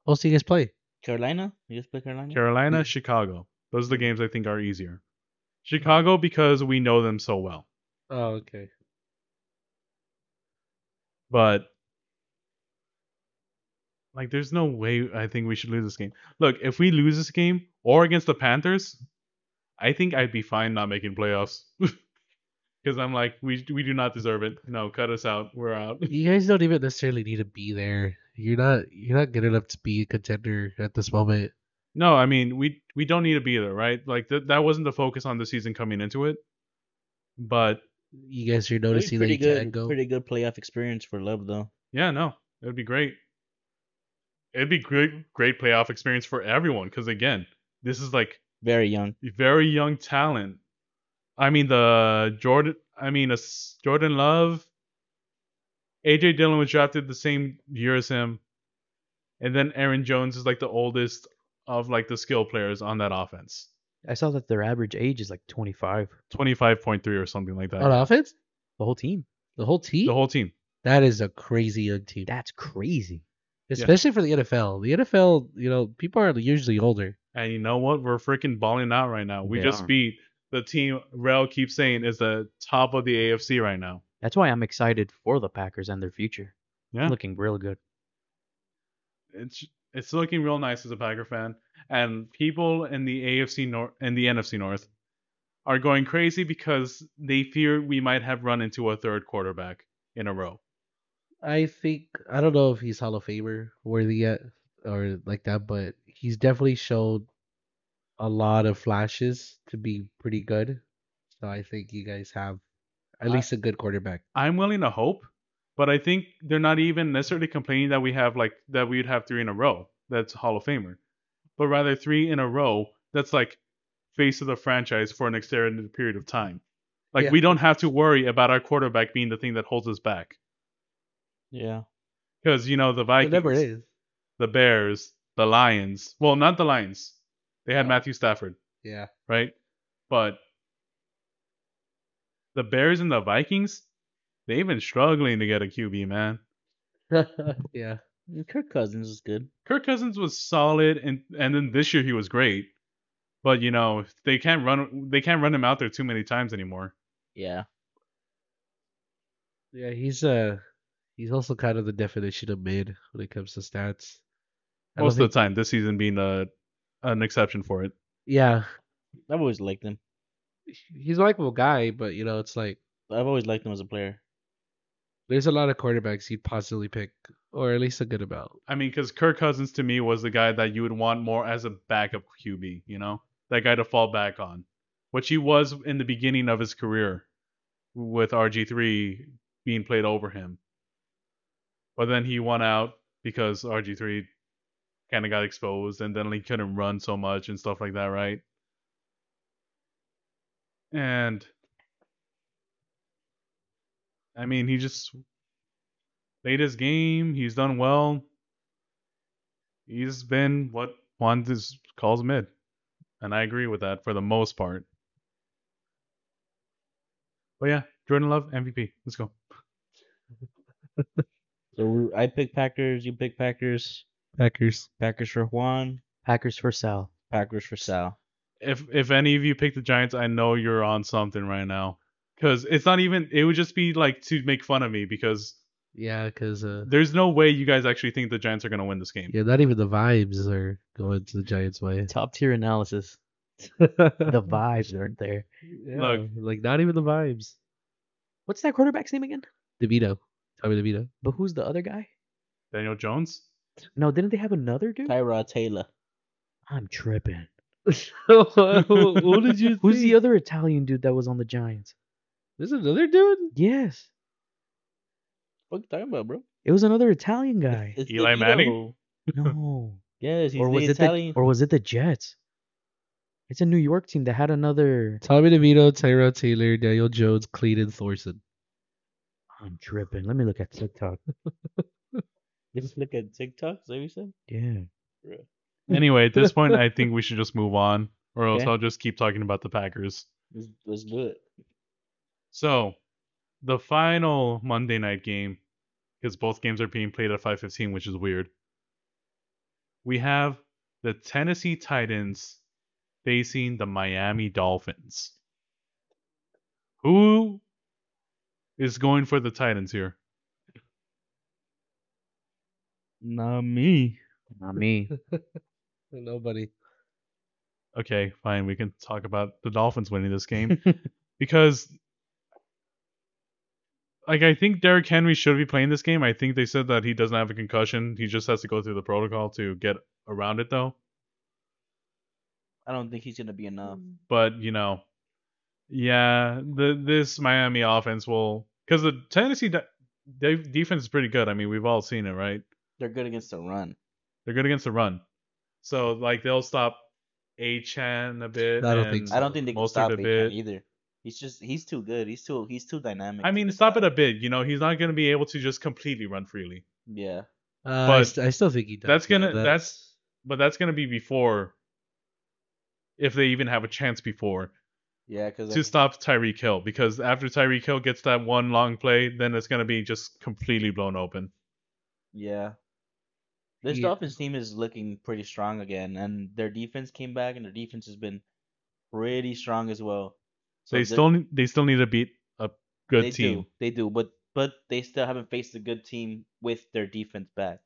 [SPEAKER 2] What else do you guys play?
[SPEAKER 4] Carolina? You guys play Carolina?
[SPEAKER 1] Carolina, Chicago. Those are the games I think are easier. Chicago because we know them so well,
[SPEAKER 2] Oh, okay.
[SPEAKER 1] but like, there's no way I think we should lose this game. Look, if we lose this game or against the Panthers, I think I'd be fine not making playoffs. (laughs) Because I'm like, we we do not deserve it. No, cut us out. We're out.
[SPEAKER 2] You guys don't even necessarily need to be there. You're not you're not good enough to be a contender at this moment.
[SPEAKER 1] No, I mean we we don't need to be there, right? Like th- that wasn't the focus on the season coming into it. But
[SPEAKER 2] You guys are
[SPEAKER 4] It'd be
[SPEAKER 2] noticing that
[SPEAKER 4] pretty
[SPEAKER 2] you
[SPEAKER 4] good,
[SPEAKER 2] can go.
[SPEAKER 4] pretty good playoff experience for Love though.
[SPEAKER 1] yeah, no, it would be great. It'd be great great playoff experience for everyone because again, this is like
[SPEAKER 4] Very young.
[SPEAKER 1] very young talent. I mean the Jordan. I mean a s- Jordan Love. AJ Dillon was drafted the same year as him, and then Aaron Jones is like the oldest of like the skill players on that offense,
[SPEAKER 3] I saw that their average age is like 25.
[SPEAKER 1] twenty five point three or something like that.
[SPEAKER 2] On offense?
[SPEAKER 3] The whole team.
[SPEAKER 2] The whole team?
[SPEAKER 1] The whole team.
[SPEAKER 2] that is a crazy young team.
[SPEAKER 3] That's crazy.
[SPEAKER 2] Especially for the NFL. The NFL, you know, people are usually older.
[SPEAKER 1] And you know what? We're freaking balling out right now. We
[SPEAKER 3] They
[SPEAKER 1] just
[SPEAKER 3] are.
[SPEAKER 1] beat the team Rel keeps saying is the top of the AFC right now.
[SPEAKER 3] That's why I'm excited for the Packers and their future.
[SPEAKER 1] Yeah.
[SPEAKER 3] Looking real good.
[SPEAKER 1] It's it's looking real nice as a Packer fan. And people in the AFC North and the NFC North are going crazy because they fear we might have run into a third quarterback in a row.
[SPEAKER 2] I think I don't know if he's Hall of Famer worthy yet or like that, but he's definitely showed a lot of flashes to be pretty good. So I think you guys have at
[SPEAKER 1] I-
[SPEAKER 2] least a good quarterback.
[SPEAKER 1] I'm willing to hope, but I think they're not even necessarily complaining that we have like that we'd have three in a row. That's Hall of Famer, but rather three in a row. That's like face of the franchise for an extended period of time. Like
[SPEAKER 2] Yeah.
[SPEAKER 1] we don't have to worry about our quarterback being the thing that holds us back
[SPEAKER 4] Yeah.
[SPEAKER 1] because you know the Vikings,
[SPEAKER 2] Whatever it is.
[SPEAKER 1] the Bears, the Lions. Well, not the Lions. They had
[SPEAKER 2] No.
[SPEAKER 1] Matthew Stafford,
[SPEAKER 2] Yeah.
[SPEAKER 1] right? But the Bears and the Vikings, they've been struggling to get a QB, man.
[SPEAKER 2] yeah.
[SPEAKER 4] Kirk Cousins is good.
[SPEAKER 1] Kirk Cousins was solid, and and then this year he was great. But you know they can't run they can't run him out there too many times anymore.
[SPEAKER 4] Yeah.
[SPEAKER 2] Yeah, he's uh he's also kind of the definition of mid when it comes to stats. I don't
[SPEAKER 1] most of
[SPEAKER 2] think-
[SPEAKER 1] the time. This season being a an exception for it.
[SPEAKER 2] yeah,
[SPEAKER 4] I've always liked him.
[SPEAKER 2] he's a likable guy, but you know, it's like
[SPEAKER 4] I've always liked him as a player.
[SPEAKER 2] there's a lot of quarterbacks he'd possibly pick, or at least a good amount.
[SPEAKER 1] I mean, because Kirk Cousins to me was the guy that you would want more as a backup QB. You know, that guy to fall back on, which he was in the beginning of his career, with RG three being played over him. But then he won out because RG three kind of got exposed, and then he couldn't run so much and stuff like that, right? And I mean, he just played his game. He's done well. He's been what Juan just calls mid, and I agree with that for the most part. But yeah, Jordan Love MVP. Let's go.
[SPEAKER 4] So we I pick Packers. You pick Packers.
[SPEAKER 2] Packers.
[SPEAKER 4] Packers for Juan.
[SPEAKER 3] Packers for Sal.
[SPEAKER 4] Packers for Sal.
[SPEAKER 1] If if any of you pick the Giants, I know you're on something right now. Cause it's not even. It would just be like to make fun of me because
[SPEAKER 2] Yeah, because uh,
[SPEAKER 1] there's no way you guys actually think the Giants are gonna win this game.
[SPEAKER 2] yeah, not even the vibes are going to the Giants' way.
[SPEAKER 5] Top tier analysis.
[SPEAKER 3] The vibes aren't there.
[SPEAKER 2] Yeah,
[SPEAKER 1] Look.
[SPEAKER 2] like not even the vibes.
[SPEAKER 5] What's that quarterback's name again?
[SPEAKER 2] DeVito, Tommy DeVito.
[SPEAKER 5] But who's the other guy?
[SPEAKER 1] Daniel Jones.
[SPEAKER 5] No, didn't they have another dude?
[SPEAKER 4] Tyrod Taylor.
[SPEAKER 3] I'm tripping.
[SPEAKER 2] (laughs) who, who did
[SPEAKER 1] (laughs)
[SPEAKER 2] you?
[SPEAKER 5] Who's the
[SPEAKER 2] think?
[SPEAKER 5] other Italian dude that was on the Giants?
[SPEAKER 2] There's another dude.
[SPEAKER 5] Yes,
[SPEAKER 4] What you talking about, bro?
[SPEAKER 5] it was another Italian guy.
[SPEAKER 4] It's
[SPEAKER 1] Eli
[SPEAKER 4] DeVito.
[SPEAKER 1] Manning?
[SPEAKER 5] no,
[SPEAKER 4] Yes, (laughs) he's
[SPEAKER 5] or was
[SPEAKER 4] the
[SPEAKER 5] it
[SPEAKER 4] Italian.
[SPEAKER 5] the, or was it the Jets? It's a New York team that had another.
[SPEAKER 2] Tommy DeVito, Tyrod Taylor, Daniel Jones, Clayton Thorson.
[SPEAKER 5] I'm tripping. Let me look at TikTok.
[SPEAKER 4] Just look at TikTok. Is that what you said?
[SPEAKER 5] Yeah.
[SPEAKER 1] Anyway, at this point,
[SPEAKER 2] (laughs)
[SPEAKER 1] I think we should just move on, or else
[SPEAKER 4] Okay.
[SPEAKER 1] I'll just keep talking about the Packers.
[SPEAKER 4] Let's, let's do it.
[SPEAKER 1] So, the final Monday night game, because both games are being played at 5:15, which is weird. We have the Tennessee Titans facing the Miami Dolphins. Who is going for the Titans here?
[SPEAKER 4] Not me.
[SPEAKER 3] Not me.
[SPEAKER 2] Nobody.
[SPEAKER 1] Okay, fine. We can talk about the Dolphins winning this game because, like, I think Derrick Henry should be playing this game. I think they said that he doesn't have a concussion. He just has to go through the protocol to get around it, though.
[SPEAKER 4] I don't think he's gonna be enough.
[SPEAKER 1] but you know, yeah, the this Miami offense will because the Tennessee de- de- defense is pretty good. I mean, we've all seen it, right?
[SPEAKER 4] They're good against the run.
[SPEAKER 1] They're good against the run, so like they'll stop A Chan a bit.
[SPEAKER 2] I don't think
[SPEAKER 1] and-
[SPEAKER 2] so.
[SPEAKER 4] I don't think they can
[SPEAKER 1] Mostly
[SPEAKER 4] stop
[SPEAKER 1] the
[SPEAKER 4] it
[SPEAKER 1] bit.
[SPEAKER 4] either. He's just he's too good. He's too he's too dynamic.
[SPEAKER 1] I mean, stop it a bit. You know, he's not going to be able to just completely run freely,
[SPEAKER 4] Yeah.
[SPEAKER 2] Uh, I,
[SPEAKER 1] But
[SPEAKER 2] st- I still think he does.
[SPEAKER 1] that's
[SPEAKER 2] though.
[SPEAKER 1] gonna- that's- but that's going to be before, if they even have a chance before
[SPEAKER 4] Yeah, because
[SPEAKER 1] to stop Tyreek Hill, because after Tyreek Hill gets that one long play, then it's going to be just completely blown open.
[SPEAKER 4] Yeah. This
[SPEAKER 2] Yeah.
[SPEAKER 4] Dolphins team is looking pretty strong again, and their defense came back, and their defense has been pretty strong as well.
[SPEAKER 1] they
[SPEAKER 4] the-
[SPEAKER 1] still need- they still need to beat a good
[SPEAKER 4] they
[SPEAKER 1] team.
[SPEAKER 4] Do, they do, but but they still haven't faced a good team with their defense back.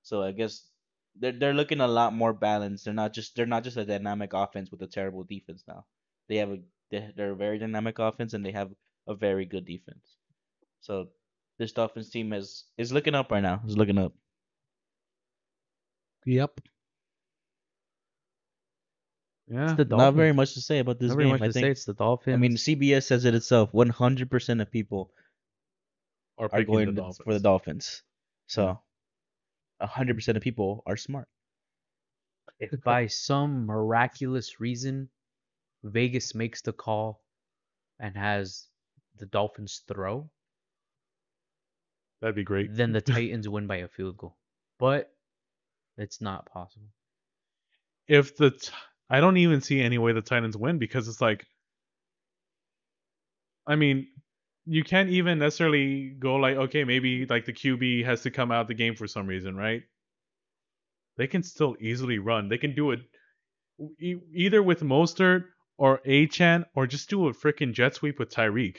[SPEAKER 4] So I guess they're they're looking a lot more balanced. They're not just they're not just a dynamic offense with a terrible defense now. They have a they- they're a very dynamic offense, and they have a very good defense. So this Dolphins team is is looking up right now. Is looking up.
[SPEAKER 2] Yep.
[SPEAKER 1] Yeah.
[SPEAKER 3] the
[SPEAKER 4] Not very much to say about this
[SPEAKER 3] Not very
[SPEAKER 4] game.
[SPEAKER 3] much
[SPEAKER 4] I
[SPEAKER 3] to
[SPEAKER 4] think
[SPEAKER 3] say. It's the Dolphins.
[SPEAKER 4] I mean, CBS says it itself. One hundred percent of people
[SPEAKER 1] or
[SPEAKER 4] are
[SPEAKER 1] picking
[SPEAKER 4] going
[SPEAKER 1] the
[SPEAKER 4] th- for the
[SPEAKER 1] Dolphins.
[SPEAKER 4] Dolphins. So, hundred percent of people are smart.
[SPEAKER 3] if by some miraculous reason Vegas makes the call and has the Dolphins throw,
[SPEAKER 1] That'd be great.
[SPEAKER 5] (laughs)
[SPEAKER 3] then the Titans win by a field goal. But it's not possible.
[SPEAKER 1] If the t- I don't even see any way the Titans win because it's like, I mean, you can't even necessarily go like, okay, maybe like the QB has to come out the game for some reason, right? They can still easily run. They can do it e- either with Mostert or Achan or just do a freaking jet sweep with Tyreek.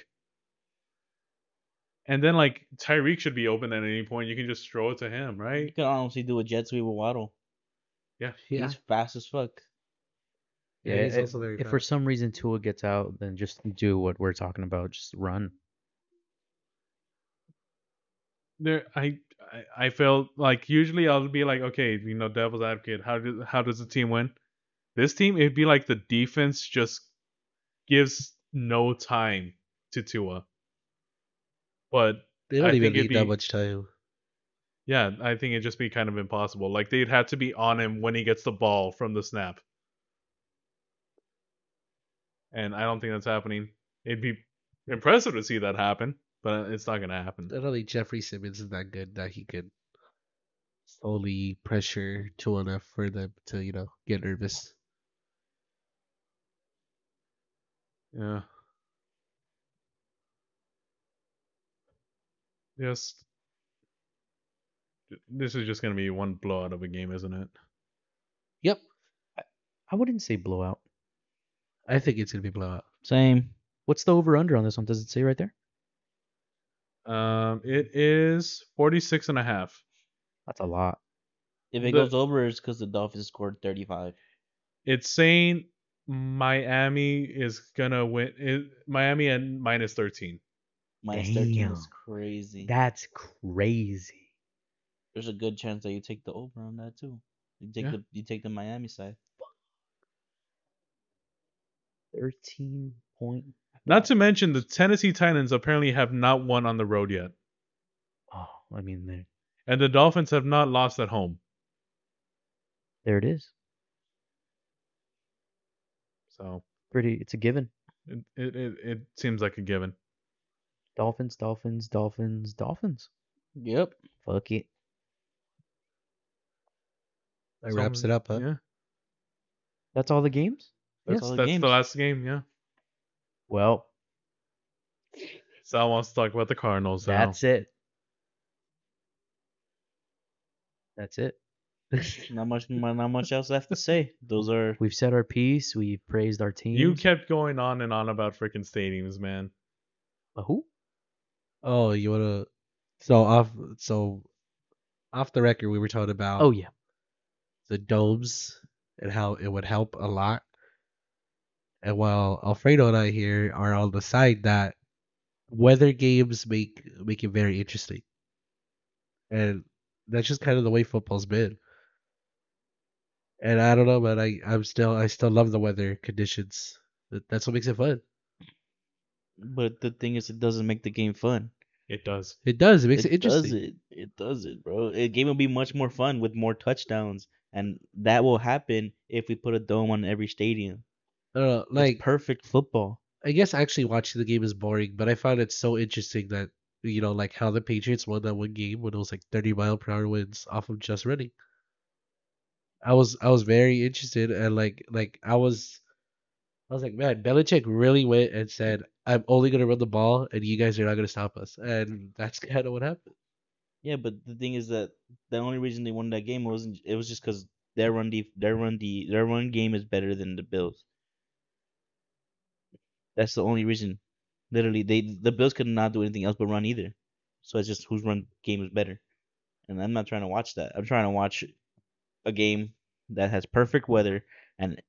[SPEAKER 1] And then like Tyreek should be open at any point. You can just throw it to him, right?
[SPEAKER 4] You can honestly do a jet sweep with Waddle.
[SPEAKER 2] Yeah.
[SPEAKER 4] He's fast as fuck.
[SPEAKER 2] Yeah,
[SPEAKER 5] Yeah,
[SPEAKER 2] he's
[SPEAKER 5] it-
[SPEAKER 2] also very
[SPEAKER 5] If
[SPEAKER 2] fast.
[SPEAKER 5] for some reason Tua gets out, then just do what we're talking about. Just run.
[SPEAKER 1] there I, I I feel like usually I'll be like, okay, you know, devil's advocate. How do how does the team win? This team, it'd be like the defense just gives no time to Tua. But
[SPEAKER 2] They don't
[SPEAKER 1] I
[SPEAKER 2] even
[SPEAKER 1] think it'd
[SPEAKER 2] need that
[SPEAKER 1] be-
[SPEAKER 2] much time.
[SPEAKER 1] yeah, I think it'd just be kind of impossible. Like they'd have to be on him when he gets the ball from the snap. And I don't think that's happening. It'd be impressive to see that happen, but it's not gonna happen.
[SPEAKER 2] I don't think Jeffrey Simmons is that good that he could slowly pressure to enough for them to, you know, get nervous.
[SPEAKER 1] Yeah. Just this is just gonna be one blowout of a game, isn't it?
[SPEAKER 2] Yep.
[SPEAKER 5] I wouldn't say blowout.
[SPEAKER 2] I think it's gonna be blowout.
[SPEAKER 4] Same.
[SPEAKER 5] What's the over under on this one? Does it say right there?
[SPEAKER 1] Um, it is 46 and a half.
[SPEAKER 5] That's a lot.
[SPEAKER 4] If it
[SPEAKER 1] The-
[SPEAKER 4] goes over, it's because the Dolphins scored 35.
[SPEAKER 1] It's saying Miami is gonna win. It, Miami and minus 13.
[SPEAKER 4] Minus 13 is
[SPEAKER 5] Damn.
[SPEAKER 4] crazy.
[SPEAKER 5] That's crazy.
[SPEAKER 4] There's a good chance that you take the over on that too. You take
[SPEAKER 1] Yeah.
[SPEAKER 4] the you take the Miami side.
[SPEAKER 5] 13 point.
[SPEAKER 1] Not to mention the Tennessee Titans apparently have not won on the road yet,
[SPEAKER 5] Oh, I mean, there,
[SPEAKER 1] and the Dolphins have not lost at home.
[SPEAKER 5] there it is.
[SPEAKER 1] So
[SPEAKER 5] Pretty, it's a given.
[SPEAKER 1] it it it, it seems like a given.
[SPEAKER 5] Dolphins, Dolphins, Dolphins, Dolphins.
[SPEAKER 4] Yep.
[SPEAKER 5] Fuck it.
[SPEAKER 2] That
[SPEAKER 1] So,
[SPEAKER 2] wraps it up, huh?
[SPEAKER 1] Yeah,
[SPEAKER 5] That's all the games?
[SPEAKER 1] that's
[SPEAKER 4] all the
[SPEAKER 1] that's
[SPEAKER 4] games.
[SPEAKER 1] the last game. Yeah.
[SPEAKER 5] Well,
[SPEAKER 1] Sal wants to talk about the Cardinals now.
[SPEAKER 5] that's it. That's it. (laughs)
[SPEAKER 4] Not much not much else left to say. Those are
[SPEAKER 5] We've said our piece. We've praised our team.
[SPEAKER 1] you kept going on and on about freaking stadiums, man.
[SPEAKER 5] Uh, who?
[SPEAKER 2] Oh, you wanna so off so off the record we were talking about
[SPEAKER 5] Oh, yeah.
[SPEAKER 2] the domes and how it would help a lot. And while Alfredo and I here are on the side that weather games make make it very interesting. And that's just kind of the way football's been. And I don't know, but I I'm still I still love the weather conditions. That- That's what makes it fun.
[SPEAKER 4] but the thing is it doesn't make the game fun.
[SPEAKER 1] It does.
[SPEAKER 2] It does. It makes it, interesting.
[SPEAKER 4] Does it. it does it, bro. The game will be much more fun with more touchdowns. And that will happen if we put a dome on every stadium.
[SPEAKER 2] I don't know,
[SPEAKER 4] It's
[SPEAKER 2] like
[SPEAKER 4] perfect football.
[SPEAKER 2] I guess actually watching the game is boring, but I found it so interesting that you know, like how the Patriots won that one game when it was like thirty mile per hour winds off of just running. I was I was very interested and like like I was I was like, man, Belichick really went and said, I'm only gonna run the ball and you guys are not gonna stop us. And that's (laughs) kinda what happened.
[SPEAKER 4] Yeah, but the thing is that the only reason they won that game wasn't it was just because their run def- their run de- their run game is better than the Bills. That's the only reason. Literally, they the Bills could not do anything else but run either. So it's just whose run game is better. And I'm not trying to watch that. I'm trying to watch a game that has perfect weather and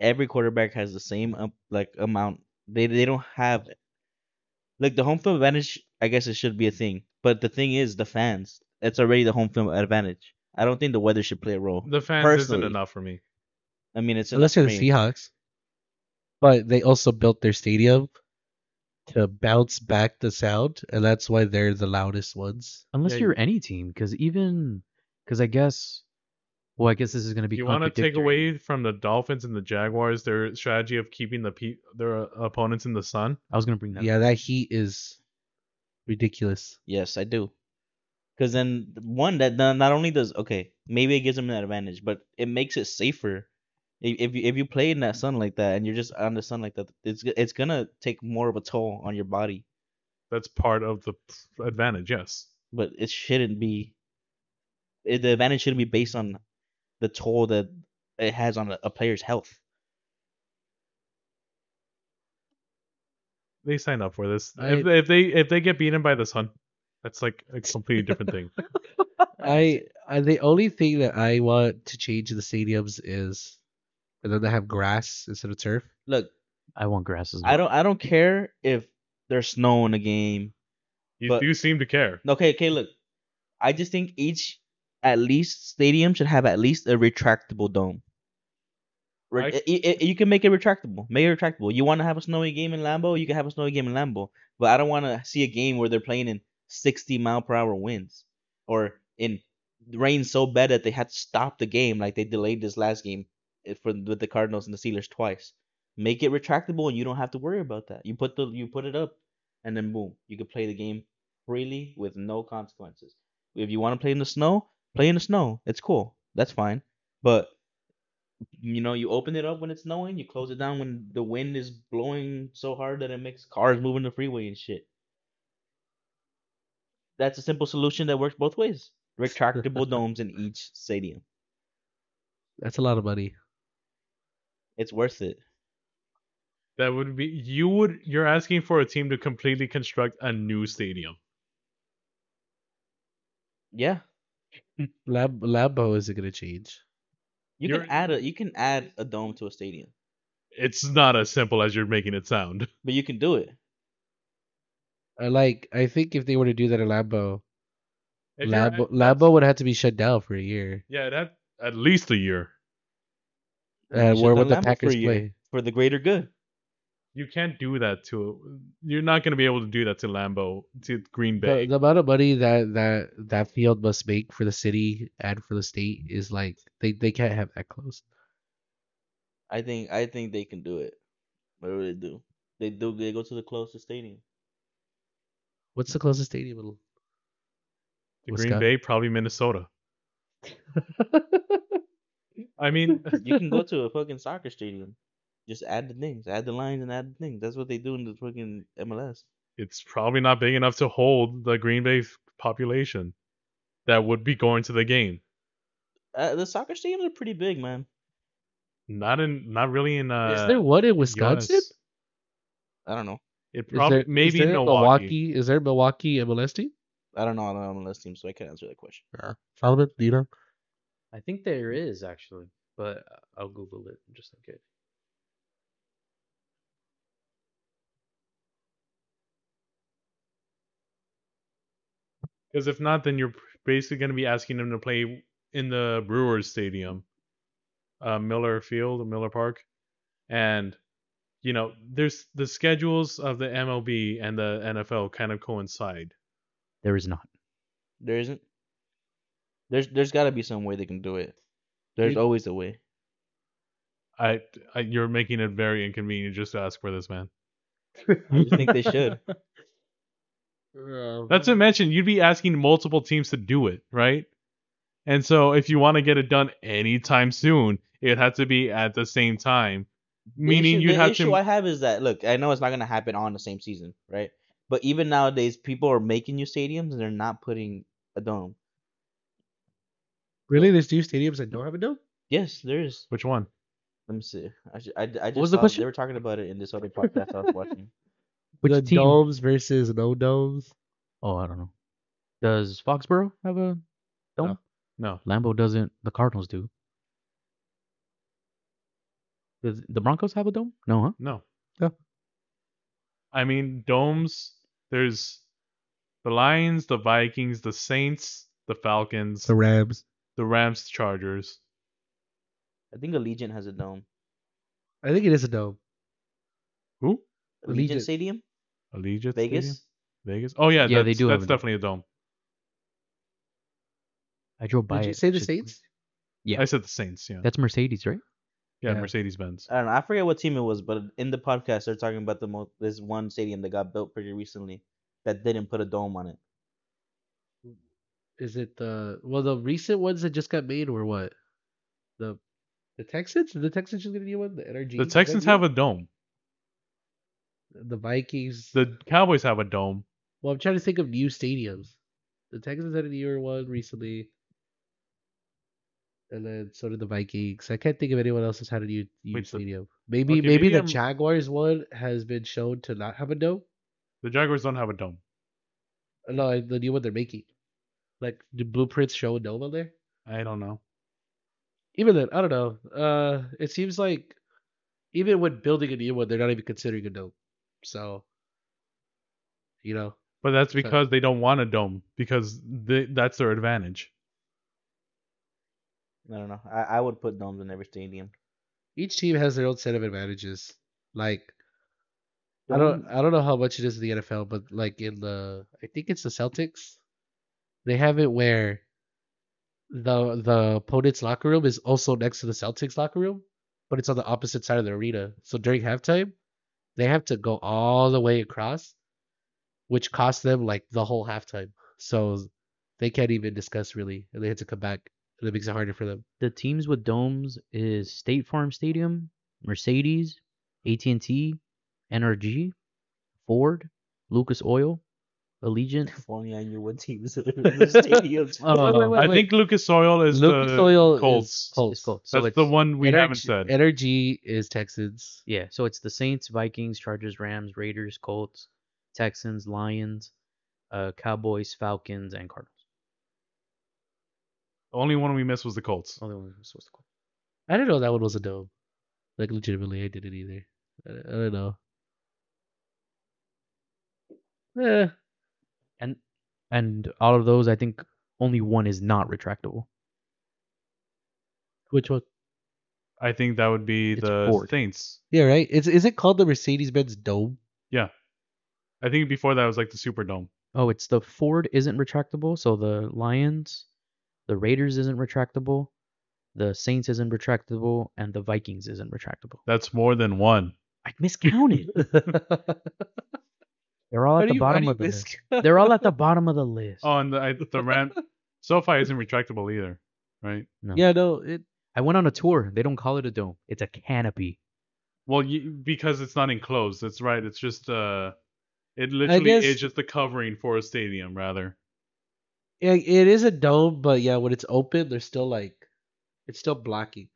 [SPEAKER 4] every quarterback has the same um, like amount. They they don't have like the home field advantage. I guess it should be a thing, but the thing is the fans. It's already the home field advantage. I don't think the weather should play a role.
[SPEAKER 1] The fans
[SPEAKER 4] Personally.
[SPEAKER 1] isn't enough for me.
[SPEAKER 4] I mean, it's
[SPEAKER 2] Unless you're the
[SPEAKER 4] enough
[SPEAKER 2] Seahawks. But they also built their stadium to bounce back the sound, and that's why they're the loudest ones.
[SPEAKER 5] Unless
[SPEAKER 1] Yeah,
[SPEAKER 5] you're any team, because even, because I guess, well, I guess this is going to be.
[SPEAKER 1] You want to take
[SPEAKER 5] contradictory.
[SPEAKER 1] away from the Dolphins and the Jaguars their strategy of keeping the pe- their uh, opponents in the sun?
[SPEAKER 5] I was going to bring that. up.
[SPEAKER 2] Yeah, that heat is ridiculous.
[SPEAKER 4] Yes, I do. Because then one that then not only does okay, maybe it gives them an advantage, but it makes it safer. If if you, if you play in that sun like that and you're just on the sun like that, it's g- it's gonna take more of a toll on your body.
[SPEAKER 1] That's part of the advantage. Yes.
[SPEAKER 4] But it shouldn't be. It, the advantage shouldn't be based on the toll that it has on a, a player's health.
[SPEAKER 1] They signed up for this.
[SPEAKER 5] (laughs)
[SPEAKER 2] I-
[SPEAKER 1] If, if they if they get beaten by the sun, that's like a completely different thing.
[SPEAKER 2] I, I the only thing that I want to change in the stadiums is for them to have grass instead of turf.
[SPEAKER 4] Look,
[SPEAKER 5] I want grass as well.
[SPEAKER 4] I don't I don't care if there's snow in a game.
[SPEAKER 1] You
[SPEAKER 4] But-
[SPEAKER 1] do seem to care.
[SPEAKER 4] Okay, okay, look. I just think each at least stadium should have at least a retractable dome. Re-
[SPEAKER 1] I-
[SPEAKER 4] i- i- you can make it retractable. Make it retractable. You want to have a snowy game in Lambo, you can have a snowy game in Lambo. But I don't want to see a game where they're playing in 60 mile per hour winds or in rain so bad that they had to stop the game like they delayed this last game eh, for with the Cardinals and the Steelers twice. Make it retractable and you don't have to worry about that. You put the you put it up and then boom, you can play the game freely with no consequences. If you want to play in the snow, play in the snow. It's cool. That's fine. But you know, you open it up when it's snowing, you close it down when the wind is blowing so hard that it makes cars move in the freeway and shit. That's a simple solution that works both ways. Retractable domes in each stadium.
[SPEAKER 2] That's a lot of money.
[SPEAKER 4] It's worth it.
[SPEAKER 1] That would be you would you're asking for a team to completely construct a new stadium.
[SPEAKER 4] Yeah.
[SPEAKER 2] Lam- Lambo isn't gonna change.
[SPEAKER 4] You
[SPEAKER 1] You're-
[SPEAKER 4] can add a you can add a dome to a stadium.
[SPEAKER 1] It's not as simple as you're making it sound.
[SPEAKER 4] But you can do it.
[SPEAKER 2] I like. I think if they were to do that in Lambo,
[SPEAKER 1] If you're at-
[SPEAKER 2] Lambo, Lambo would have to be shut down for a year.
[SPEAKER 1] Yeah, that at least a year.
[SPEAKER 2] And
[SPEAKER 4] shut
[SPEAKER 2] Uh, where
[SPEAKER 4] down
[SPEAKER 2] would the
[SPEAKER 4] Lambeau for a
[SPEAKER 2] Packers
[SPEAKER 4] year.
[SPEAKER 2] play?
[SPEAKER 4] For the greater good.
[SPEAKER 1] You can't do that to. You're not going to be able to do that to Lambo to Green
[SPEAKER 2] The,
[SPEAKER 1] Bay.
[SPEAKER 2] the amount of money that that that field must make for the city and for the state is like they they can't have that close.
[SPEAKER 4] I think I think they can do it. Whatever they do. They do they go to the closest stadium.
[SPEAKER 2] What's the closest stadium? in-
[SPEAKER 1] to
[SPEAKER 2] What's
[SPEAKER 1] Green
[SPEAKER 2] that?
[SPEAKER 1] Bay, probably
[SPEAKER 2] (laughs)
[SPEAKER 1] Minnesota. I mean,
[SPEAKER 4] you
[SPEAKER 2] (laughs)
[SPEAKER 4] can go to a fucking soccer stadium. Just add the things, add the lines, and add the things. That's what they do in the fucking MLS.
[SPEAKER 1] it's probably not big enough to hold the Green Bay f- population that would be going to the game.
[SPEAKER 4] Uh, the soccer stadiums are pretty big, man.
[SPEAKER 1] Not in, not really in. Uh,
[SPEAKER 2] is there one in Wisconsin?
[SPEAKER 1] US.
[SPEAKER 2] Is
[SPEAKER 4] I don't know.
[SPEAKER 1] It probably
[SPEAKER 2] there-
[SPEAKER 1] maybe
[SPEAKER 2] is
[SPEAKER 1] in
[SPEAKER 2] there
[SPEAKER 1] Milwaukee.
[SPEAKER 2] Is there Milwaukee MLS team?
[SPEAKER 4] I don't know on the MLS team, so I can't answer that question.
[SPEAKER 2] Yeah. Solomon, do you know?
[SPEAKER 5] I think there is actually, but I'll Google it just in case.
[SPEAKER 1] Because if not, then you're basically going to be asking them to play in the Brewers Stadium, uh, Miller Field, Miller Park, and you know, there's the schedules of the MLB and the NFL kind of coincide.
[SPEAKER 5] There is not.
[SPEAKER 4] There isn't. There's there's got to be some way they can do it. There's
[SPEAKER 2] Dude.
[SPEAKER 4] always a way.
[SPEAKER 1] I, I you're making it very inconvenient just to ask for this, man.
[SPEAKER 4] (laughs) I just think
[SPEAKER 1] (laughs)
[SPEAKER 4] they should.
[SPEAKER 2] Um,
[SPEAKER 1] Not to mention, you'd be asking multiple teams to do it, right? And so, if you want to get it done anytime soon, it'd have to be at the same time. Meaning,
[SPEAKER 4] issue,
[SPEAKER 1] you'd
[SPEAKER 4] the
[SPEAKER 1] have
[SPEAKER 4] issue
[SPEAKER 1] to.
[SPEAKER 4] I have is that look, I know it's not gonna happen on the same season, right? But even nowadays, people are making new stadiums and they're not putting a dome.
[SPEAKER 2] Really, there's new stadiums that don't have a dome.
[SPEAKER 4] Yes, there is.
[SPEAKER 1] Which one?
[SPEAKER 4] Let me see. I, should, I, I just
[SPEAKER 5] was the
[SPEAKER 4] saw-
[SPEAKER 5] question?
[SPEAKER 4] They were talking about it in this other podcast I was watching.
[SPEAKER 5] Which
[SPEAKER 2] the
[SPEAKER 5] team?
[SPEAKER 2] domes versus no domes.
[SPEAKER 5] Oh, I don't know. Does Foxborough have a dome?
[SPEAKER 1] No.
[SPEAKER 5] Lambo doesn't. The Cardinals do. Does the Broncos have a dome? No, huh?
[SPEAKER 1] No.
[SPEAKER 2] Yeah.
[SPEAKER 1] I mean, domes. There's the Lions, the Vikings, the Saints, the Falcons,
[SPEAKER 2] The Rams.
[SPEAKER 1] the Rams, Chargers.
[SPEAKER 4] I think Allegiant has a dome.
[SPEAKER 2] I think it is a dome.
[SPEAKER 1] Who?
[SPEAKER 4] Allegiant,
[SPEAKER 2] Allegiant.
[SPEAKER 4] Stadium,
[SPEAKER 1] Allegiant.
[SPEAKER 4] Vegas.
[SPEAKER 1] Stadium? Vegas. Oh yeah,
[SPEAKER 5] Yeah,
[SPEAKER 1] that's,
[SPEAKER 5] they do have
[SPEAKER 1] That's
[SPEAKER 5] a dome.
[SPEAKER 1] definitely a dome.
[SPEAKER 5] I drove by.
[SPEAKER 2] Did you
[SPEAKER 5] it.
[SPEAKER 2] say the
[SPEAKER 5] Shit's crazy.
[SPEAKER 2] Saints?
[SPEAKER 5] Yeah.
[SPEAKER 1] I said the Saints. Yeah.
[SPEAKER 5] That's Mercedes, right?
[SPEAKER 1] yeah.
[SPEAKER 2] yeah.
[SPEAKER 1] Mercedes Benz.
[SPEAKER 3] Uh,
[SPEAKER 4] I don't know. I forget what team it was, but in the podcast they're talking about the mo- this one stadium that got built pretty recently that didn't put a dome on it.
[SPEAKER 2] Is it the well the recent ones that just got made were what? The the Texans? The Texans just gonna need one? The energy.
[SPEAKER 1] The Texans have a dome.
[SPEAKER 2] the Vikings.
[SPEAKER 1] The Cowboys have a dome.
[SPEAKER 2] Well, I'm trying to think of new stadiums. The Texans had a newer one recently. And then so did the Vikings. I can't think of anyone else that's had a new, new
[SPEAKER 1] Wait, the-
[SPEAKER 2] stadium. Maybe
[SPEAKER 1] okay,
[SPEAKER 2] maybe
[SPEAKER 1] maybe
[SPEAKER 2] the
[SPEAKER 1] I'm-
[SPEAKER 2] Jaguars one has been shown to not have a dome.
[SPEAKER 1] The Jaguars don't have a dome.
[SPEAKER 2] Uh, No, the new one they're making. Like, do blueprints show Nova there?
[SPEAKER 3] I don't know.
[SPEAKER 2] Even then, I don't know. Uh, it seems like even when building a new one, they're not even considering a dome. So, you know,
[SPEAKER 1] But that's
[SPEAKER 2] So-
[SPEAKER 1] because they don't want a dome because they, that's their advantage.
[SPEAKER 4] I don't know. I, I would put domes in every stadium.
[SPEAKER 2] each team has their own set of advantages. Like, I don't, I don't know how much it is in the NFL, but like in the, I think it's the Celtics, they have it where the the opponent's locker room is also next to the Celtics locker room, but it's on the opposite side of the arena. So during halftime, they have to go all the way across, which costs them like the whole halftime. So they can't even discuss really, and they have to come back, and it makes it harder for them.
[SPEAKER 3] The teams with domes is State Farm Stadium, Mercedes, AT&T, NRG, Ford, Lucas Oil,
[SPEAKER 2] (laughs)
[SPEAKER 3] Allegiant.
[SPEAKER 4] If only I knew what teams are in the stadiums.
[SPEAKER 3] Oh,
[SPEAKER 2] Wait, wait,
[SPEAKER 1] I think Lucas Oil is
[SPEAKER 2] Lucas
[SPEAKER 1] the
[SPEAKER 2] Oil is
[SPEAKER 1] Colts.
[SPEAKER 2] Colts.
[SPEAKER 3] It's Colts. So
[SPEAKER 1] That's
[SPEAKER 3] it's,
[SPEAKER 1] the one we
[SPEAKER 2] Energy-
[SPEAKER 1] haven't said.
[SPEAKER 2] Energy is Texans.
[SPEAKER 3] Yeah, so it's the Saints, Vikings, Chargers, Rams, Raiders, Colts, Texans, Lions, uh, Cowboys, Falcons, and Cardinals.
[SPEAKER 1] Only one we missed was the Colts.
[SPEAKER 3] Only one was supposed to call.
[SPEAKER 2] I didn't know that one was a dome. Like legitimately, I didn't either. I, I don't know. Eh,
[SPEAKER 3] And out of those, I think only one is not retractable.
[SPEAKER 2] which one?
[SPEAKER 1] I think that would be
[SPEAKER 3] It's
[SPEAKER 1] the
[SPEAKER 3] Ford.
[SPEAKER 1] Saints.
[SPEAKER 2] Yeah, right. Is is it called the Mercedes Benz (laughs) Dome?
[SPEAKER 1] I think before that was like the Superdome.
[SPEAKER 3] Oh, it's the Ford isn't retractable. So the Lions, the Raiders isn't retractable, the Saints isn't retractable, and the Vikings isn't retractable.
[SPEAKER 1] That's more than
[SPEAKER 3] (laughs)
[SPEAKER 1] one.
[SPEAKER 3] I miscounted.
[SPEAKER 2] (laughs)
[SPEAKER 3] They're all
[SPEAKER 2] How do
[SPEAKER 3] at the
[SPEAKER 2] you- how
[SPEAKER 3] bottom
[SPEAKER 2] do
[SPEAKER 3] of the
[SPEAKER 2] you
[SPEAKER 3] list.
[SPEAKER 2] miscount?
[SPEAKER 3] (laughs) They're all at
[SPEAKER 2] (laughs)
[SPEAKER 3] the bottom of the list.
[SPEAKER 1] Oh, and the I, the Ram SoFi isn't retractable either, right?
[SPEAKER 3] no.
[SPEAKER 2] yeah, no. It
[SPEAKER 3] I went on a tour. They don't call it a dome. It's a canopy.
[SPEAKER 1] Well, you, because it's not enclosed. That's right. It's just uh, it
[SPEAKER 2] I
[SPEAKER 1] literally
[SPEAKER 2] guess-
[SPEAKER 1] is just the covering for a stadium, rather.
[SPEAKER 2] yeah, it is a dome, but yeah, when it's open, they're still like, it's still blocking.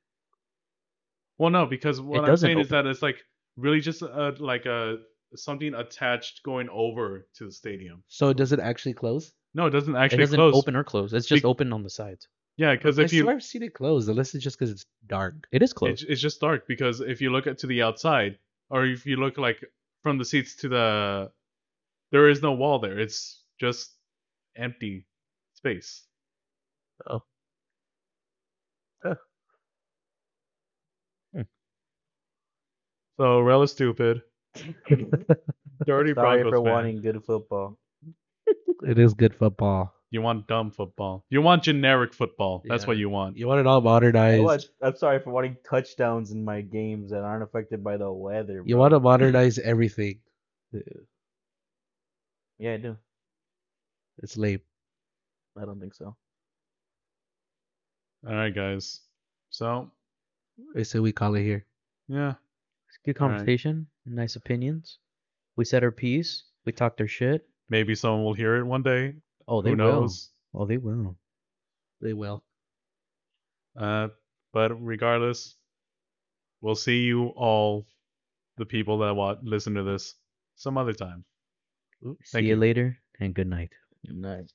[SPEAKER 1] Well, no, because what I'm
[SPEAKER 3] doesn't
[SPEAKER 1] saying is that it's like really just a, like a something attached going over to the stadium.
[SPEAKER 2] So it doesn't actually close.
[SPEAKER 1] No, it doesn't
[SPEAKER 3] It
[SPEAKER 1] actually
[SPEAKER 3] doesn't
[SPEAKER 1] close.
[SPEAKER 3] open or close. It's just
[SPEAKER 1] Be-
[SPEAKER 3] open on the sides.
[SPEAKER 1] Yeah, because
[SPEAKER 2] I
[SPEAKER 1] if you
[SPEAKER 2] swear I've seen it close, unless it's just because it's dark.
[SPEAKER 3] It is closed.
[SPEAKER 1] it's, it's just dark because if you look at to the outside or if you look like from the seats to the there is no wall there it's just empty space so rel is stupid dirty
[SPEAKER 4] Sorry
[SPEAKER 1] Broncos
[SPEAKER 4] for
[SPEAKER 1] fan.
[SPEAKER 4] wanting good football.
[SPEAKER 2] It is good football.
[SPEAKER 1] you want dumb football you want generic football that's
[SPEAKER 2] Yeah.
[SPEAKER 1] what you want
[SPEAKER 2] You want it all
[SPEAKER 4] I
[SPEAKER 2] modernized.
[SPEAKER 4] watch, I'm sorry for wanting touchdowns in my games that aren't affected by the weather.
[SPEAKER 2] You
[SPEAKER 4] bro.
[SPEAKER 2] want to modernize everything.
[SPEAKER 4] Yeah, I do.
[SPEAKER 2] It's lame.
[SPEAKER 4] I don't think so.
[SPEAKER 1] all right guys so
[SPEAKER 2] I say we call it here.
[SPEAKER 1] yeah
[SPEAKER 3] It's good
[SPEAKER 1] Alright.
[SPEAKER 3] conversation. Nice opinions. We said our piece. We talked our shit.
[SPEAKER 1] maybe someone will hear it one day
[SPEAKER 3] Oh, they
[SPEAKER 1] who knows
[SPEAKER 3] will. Oh, they will.
[SPEAKER 2] They will.
[SPEAKER 1] uh but regardless we'll see you all the people that wa listen to this some other time
[SPEAKER 3] See you
[SPEAKER 1] you.
[SPEAKER 3] later and good night.
[SPEAKER 4] Nice.